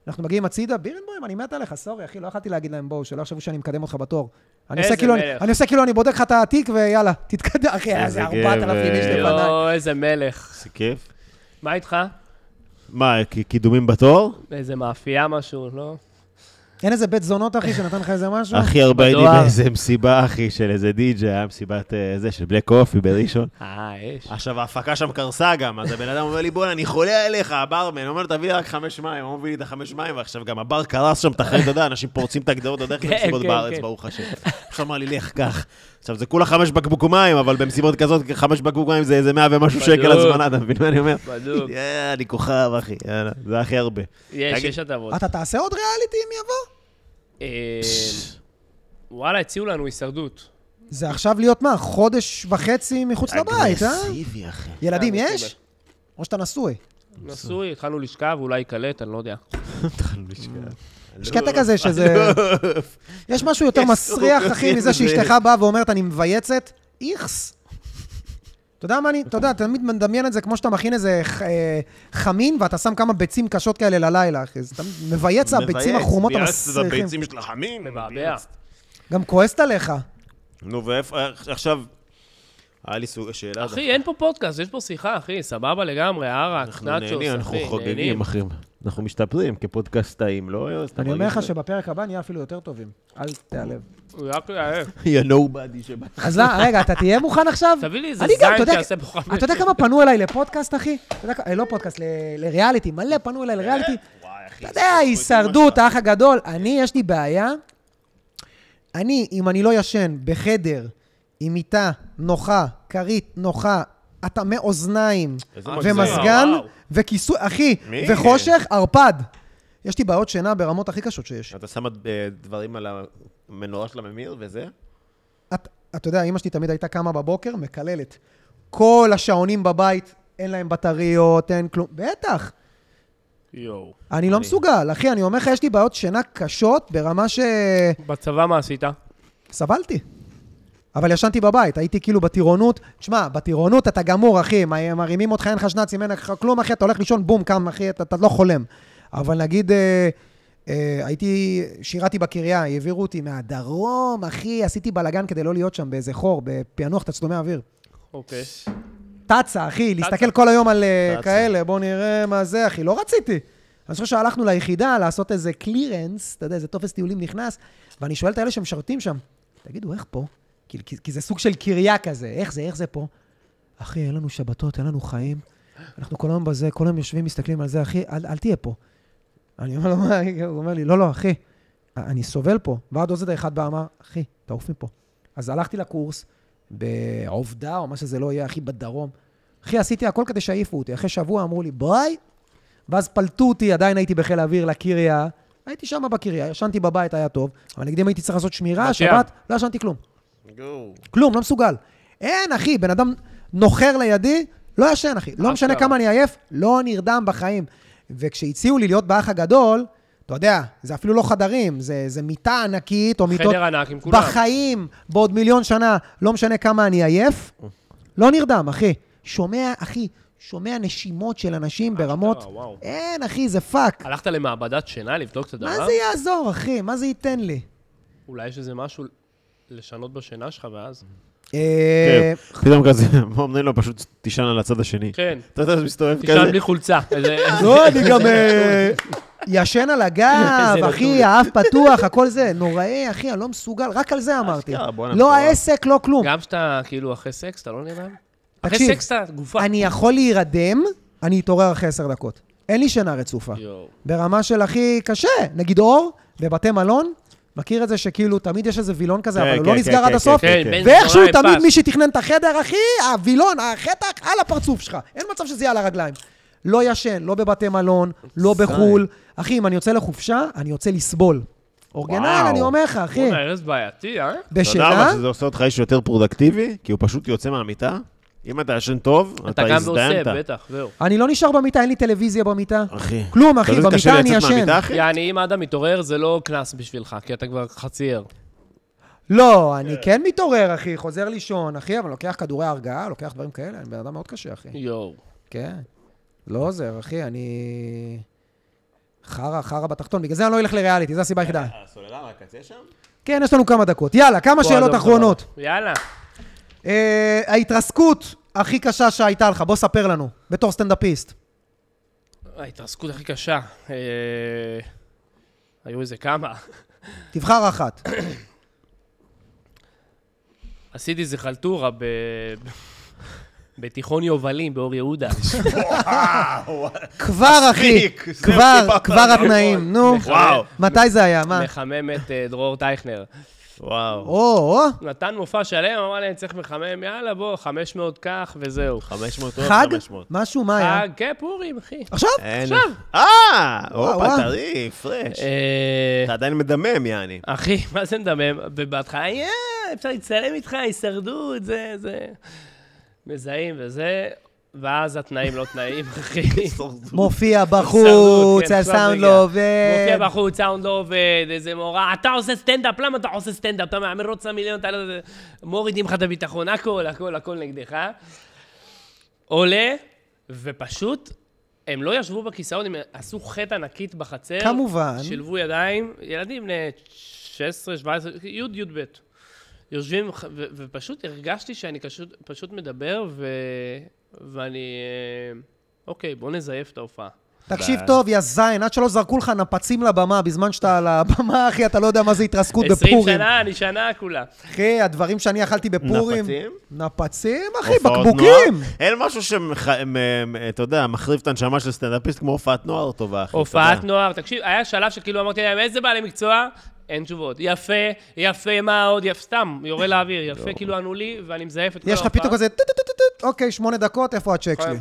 Speaker 1: אנחנו מגיעים הצידה, בירנבוים, אני מת עליך, סורי, אחי, לא יכלתי להגיד להם בואו, שלא יחשבו שאני מקדם אותך בתור. אני עושה
Speaker 3: איזה
Speaker 1: כאילו, אני-
Speaker 3: מלך.
Speaker 1: אני עושה כאילו, אני בודק לך את התיק, ויאללה, תתקדם, אחי, היה
Speaker 2: איזה
Speaker 1: איזה 4,000 איש
Speaker 2: גבר. אה, לא,
Speaker 1: לפניי.
Speaker 3: יואו, לא, איזה מלך.
Speaker 2: זה כיף.
Speaker 3: מה איתך?
Speaker 2: מה, כי- קידומים בתור?
Speaker 3: איזה מאפייה משהו, לא?
Speaker 1: אין איזה בית זונות, אחי, שנתן לך איזה משהו?
Speaker 2: הכי הרבה הייתי
Speaker 3: בדואר.
Speaker 2: באיזה מסיבה, אחי, של איזה די.ג'יי, היה מסיבת אה, זה, של בלק קופי בראשון.
Speaker 3: אה, יש.
Speaker 2: עכשיו, ההפקה שם קרסה גם, אז הבן אדם אומר לי, בוא'נה, אני חולה עליך, הברמן. הוא אומר לו, תביא לי רק חמש מים, הוא מביא לי את החמש מים, ועכשיו גם הבר קרס שם, אתה אחרי, אתה יודע, אנשים פורצים את הגדרות, אתה יודע איך זה
Speaker 3: כן,
Speaker 2: מסיבות
Speaker 3: כן,
Speaker 2: בארץ,
Speaker 3: כן.
Speaker 2: ברוך השם. עכשיו אמר לי, לך, קח. עכשיו, זה כולה חמש בקבוק מים, אבל במסיבות כזאת, חמש בקבוק מים זה איזה מאה ומשהו שקל
Speaker 3: בדיוק.
Speaker 2: הזמנה, אתה מבין מה אני אומר?
Speaker 3: בדיוק.
Speaker 2: אה, אני כוכב, אחי, יאללה, זה הכי הרבה.
Speaker 3: יש,
Speaker 2: תגיד- אה,
Speaker 3: יש הטבות.
Speaker 1: אתה תעשה עוד ריאליטי אם יבוא?
Speaker 3: אה, וואלה, הציעו לנו הישרדות.
Speaker 1: זה עכשיו להיות מה?
Speaker 2: לא
Speaker 1: חודש וחצי מחוץ לבית, אה?
Speaker 2: אגרסיבי, אחי.
Speaker 1: ילדים
Speaker 3: אה,
Speaker 1: יש? או שאתה נשוי.
Speaker 3: נשוי, התחלנו לשכב, אולי ייקלט, אני לא יודע.
Speaker 2: אה,
Speaker 1: יש קטע כזה שזה...
Speaker 2: לא.
Speaker 1: יש משהו יותר מסריח, אחי, מזה שאשתך באה ואומרת, אני מבייצת, איכס. אתה יודע מה אני, אתה יודע, תמיד מדמיין את זה כמו שאתה מכין איזה ח- אה, חמין, ואתה שם כמה ביצים קשות כאלה ללילה, אחי. זה תמיד מבייץ הביצים החומות
Speaker 2: פייצת את
Speaker 1: המסריחים.
Speaker 2: הביצים של החמים.
Speaker 3: מבעבע.
Speaker 1: גם כועסת עליך.
Speaker 2: נו, ואיפה, אה, עכשיו, היה לי סוג השאלה. הזאת.
Speaker 3: אחי, אין פה פודקאסט, יש פה שיחה, אחי, סבבה לגמרי, ערק, נאצ'וס,
Speaker 2: אנחנו
Speaker 3: אחי,
Speaker 2: נהנים, אנחנו חוגגים, אחי. אנחנו משתפרים כפודקאסטאים, לא? יואל? אתה
Speaker 1: אני אומר
Speaker 2: מרגיש
Speaker 1: לך שבפרק הבא נהיה אפילו יותר טובים. אל תיעלב.
Speaker 3: הוא רק יעף.
Speaker 2: יא נובדי שבא.
Speaker 1: אז לא, רגע, אתה תהיה מוכן עכשיו?
Speaker 3: תביא לי איזה
Speaker 1: אני גם,
Speaker 3: זין
Speaker 1: אתה יודע-
Speaker 3: שיעשה פה חמש.
Speaker 1: אתה יודע כמה פנו אליי לפודקאסט, אחי? אתה יודע כ- אה, לא פודקאסט, ל- לריאליטי. מלא פנו אליי
Speaker 3: אה,
Speaker 1: לריאליטי. אתה יודע, הישרדות, האח הגדול. אני, יש לי בעיה. אני, אם אני לא ישן בחדר עם מיטה נוחה, כרית נוחה, הטמי אוזניים,
Speaker 2: איזה מגזים.
Speaker 1: ומזגן,
Speaker 3: וואו.
Speaker 1: וכיסוי, אחי,
Speaker 2: מי?
Speaker 1: וחושך, ערפד. יש לי בעיות שינה ברמות הכי קשות שיש.
Speaker 2: אתה שם אה, דברים על המנורה של הממיר וזה?
Speaker 1: את- אתה יודע, אימא שלי תמיד הייתה קמה בבוקר, מקללת. כל השעונים בבית, אין להם בטריות, אין כלום. בטח.
Speaker 3: יואו.
Speaker 1: אני לא מסוגל, אחי, אני אומר לך, יש לי בעיות שינה קשות ברמה ש...
Speaker 3: בצבא מה עשית?
Speaker 1: סבלתי. אבל ישנתי בבית, הייתי כאילו בטירונות. תשמע, בטירונות אתה גמור, אחי, מה- מרימים אותך, אין לך שנ"צים, אין לך כלום, אחי, אתה הולך לישון, בום, קם, אחי, אתה, אתה לא חולם. אבל נגיד, אה, אה, הייתי, שירתי בקריה, העבירו אותי מהדרום, אחי, עשיתי בלאגן כדי לא להיות שם באיזה חור, בפענוח תצלומי אוויר.
Speaker 3: אוקיי.
Speaker 1: טאצה, אחי, להסתכל כל היום על אה, כאלה, בוא נראה מה זה, אחי, לא רציתי. אני זוכר שהלכנו ליחידה לעשות איזה קלירנס, אתה יודע, איזה טופס טיולים נכנס, ואני שואל את האלה שמשרתים שם, תגידו, איך פה? כי, כי, כי זה סוג של קריה כזה, איך זה, איך זה פה? אחי, אין לנו שבתות, אין לנו חיים, אנחנו כל היום בזה, כל היום יושבים, מסתכלים על זה, אחי, אל, אל תהיה פה. אני אומר לו, מה, הוא אומר לי, לא, לא, אחי, אני סובל פה. ועד עוזד האחד בא, אמר, אחי, תעוף מפה. אז הלכתי לקורס בעובדה, או מה שזה לא יהיה, אחי, בדרום. אחי, עשיתי הכל כדי שיעיפו אותי. אחרי שבוע אמרו לי, ביי. ואז פלטו אותי, עדיין הייתי בחיל האוויר לקריה. הייתי שם בקריה, ישנתי בבית, היה טוב. אבל נגדי אם הייתי צריך לעשות שמירה,
Speaker 3: בת ים.
Speaker 1: שבת, לא ישנתי כלום. כלום, לא מסוגל. אין, אחי, בן אדם נוחר לידי, לא ישן, אחי. לא משנה
Speaker 3: אשכרה.
Speaker 1: כמה אני עייף, לא נרדם בחיים. וכשהציעו לי להיות באח הגדול, אתה יודע, זה אפילו לא חדרים, זה, זה מיטה ענקית או מיטות...
Speaker 3: חדר ענק עם כולם.
Speaker 1: בחיים, בעוד מיליון שנה, לא משנה כמה אני עייף, לא נרדם, אחי. שומע, אחי, שומע נשימות של אנשים ברמות...
Speaker 3: אשכרה, וואו.
Speaker 1: אין, אחי, זה פאק.
Speaker 3: הלכת למעבדת שינה לבדוק את הדבר?
Speaker 1: מה זה יעזור, אחי? מה זה ייתן לי?
Speaker 3: אולי יש איזה משהו לשנות בשינה שלך ואז?
Speaker 1: אה,
Speaker 2: פתאום כזה, מה אומרים לו? פשוט תישן על הצד השני.
Speaker 3: כן.
Speaker 2: אתה יודע, זה מסתובב
Speaker 3: תשאל
Speaker 2: כזה.
Speaker 3: בלי חולצה. איזה-
Speaker 1: לא, אני גם אה, ישן על הגב,
Speaker 3: איזה
Speaker 1: אחי,
Speaker 3: נתון.
Speaker 1: האף פתוח, הכל זה. נוראי, אחי, אני לא מסוגל, רק על זה אמרתי.
Speaker 2: אשכרה, בואנה,
Speaker 1: לא
Speaker 2: מטורף.
Speaker 1: העסק, לא כלום.
Speaker 3: גם שאתה כאילו אחרי סקס, אתה לא נרדם? אחרי
Speaker 1: תקשיב,
Speaker 3: סקס אתה גופה.
Speaker 1: אני יכול להירדם, אני אתעורר אחרי עשר דקות. אין לי שינה רצופה.
Speaker 3: יואו.
Speaker 1: ברמה של הכי קשה, נגיד אור, בבתי מלון, מכיר את זה שכאילו תמיד יש איזה וילון כזה,
Speaker 2: כן,
Speaker 1: אבל הוא
Speaker 2: כן,
Speaker 1: לא
Speaker 2: כן,
Speaker 1: נסגר עד
Speaker 2: כן,
Speaker 1: הסוף,
Speaker 3: כן, כן.
Speaker 1: ואיכשהו
Speaker 3: בן זונה,
Speaker 1: תמיד
Speaker 3: פס.
Speaker 1: מי שתכנן את החדר, אחי, הווילון, החטח, על הפרצוף שלך. אין מצב שזה יהיה על הרגליים. לא ישן, לא בבתי מלון, לא בחו"ל. אחי, אם אני יוצא לחופשה, אני יוצא לסבול. אורגנל,
Speaker 2: וואו.
Speaker 1: אני אומר לך, אחי,
Speaker 3: בואנה, ארז בעייתי, אה?
Speaker 2: אתה יודע אבל
Speaker 1: בשינה,
Speaker 2: שזה עושה אותך איש יותר פרודקטיבי? כי הוא פשוט יוצא מהמיטה. אם אתה ישן טוב, אתה
Speaker 3: אתה גם ועושה,
Speaker 2: הזדיינת.
Speaker 3: בטח, זהו.
Speaker 1: אני לא נשר במיטה, אין לי טלוויזיה במיטה.
Speaker 2: אחי.
Speaker 1: כלום, אחי,
Speaker 2: אתה יודע איזה קשה
Speaker 1: במיטה אני
Speaker 2: לצאת
Speaker 1: ישן.
Speaker 2: מהמיטה, אחי?
Speaker 3: יעני, אם אדם מתעורר, זה לא קנס בשבילך, כי אתה כבר חצי ער.
Speaker 1: לא, אני כן מתעורר, אחי, חוזר לישון, אחי, אבל לוקח כדורי הרגעה, לוקח דברים כאלה, אני בן אדם מאוד קשה, אחי.
Speaker 3: יואו.
Speaker 1: כן. לא עוזר, אחי, אני... חרא, חרא בתחתון, בגלל זה אני לא אלך לריאליטי, זו הסיבה היחידה.
Speaker 2: הסוללה מהקצה שם?
Speaker 1: כן, יש לנו כמה דקות. יאללה, כמה שאלות
Speaker 3: אדם
Speaker 1: אחרונות.
Speaker 3: סבבה. יאללה.
Speaker 1: אה, ההתרסקות הכי קשה שהייתה לך, בוא ספר לנו, בתור סטנדאפיסט.
Speaker 3: ההתרסקות הכי קשה. אה, היו איזה כמה.
Speaker 1: תבחר אחת.
Speaker 3: עשיתי איזה חלטורה ב... בתיכון יובלים באור יהודה.
Speaker 1: כבר, אחי, כבר, כבר התנאים, נו.
Speaker 3: נכון.
Speaker 2: וואו.
Speaker 1: מתי זה היה, מה?
Speaker 3: מחמם את אה, דרור טייכנר.
Speaker 2: וואו.
Speaker 1: או, או,
Speaker 3: נתן מופע שלם, אמר לי, אני צריך מחמם, יאללה, בוא, 500 כך וזהו.
Speaker 2: 500 או
Speaker 1: חג?
Speaker 2: 500.
Speaker 1: משהו, מה היה?
Speaker 3: חג, כן, פורים, אחי.
Speaker 1: עכשיו?
Speaker 2: עכשיו. אה, הופה,
Speaker 1: וואו.
Speaker 2: טרי, פרש.
Speaker 3: אה,
Speaker 2: אתה עדיין מדמם, יעני.
Speaker 3: אחי, מה זה מדמם? ובהתחלה, "אה, יא, אפשר להצטלם איתך, הישרדות, זה, זה... מזהים וזה, ואז התנאים לא תנאים, אחי.
Speaker 1: מופיע בחוץ,
Speaker 3: כן, עכשיו
Speaker 1: הסאונד
Speaker 3: רגע.
Speaker 1: לא עובד.
Speaker 3: מופיע בחוץ, סאונד לא עובד, איזה מורה, אתה עושה סטנדאפ, למה אתה עושה סטנדאפ? אתה מרוץ למיליון, אתה לא... מורידים לך את הביטחון, הכל, הכל, הכל נגדך. עולה, ופשוט, הם לא ישבו בכיסאות, הם עשו חטא ענקית בחצר.
Speaker 1: כמובן.
Speaker 3: שילבו ידיים, ילדים בני 16, 17, י' י"ב. יושבים, ח- ו- ופשוט הרגשתי שאני פשוט, פשוט מדבר, ו... ואני... אה, אוקיי, בוא נזייף את ההופעה.
Speaker 1: תקשיב טוב, יא זין, עד שלא זרקו לך נפצים לבמה בזמן שאתה על הבמה, אחי, אתה לא יודע מה זה התרסקות
Speaker 3: 20
Speaker 1: בפורים. אוקיי.
Speaker 3: שנה, אני שנה כולה.
Speaker 1: אחי, הדברים שאני אכלתי בפורים...
Speaker 2: נפצים?
Speaker 1: נפצים, אחי,
Speaker 2: הופעות
Speaker 1: בקבוקים.
Speaker 2: נוער. אין משהו שאתה יודע, מחריב את הנשמה של סטנדאפיסט כמו הופעת נוער טובה, אחי. אתה
Speaker 3: הופעת
Speaker 2: יודע.
Speaker 3: נוער, תקשיב, היה שלב שכאילו אמרתי להם, איזה בעלי מקצוע? אין תשובות. יפה, יפה, מה עוד? יפה, סתם, יורה לאוויר, יפה, כאילו ענו לי, ואני מזייף את כל
Speaker 1: לא. יש לך פתאום כזה, טו-טו-טו-טו, אוקיי, שמונה דקות, איפה הצ'ק שלי?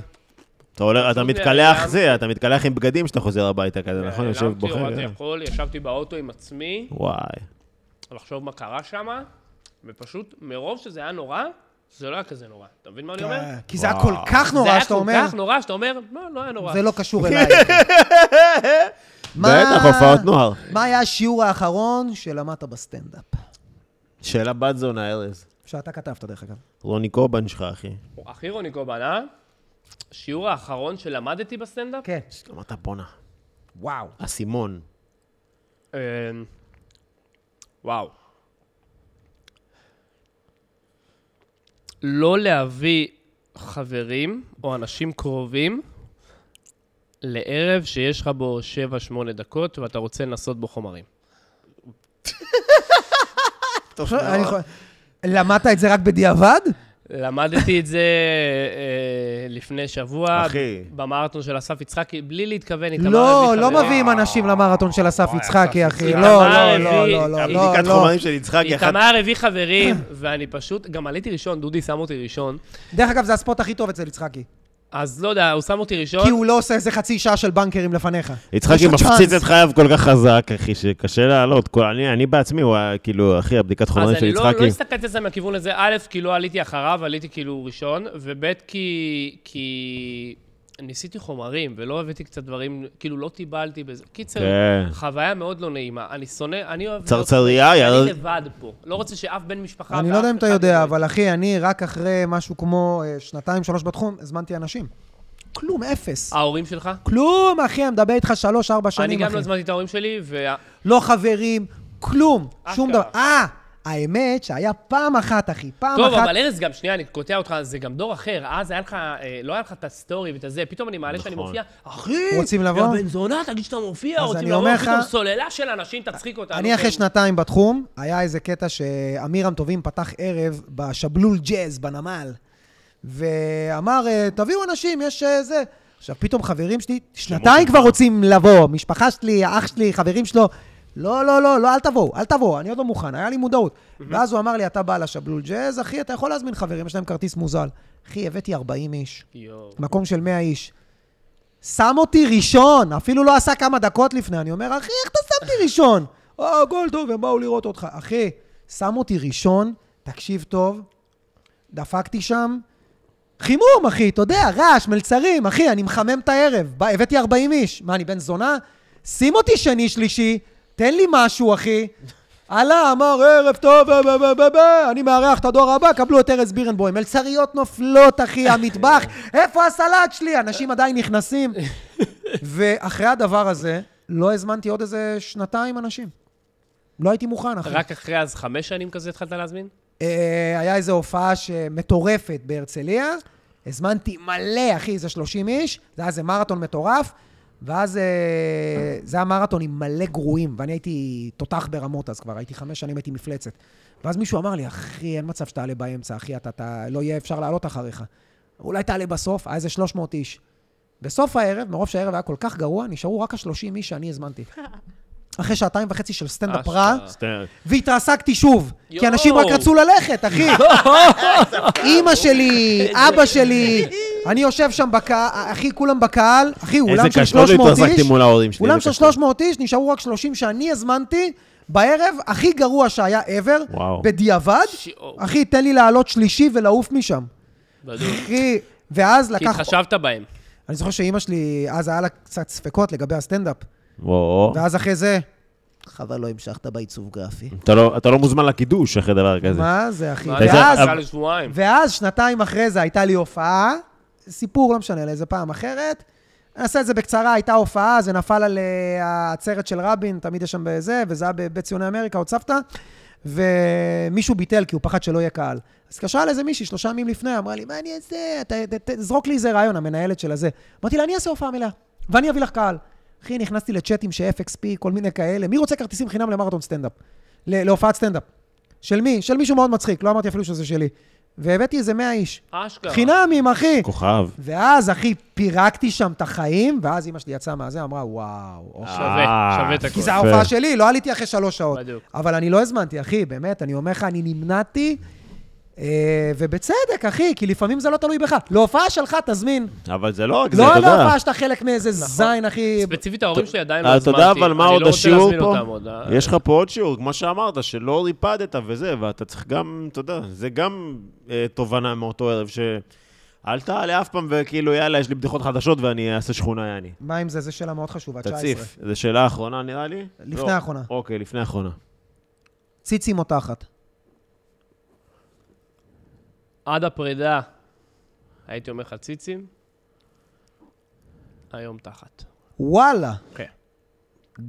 Speaker 2: אתה הולך- אתה
Speaker 3: פשוט
Speaker 2: מתקלח
Speaker 3: נעלם.
Speaker 2: זה, אתה מתקלח עם בגדים כשאתה חוזר הביתה כזה, נכון? יושב
Speaker 3: הלכתי,
Speaker 2: בוחר.
Speaker 1: אה.
Speaker 3: הורדתי הכל, ישבתי באוטו עם עצמי,
Speaker 2: וואי.
Speaker 3: לחשוב מה קרה שם, ופשוט, מרוב שזה היה נורא, זה לא היה כזה נורא. אתה מבין מה אני אומר?
Speaker 2: אה,
Speaker 1: כי זה היה כל אה, כך נורא שאתה
Speaker 3: זה היה
Speaker 1: אומר,
Speaker 3: כל כך נורא שאתה אומר, לא, לא היה נורא.
Speaker 1: זה לא קשור אליי. מה-
Speaker 2: בטח, הופעות נוער.
Speaker 1: מה היה השיעור האחרון שלמדת בסטנדאפ?
Speaker 2: שאלה בת זונה, ארז.
Speaker 1: שאתה כתבת, דרך אגב.
Speaker 2: רוני קובן שלך, אחי.
Speaker 3: אחי רוני קובן, אה? שיעור האחרון שלמדתי בסטנדאפ?
Speaker 1: כן.
Speaker 2: אמרת בואנה,
Speaker 1: וואו.
Speaker 2: אסימון.
Speaker 3: אה, וואו. לא להביא חברים או אנשים קרובים לערב שיש לך בו 7-8 דקות ואתה רוצה לנסות בו חומרים.
Speaker 1: לא,
Speaker 3: לא.
Speaker 1: אני יכול- למדת את זה רק בדיעבד?
Speaker 3: למדתי את זה אה, לפני שבוע,
Speaker 2: אחי.
Speaker 3: במרתון של אסף יצחקי, בלי להתכוון, התאמר
Speaker 1: לא,
Speaker 3: להביא
Speaker 1: לא
Speaker 3: חברים.
Speaker 1: מביאים אנשים למרתון של אסף יצחקי, אחי. לא,
Speaker 3: יצחקי.
Speaker 1: לא,
Speaker 3: אמר,
Speaker 1: לא,
Speaker 3: הביא-
Speaker 1: לא, לא, לא,
Speaker 2: בדיקת
Speaker 1: לא.
Speaker 2: חומרים של יצחקי, אחת...
Speaker 3: איתמר הביא חברים, ואני פשוט, גם עליתי ראשון, דודי שם אותי ראשון,
Speaker 1: לא, דרך אגב, זה הספוט הכי טוב אצל יצחקי.
Speaker 3: אז לא יודע, הוא שם אותי ראשון.
Speaker 1: כי הוא לא עושה איזה חצי שעה של בנקרים לפניך. יש
Speaker 2: יצחקי
Speaker 1: לך
Speaker 2: מפציץ
Speaker 1: צ'אנס.
Speaker 2: את חייו כל כך חזק, אחי, שקשה לעלות. כל- אני אני בעצמי, הוא היה כאילו, אחי, הבדיקת חומרים
Speaker 3: אז
Speaker 2: של
Speaker 3: אני לא, לא
Speaker 2: יצחקי.
Speaker 3: הסתכלתי על זה מהכיוון הזה, א', כי לא עליתי אחריו, עליתי כאילו ראשון, וב', כי, כי ניסיתי חומרים, ולא הבאתי קצת דברים, כאילו לא טיבלתי בזה. קיצר,
Speaker 2: כן.
Speaker 3: חוויה מאוד לא נעימה. אני שונא, אני אוהב... להיות-
Speaker 2: צרצריה,
Speaker 3: אני
Speaker 2: יאללה.
Speaker 3: לבד פה. לא רוצה שאף בן משפחה...
Speaker 1: אני
Speaker 3: ואף
Speaker 1: לא יודע אם אתה
Speaker 3: אחד
Speaker 1: יודע,
Speaker 3: לא-
Speaker 1: אבל אחי, אני רק אחרי משהו כמו אה, שנתיים, שלוש בתחום, הזמנתי אנשים. כלום, אפס.
Speaker 3: ההורים שלך?
Speaker 1: כלום, אחי, אני מדבר איתך שלוש, ארבע
Speaker 3: אה. אני
Speaker 1: שנים,
Speaker 3: גם
Speaker 1: אחי.
Speaker 3: לא הזמנתי את ההורים שלי, ואתה
Speaker 1: לא חברים, כלום,
Speaker 3: אשכרה.
Speaker 1: שום דבר. אה, האמת שהיה פעם אחת, אחי, פעם
Speaker 3: טוב,
Speaker 1: אחת.
Speaker 3: אבל ארז, גם שנייה, אני קוטע אותך, זה גם דור אחר. אז היה לך, אה, לא היה לך את הסטורי ואת הזה, פתאום אני מעלה שאני
Speaker 2: נכון.
Speaker 3: מופיע, אחי,
Speaker 1: רוצים לבוא?"
Speaker 3: יא בן זונה, תגיד שאתה מופיע,
Speaker 1: אז
Speaker 3: רוצים
Speaker 1: אני אומר לך-
Speaker 3: לבוא, פתאום סוללה של אנשים, תצחיק אותנו.
Speaker 1: אני אחרי
Speaker 3: כן.
Speaker 1: שנתיים בתחום, היה איזה קטע שאמירם טובים פתח ערב בשבלול ג'אז בנמל, ואמר, אה, תביאו אנשים, יש אה, זה. עכשיו, פתאום חברים שלי, שנתיים כבר רוצים לבוא, משפחה שלי, אח שלי, חברים שלו. לא, לא, לא, לא, אל תבואו, אל תבואו, אני עוד לא מוכן, היה לי מודעות. ואז הוא אמר לי, אתה בא לשבלול ג'אז, אחי, אתה יכול להזמין חברים, יש להם כרטיס מוזל. אחי, הבאתי 40 איש.
Speaker 3: יואו.
Speaker 1: מקום של 100 איש. שם אותי ראשון, אפילו לא עשה כמה דקות לפני. אני אומר, אחי, איך אתה שם אותי ראשון? אה, הכל טוב, הם באו לראות אותך. אחי, שם אותי ראשון, תקשיב טוב, דפקתי שם. חימום, אחי, אתה יודע, רעש, מלצרים, אחי, אני מחמם את הערב. בא, הבאתי 40 איש. מה, אני בן זונה? שים אותי שני, שלישי, תן לי משהו, אחי. עלה, אמר, ערב טוב, אה, אה, אה, אה, אה, אני מארח את הדור הבא, קבלו את ארז בירנבוים. מלצריות נופלות, אחי, המטבח, איפה הסלט שלי? אנשים עדיין נכנסים. ואחרי הדבר הזה, לא הזמנתי עוד איזה שנתיים אנשים. לא הייתי מוכן, אחי.
Speaker 3: רק אחרי אז חמש שנים כזה התחלת להזמין?
Speaker 1: אה, היה איזו הופעה ש- מטורפת בהרצליה, הזמנתי מלא, אחי, איזה 30 איש, זה היה איזה מרתון מטורף, ואז אה, זה היה מרתון עם מלא גרועים, ואני הייתי תותח ברמות אז כבר, הייתי חמש שנים, הייתי מפלצת. ואז מישהו אמר לי, אחי, אין מצב שתעלה באמצע, אחי, אתה, אתה לא יהיה אפשר לעלות אחריך. אולי תעלה בסוף, היה איזה 300 איש. בסוף הערב, מרוב שהערב היה כל כך גרוע, נשארו רק ה-30 איש שאני הזמנתי. אחרי שעתיים וחצי של סטנדאפ רע,
Speaker 3: אשכרה.
Speaker 1: והתרסקתי שוב, כי
Speaker 3: יואו.
Speaker 1: אנשים רק רצו ללכת, אחי. אימא שלי, אבא שלי, אני יושב שם בקהל, אחי, כולם בקהל, אחי, אולם של
Speaker 2: קשה, עוד
Speaker 1: 300
Speaker 2: התרסקתי
Speaker 1: איש,
Speaker 2: מול ההורים שלי,
Speaker 1: אולם
Speaker 2: זה
Speaker 1: של
Speaker 2: קשה.
Speaker 1: 300 איש, נשארו רק 30 שאני הזמנתי, בערב הכי גרוע שהיה ever,
Speaker 2: וואו.
Speaker 1: בדיעבד,
Speaker 3: שיאו.
Speaker 1: אחי, תן לי לעלות שלישי ולעוף משם.
Speaker 3: בדיוק.
Speaker 1: אחי, ואז
Speaker 3: כי
Speaker 1: לקח...
Speaker 3: התחשבת בהם.
Speaker 1: אני זוכר שאימא שלי, אז היה לה קצת ספקות לגבי הסטנדאפ.
Speaker 2: וואו.
Speaker 1: ואז אחרי זה, חבל לא המשכת בעיצוב גרפי.
Speaker 2: אתה לא- אתה לא מוזמן לקידוש אחרי דבר כזה.
Speaker 1: מה זה, אחי?
Speaker 3: מה,
Speaker 2: ואז-
Speaker 3: זה
Speaker 1: ואז,
Speaker 3: היה לשבועיים.
Speaker 1: ואז שנתיים אחרי זה הייתה לי הופעה, סיפור, לא משנה, לאיזה פעם אחרת. אני אעשה את זה בקצרה, הייתה הופעה, זה נפל על אה, העצרת של רבין, תמיד יש שם בזה, וזה היה בבית ציוני אמריקה, עוד סבתא, ומישהו ביטל כי הוא פחד שלא יהיה קהל. אז התקשרה על איזה מישהי שלושה ימים לפני, אמרה לי, מה אני אעשה? ת- ת- ת- זרוק לי איזה רעיון, המנהלת של הזה. אמרתי לה, אני אעשה הופעה מלאה, ואני אביא לך קהל. אחי, נכנסתי לצ'אטים של FXP, כל מיני כאלה. מי רוצה כרטיסים חינם למרתון סטנדאפ? ל- להופעת סטנדאפ. של מי? של מישהו מאוד מצחיק, לא אמרתי אפילו שזה שלי. והבאתי איזה 100 איש.
Speaker 3: אשכרה.
Speaker 1: חינמים, אחי.
Speaker 2: כוכב.
Speaker 1: ואז, אחי, פירקתי שם את החיים, ואז אמא שלי יצאה מהזה, אמרה,
Speaker 3: אה,
Speaker 1: וואו, אושר.
Speaker 3: שווה, שווה את
Speaker 2: אה,
Speaker 1: כי
Speaker 3: הכול.
Speaker 1: זו ההופעה שלי, לא עליתי אחרי שלוש שעות.
Speaker 3: בדיוק.
Speaker 1: אבל אני לא הזמנתי, אחי, באמת, אני אומר לך, אני נמנעתי, אה, ובצדק, אחי, כי לפעמים זה לא תלוי בך. להופעה שלך, תזמין.
Speaker 2: אבל זה לא רק זה,
Speaker 1: לא
Speaker 2: אתה יודע.
Speaker 1: להופעה שאתה חלק מאיזה זין, אחי.
Speaker 3: נכון. ספציפית ההורים שלי עדיין לא
Speaker 2: אה, אתה
Speaker 3: הזמנתי.
Speaker 2: יודע אבל מה עוד השיעור
Speaker 3: אני לא רוצה
Speaker 2: פה?
Speaker 3: להזמין אותם עוד. אה.
Speaker 2: יש לך פה עוד שיעור, כמו שאמרת, שלא ריפדת וזה, ואתה צריך גם, אתה יודע, זה גם אה, תובנה מאותו ערב, ש... אל תעלה אף פעם וכאילו, יאללה, יש לי בדיחות חדשות ואני אעשה שכונה, יעני.
Speaker 1: מה עם זה? זו שאלה מאוד חשובה, 19.
Speaker 2: תציף. זו שאלה אחרונה, נראה לי?
Speaker 1: לפני
Speaker 2: לא.
Speaker 1: האחרונה.
Speaker 2: אוקיי, לפני האחרונה.
Speaker 1: ציצים או תחת?
Speaker 3: עד הפרידה הייתי אומר לך ציצים, היום תחת.
Speaker 1: וואלה.
Speaker 3: כן.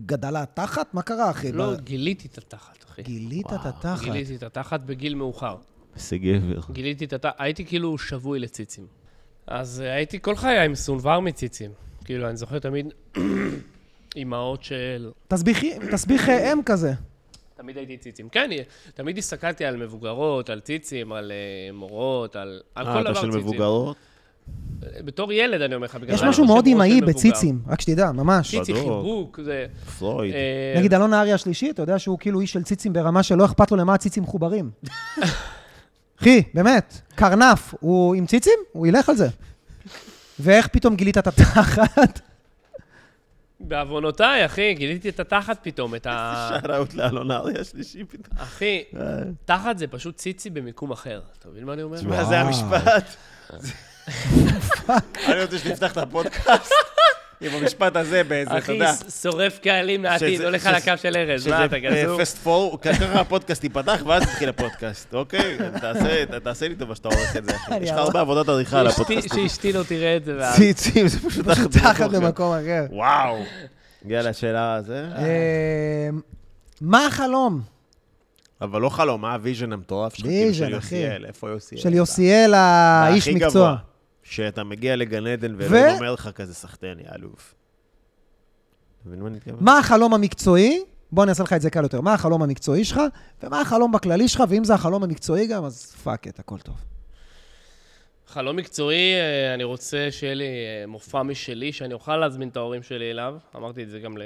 Speaker 1: גדלה התחת? מה קרה, אחי?
Speaker 3: לא,
Speaker 1: ב-
Speaker 3: גיליתי את התחת, אחי.
Speaker 1: גילית את התחת.
Speaker 3: גיליתי את התחת בגיל מאוחר.
Speaker 2: איזה גבר.
Speaker 3: גיליתי את התחת, הייתי כאילו שבוי לציצים. אז אה, הייתי כל חיי עם סונבר מציצים. כאילו, אני זוכר תמיד אימהות של...
Speaker 1: תסביכי- תסביך אה, אם כזה.
Speaker 3: תמיד הייתי ציצים. כן, אה, תמיד הסתכלתי על מבוגרות, על ציצים, על אה, מורות, על על
Speaker 2: אה,
Speaker 3: כל
Speaker 2: אתה
Speaker 3: דבר
Speaker 2: של
Speaker 3: ציצים.
Speaker 2: מבוגרות?
Speaker 3: בתור ילד, אני אומר לך, בגלל
Speaker 1: יש
Speaker 3: שאני
Speaker 1: משהו
Speaker 3: חושב
Speaker 1: מאוד
Speaker 3: מאוד
Speaker 1: אימהי
Speaker 3: של מבוגר.
Speaker 1: בציצים, רק שתדע, ממש.
Speaker 3: ציצי,
Speaker 2: בדוק.
Speaker 3: חיבוק, זה...
Speaker 2: פלויד.
Speaker 3: אה,
Speaker 1: נגיד אלון הארי השלישי, אתה יודע שהוא כאילו איש של ציצים ברמה שלא אכפת לו למה הציצים מחוברים. אחי, באמת, קרנף, הוא עם ציצים? הוא ילך על זה. ואיך פתאום גילית את התחת?
Speaker 3: בעוונותיי, אחי, גיליתי את התחת פתאום, את ה...
Speaker 2: שערות לאלון אריה השלישי פתאום.
Speaker 3: אחי, תחת זה פשוט ציצי במיקום אחר. אתה מבין מה אני אומר?
Speaker 2: מה זה המשפט? אני רוצה שנפתח את הפודקאסט עם המשפט הזה באיזה, אתה
Speaker 3: אחי,
Speaker 2: יודע.
Speaker 3: ש- שורף קהלים לעתיד,
Speaker 2: שזה-
Speaker 3: הולך
Speaker 2: שזה-
Speaker 3: על הקו של ארז, מה, אתה גזור?
Speaker 2: פסט פור, ככה הפודקאסט ייפתח ואז יתחיל הפודקאסט, אוקיי? תעשה- ת- תעשה לי טובה שאתה עורך את זה, אחי.
Speaker 1: אני
Speaker 2: יש לך
Speaker 1: אערוך.
Speaker 2: הרבה עבודת עריכה על
Speaker 3: אשתי-
Speaker 2: הפודקאסט.
Speaker 3: שאשתי לא תראה את זה, ואז-
Speaker 2: ציצים, זה פשוט
Speaker 1: פשוט תחת במקום אחר.
Speaker 2: וואו. יאללה, שאלה זה.
Speaker 1: אה, מה החלום
Speaker 2: אבל לא חלום, מה הוויז'ן המטורף שלך?
Speaker 1: ויז'ן,
Speaker 2: כאילו של יוסיאל,
Speaker 1: אחי.
Speaker 2: איפה יוסיאל?
Speaker 1: של יוסיאל, האיש
Speaker 2: הכי גבוה,
Speaker 1: מקצוע?
Speaker 2: שאתה מגיע לגן עדן
Speaker 1: ו-
Speaker 2: ואלוהים אומר לך כזה, סחטיין, יא אלוף. אתה מבין מה אני מתכוון?
Speaker 1: מה החלום המקצועי? בוא אני אעשה לך את זה קל יותר. מה החלום המקצועי שלך, ומה החלום בכללי שלך, ואם זה החלום המקצועי גם, אז פאק את, הכל טוב.
Speaker 3: חלום מקצועי, אה, אני רוצה שיהיה לי אה, מופע משלי, שאני אוכל להזמין את ההורים שלי אליו. אמרתי את זה גם ל...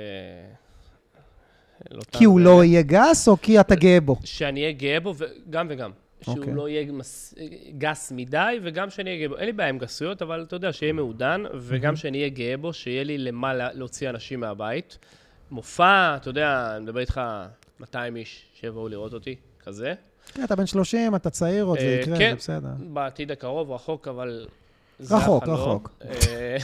Speaker 3: לוטן
Speaker 2: אה,
Speaker 1: כי הוא
Speaker 3: ו-
Speaker 1: לא יהיה גס, או כי אתה גאה בו?
Speaker 3: שאני אהיה גאה בו, ו- גם וגם.
Speaker 1: אוקיי.
Speaker 3: שהוא לא יהיה מס- גס מדי, וגם שאני אהיה גאה בו. אין לי בעיה עם גסויות, אבל אתה יודע, שיהיה מעודן, וגם שאני אהיה גאה בו, שיהיה לי למה לה- להוציא אנשים מהבית. מופע, אתה יודע, אני מדבר איתך 200 איש שיבואו לראות אותי, כזה.
Speaker 1: כן, אתה בן 30, אתה צעיר עוד, זה
Speaker 3: אה,
Speaker 1: יקרה,
Speaker 3: כן,
Speaker 1: זה בסדר.
Speaker 3: בעתיד הקרוב, רחוק, אבל... זה
Speaker 1: רחוק,
Speaker 3: החלום.
Speaker 1: רחוק.
Speaker 3: אה,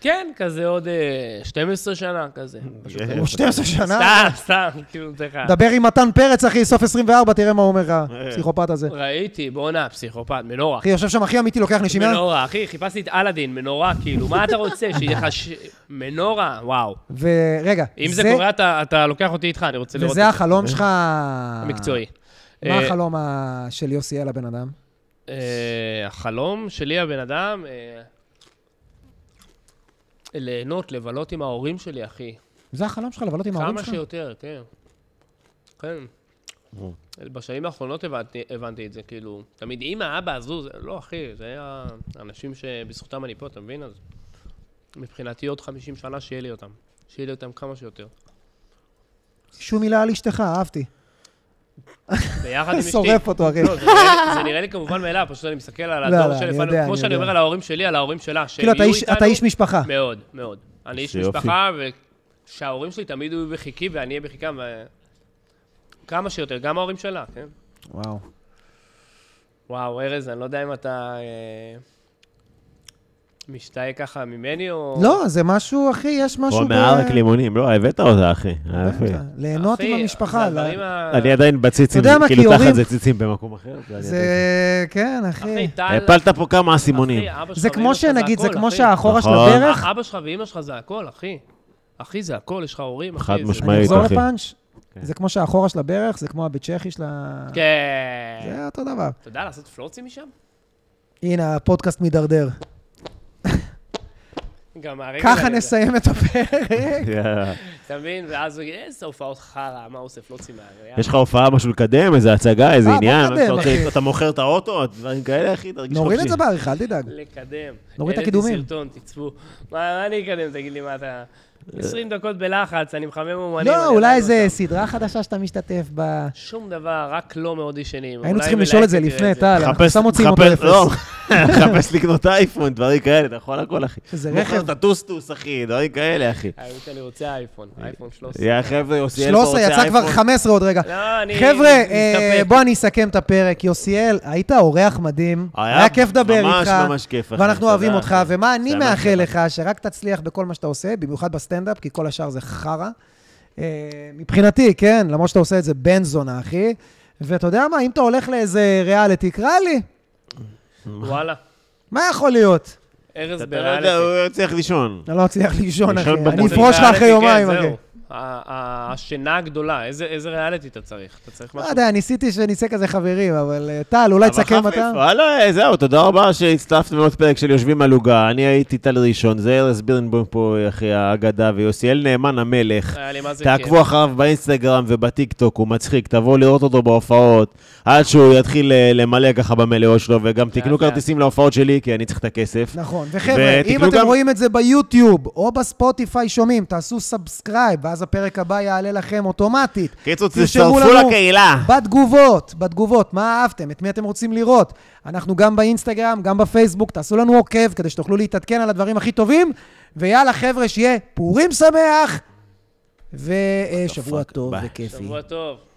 Speaker 3: כן, כזה עוד אה, 12 שנה, כזה. פשוט
Speaker 2: אה,
Speaker 1: הוא 12 שנה.
Speaker 3: סתם, סתם, כאילו, זה לך...
Speaker 1: דבר עם מתן פרץ, אחי, סוף 24, תראה מה הוא אומר לך,
Speaker 3: אה.
Speaker 1: הפסיכופת הזה.
Speaker 3: ראיתי, בואנה, פסיכופת, מנורה.
Speaker 1: אחי, יושב שם הכי אמיתי, לוקח נשימה.
Speaker 3: מנורה, אחי, חיפשתי את אלאדין, מנורה, כאילו, מה אתה רוצה, שיהיה לך ש... מנורה, וואו.
Speaker 1: ורגע,
Speaker 3: אם זה קורה, אתה- אתה לוקח אותי איתך, אני רוצה לראות את
Speaker 1: וזה
Speaker 3: זה.
Speaker 1: החלום שלך...
Speaker 3: המקצועי.
Speaker 1: מה
Speaker 3: אה,
Speaker 1: החלום ה- של יוסי אל הבן אדם?
Speaker 3: אה, החלום שלי, הבן אדם, אה, ליהנות, לבלות עם ההורים שלי, אחי.
Speaker 1: זה החלום שלך, לבלות עם ההורים
Speaker 3: כמה
Speaker 1: שלך?
Speaker 3: שיותר, כן. כן. בשנים האחרונות הבנתי, הבנתי את זה, כאילו, תמיד אימא, אבא, עזבו, זה- לא, אחי, זה היה אנשים שבזכותם אני פה, אתה מבין? אז מבחינתי עוד 50 שנה שיהיה לי אותם. שיהיה לי אותם כמה שיותר.
Speaker 1: שום מילה על אשתך, אהבתי.
Speaker 3: ביחד עם אשתי.
Speaker 1: שורף אותו, אחי.
Speaker 3: לא, זה נראה לי- זה נראה לי כמובן מאליו, פשוט אני מסתכל על
Speaker 1: לא,
Speaker 3: הדור
Speaker 1: לא, אני
Speaker 3: שלפנינו,
Speaker 1: יודע,
Speaker 3: כמו
Speaker 1: אני
Speaker 3: שאני
Speaker 1: יודע.
Speaker 3: אומר על ההורים שלי, על ההורים שלה,
Speaker 1: כאילו,
Speaker 3: שהם
Speaker 1: אתה
Speaker 3: יהיו
Speaker 1: איש- אתה איש משפחה.
Speaker 3: מאוד, מאוד. אני איש
Speaker 2: שיופי.
Speaker 3: משפחה, וכשההורים שלי תמיד יהיו בחיקי ואני אהיה בחיקם, ו... כמה שיותר, גם ההורים שלה, כן?
Speaker 1: וואו.
Speaker 3: וואו, ארז, אני לא יודע אם אתה אה, משתאה ככה ממני או...
Speaker 1: לא, זה משהו, אחי, יש משהו...
Speaker 2: או
Speaker 1: ב-
Speaker 2: מערק לימונים. לא, הבאת אותה, אחי. היה יפה.
Speaker 1: ליהנות עם
Speaker 3: אחי,
Speaker 1: המשפחה.
Speaker 3: זה
Speaker 1: לה-
Speaker 3: הדברים ה...
Speaker 2: אני עדיין בציצים,
Speaker 1: אתה יודע מה,
Speaker 2: כאילו
Speaker 1: כי הורים-
Speaker 2: תחת זה ציצים במקום אחר. זה אני עדיין-
Speaker 1: זה, כן, אחי.
Speaker 3: אחי, טל...
Speaker 2: הפלת פה כמה אסימונים.
Speaker 3: אחי, אבא
Speaker 1: זה
Speaker 3: שלך
Speaker 1: כמו
Speaker 3: ואמא שלך זה
Speaker 1: שנגיד, זה
Speaker 3: הכל,
Speaker 1: כמו
Speaker 3: אחי. אה,
Speaker 1: שהאחורה של
Speaker 2: נכון.
Speaker 1: הברך.
Speaker 3: אבא שלך ואימא שלך זה הכל, אחי. אחי, זה הכל, יש לך הורים, אחי.
Speaker 2: חד
Speaker 3: זה-
Speaker 2: משמעית.
Speaker 1: אני אחזור
Speaker 2: אחי.
Speaker 1: לפאנץ',
Speaker 2: כן.
Speaker 1: זה כמו שהאחורה של הברך, זה כמו הבצ'כי של ה...
Speaker 3: כן.
Speaker 1: זה אותו דבר.
Speaker 3: אתה יודע לעשות פלוצים משם?
Speaker 1: הנה, הפודקאסט מידרדר.
Speaker 3: גם הרגל...
Speaker 1: ככה
Speaker 3: הרגל.
Speaker 1: נסיים את הפרק.
Speaker 2: יאללה.
Speaker 3: אתה מבין? ואז הוא יגיד, איזה הופעות חרא, מה הוא עושה פלוצים מהרגל?
Speaker 2: יש לך הופעה, משהו לקדם, איזה הצגה, איזה
Speaker 1: אה, בוא
Speaker 2: עניין,
Speaker 1: נקדם,
Speaker 2: אתה רוצה-
Speaker 1: אחי.
Speaker 2: אתה מוכר את האוטו, דברים כאלה, אחי, תרגיש חופשי.
Speaker 1: נוריד את זה בעריכה, אל תדאג.
Speaker 3: לקדם.
Speaker 1: נוריד את
Speaker 3: העליתי
Speaker 1: הקידומים.
Speaker 3: סרטון, תצפו. מה מה אני אקדם? תגיד לי, מה אתה... 20 דקות בלחץ, אני מחמם אומנים.
Speaker 1: אה. לא,
Speaker 3: אני
Speaker 1: אולי
Speaker 3: עדיין
Speaker 1: איזה
Speaker 3: שם.
Speaker 1: סדרה חדשה שאתה משתתף בה.
Speaker 3: שום דבר, רק לא מאוד ישנים.
Speaker 1: היינו
Speaker 3: אולי
Speaker 1: צריכים
Speaker 3: בלייק
Speaker 1: לשאול את זה
Speaker 3: תראה
Speaker 1: לפני, טל, אנחנו
Speaker 2: חפש-
Speaker 1: סתם מוציאים אותו
Speaker 2: חפש- לא,
Speaker 1: אפס.
Speaker 2: חפש לקנות אייפון, דברים כאלה, אתה יכול הכל, אחי.
Speaker 1: זה
Speaker 2: מוכר
Speaker 1: רכב.
Speaker 2: את הטוסטוס, אחי, דברים כאלה, אחי.
Speaker 3: האמת, אה, אני רוצה אייפון,
Speaker 2: אה,
Speaker 3: אייפון 13.
Speaker 2: יא חבר'ה, יוסיאל פה
Speaker 1: 13,
Speaker 2: רוצה
Speaker 1: יצא כבר
Speaker 2: אייפון.
Speaker 1: 15 עוד רגע.
Speaker 3: לא, אני...
Speaker 1: חבר'ה, אה,
Speaker 3: מסתפק.
Speaker 1: בוא אני אסכם את הפרק. יוסיאל, היית אורח מדהים,
Speaker 2: היה
Speaker 1: היה כיף לדבר איתך.
Speaker 2: ממש ממש כיף, אחי,
Speaker 1: ואנחנו
Speaker 2: תודה,
Speaker 1: אוהבים אותך,
Speaker 2: אחי.
Speaker 1: ומה אני
Speaker 2: זה
Speaker 1: מאחל
Speaker 2: ממש
Speaker 1: לך, שרק תצליח בכל מה שאתה עושה, במיוחד בסטנדאפ, כי כל השאר זה חרא. אה, מבחינתי, כן, למרות שאתה עושה את זה בן זונה, אחי. ואתה יודע מה, אם אתה הולך לאיזה ריאליטי, קרא לי,
Speaker 3: וואלה,
Speaker 1: מה יכול להיות?
Speaker 3: ארז
Speaker 2: אתה לא יודע,
Speaker 3: בריאליטי.
Speaker 2: הוא צריך לישון.
Speaker 1: אני לא אצליח לישון, אחי.
Speaker 2: לישון
Speaker 1: אני
Speaker 2: במוזיקה.
Speaker 1: אפרוש לך
Speaker 3: בריאליטי,
Speaker 1: אחרי
Speaker 3: כן,
Speaker 1: יומיים,
Speaker 3: זהו.
Speaker 1: אחי.
Speaker 3: ה- ה- השינה הגדולה, איזה איזה ריאליטי אתה צריך? אתה צריך
Speaker 1: לא
Speaker 3: משהו?
Speaker 1: יודע, ניסיתי שנצא כזה חברים, אבל אה, טל, אולי
Speaker 2: אבל
Speaker 1: תסכם
Speaker 2: חפף,
Speaker 1: אתה?
Speaker 2: וואלה, זהו, תודה רבה שהצטרפתם לעוד פרק של יושבים על עוגה. אני הייתי טל ראשון, זה ארז בירנבוים פה, אחי, האגדה, ויוסיאל נאמן המלך.
Speaker 3: היה לי מה זה
Speaker 2: תעקבו אחריו באינסטגרם ובטיקטוק, הוא מצחיק, תבואו לראות אותו בהופעות, עד שהוא יתחיל אה, למלא ככה במלאות שלו, וגם תקנו
Speaker 3: לאט.
Speaker 2: כרטיסים להופעות שלי, כי אני צריך את הכסף.
Speaker 1: נכון, וחבר'ה, אם
Speaker 2: ותקנו
Speaker 1: אתם
Speaker 2: גם-
Speaker 1: רואים את זה ביוטיוב או בספוטיפיי שומעים, תעשו סאבסקרייב, ואז הפרק הבא יעלה לכם אוטומטית.
Speaker 2: קיצור,
Speaker 1: תרשמו
Speaker 2: תצטרפו
Speaker 1: לנו
Speaker 2: לקהילה.
Speaker 1: בתגובות, בתגובות, מה אהבתם, את מי אתם רוצים לראות. אנחנו גם באינסטגרם, גם בפייסבוק, תעשו לנו עוקב כדי שתוכלו להתעדכן על הדברים הכי טובים, ויאללה חבר'ה, שיהיה פורים שמח, ושבוע טוב
Speaker 2: ביי.
Speaker 1: וכיפי.
Speaker 3: שבוע טוב.